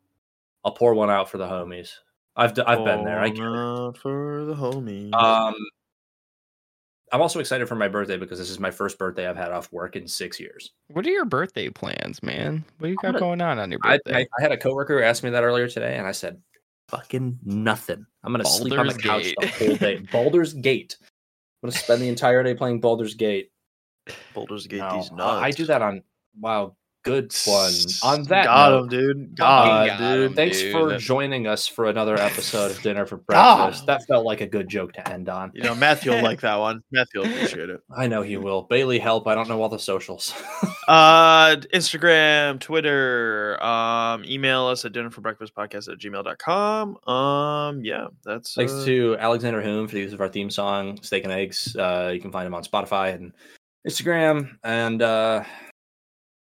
[SPEAKER 1] I'll pour one out for the homies. I've d- I've been there. I get it.
[SPEAKER 2] Going out for the homie.
[SPEAKER 1] Um, I'm also excited for my birthday because this is my first birthday I've had off work in six years.
[SPEAKER 3] What are your birthday plans, man? What do you
[SPEAKER 1] I'm gonna-
[SPEAKER 3] got going on on your
[SPEAKER 1] I,
[SPEAKER 3] birthday?
[SPEAKER 1] I, I had a coworker who asked me that earlier today, and I said, "Fucking nothing. I'm gonna sleep on the
[SPEAKER 3] Baldur's
[SPEAKER 1] couch the
[SPEAKER 3] Gate.
[SPEAKER 1] whole day. Baldur's Gate. I'm gonna spend the entire day playing Baldur's Gate.
[SPEAKER 2] Boulders get
[SPEAKER 1] No,
[SPEAKER 2] these
[SPEAKER 1] I-
[SPEAKER 2] nuts.
[SPEAKER 1] I do that on wow, good one. On that,
[SPEAKER 2] got
[SPEAKER 1] note, um,
[SPEAKER 2] him, dude.
[SPEAKER 3] Fucking
[SPEAKER 2] God,
[SPEAKER 3] got 'em.
[SPEAKER 2] dude.
[SPEAKER 1] Thanks
[SPEAKER 3] Dude,
[SPEAKER 1] for
[SPEAKER 3] that's-
[SPEAKER 1] joining us for another episode of Dinner for
[SPEAKER 2] God.
[SPEAKER 1] Breakfast. That felt like a good joke to end on.
[SPEAKER 2] You know, Matthew will like that one. Matthew will appreciate it.
[SPEAKER 1] I know he will. Bailey, help. I don't know all the socials.
[SPEAKER 2] Uh, Instagram, Twitter, um, email us at dinnerforbreakfastpodcast at gmail.com. Um, yeah, that's
[SPEAKER 1] Thanks
[SPEAKER 2] uh,
[SPEAKER 1] to Alexander Hume for the use of our theme song, Steak and Eggs. Uh, you can find him on Spotify and Instagram. And uh,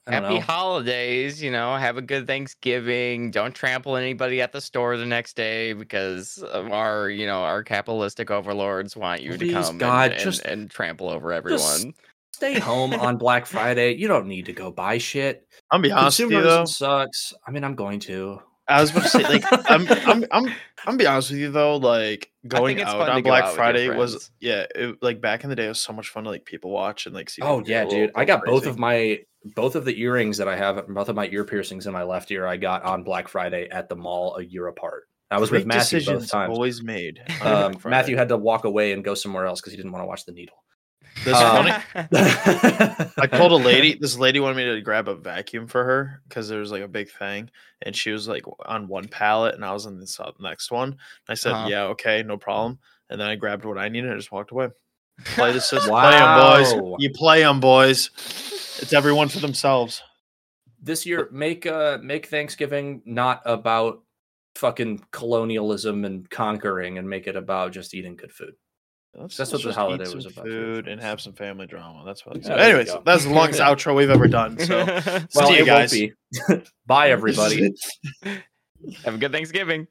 [SPEAKER 1] I don't
[SPEAKER 3] Happy
[SPEAKER 1] know.
[SPEAKER 3] holidays, you know, have a good Thanksgiving. Don't trample anybody at the store the next day because of our, you know, our capitalistic overlords want you
[SPEAKER 1] Please,
[SPEAKER 3] to come and-
[SPEAKER 1] God,
[SPEAKER 3] and,
[SPEAKER 1] just-
[SPEAKER 3] and trample over everyone.
[SPEAKER 1] Stay home on Black Friday. You don't need to go buy shit.
[SPEAKER 2] I'm gonna be honest with you though.
[SPEAKER 1] Consumerism sucks. I mean, I'm going to.
[SPEAKER 2] I was about to say, like, I'm, I'm, I'm, I'm gonna be honest with you though. Like going
[SPEAKER 3] it's
[SPEAKER 2] out
[SPEAKER 3] fun
[SPEAKER 2] on
[SPEAKER 3] to go
[SPEAKER 2] Black
[SPEAKER 3] out with your
[SPEAKER 2] Friday was,
[SPEAKER 3] friends.
[SPEAKER 2] yeah, it, like back in the day, it was so much fun to like people watch and like see.
[SPEAKER 1] Oh
[SPEAKER 2] people
[SPEAKER 1] yeah,
[SPEAKER 2] go
[SPEAKER 1] dude.
[SPEAKER 2] go
[SPEAKER 1] I got both
[SPEAKER 2] crazy.
[SPEAKER 1] of my both of the earrings that I have, both of my ear piercings in my left ear. I got on Black Friday at the mall a year apart. I was with
[SPEAKER 2] Great
[SPEAKER 1] Matthew both
[SPEAKER 2] decisions
[SPEAKER 1] times.
[SPEAKER 2] Always made. on Black
[SPEAKER 1] Um,
[SPEAKER 2] Friday.
[SPEAKER 1] Matthew had to walk away and go somewhere else because he didn't want to watch the needle.
[SPEAKER 2] This
[SPEAKER 1] um,
[SPEAKER 2] funny- I told a lady. This lady wanted me to grab a vacuum for her because there was like a big thing, and she was like on one pallet, and I was on this uh, next one. And I said,
[SPEAKER 3] Uh-huh.
[SPEAKER 2] "Yeah, okay, no problem." And then I grabbed what I needed and I just walked away. Play the system, play them,
[SPEAKER 1] Wow.
[SPEAKER 2] boys. You play them, boys. It's everyone for themselves.
[SPEAKER 1] this year make uh make Thanksgiving not about fucking colonialism and conquering, and make it about just eating good food.
[SPEAKER 2] Let's-
[SPEAKER 1] That's
[SPEAKER 2] let's
[SPEAKER 1] what the
[SPEAKER 2] just eat
[SPEAKER 1] holiday
[SPEAKER 2] some
[SPEAKER 1] was about, dude.
[SPEAKER 2] Food and have some family drama. That's what. I
[SPEAKER 1] Yeah,
[SPEAKER 2] said.
[SPEAKER 1] there you
[SPEAKER 2] Anyways,
[SPEAKER 1] go.
[SPEAKER 2] that's the longest outro we've ever done. So,
[SPEAKER 3] have
[SPEAKER 2] See you guys.
[SPEAKER 1] be. Bye, everybody.
[SPEAKER 3] a good Thanksgiving.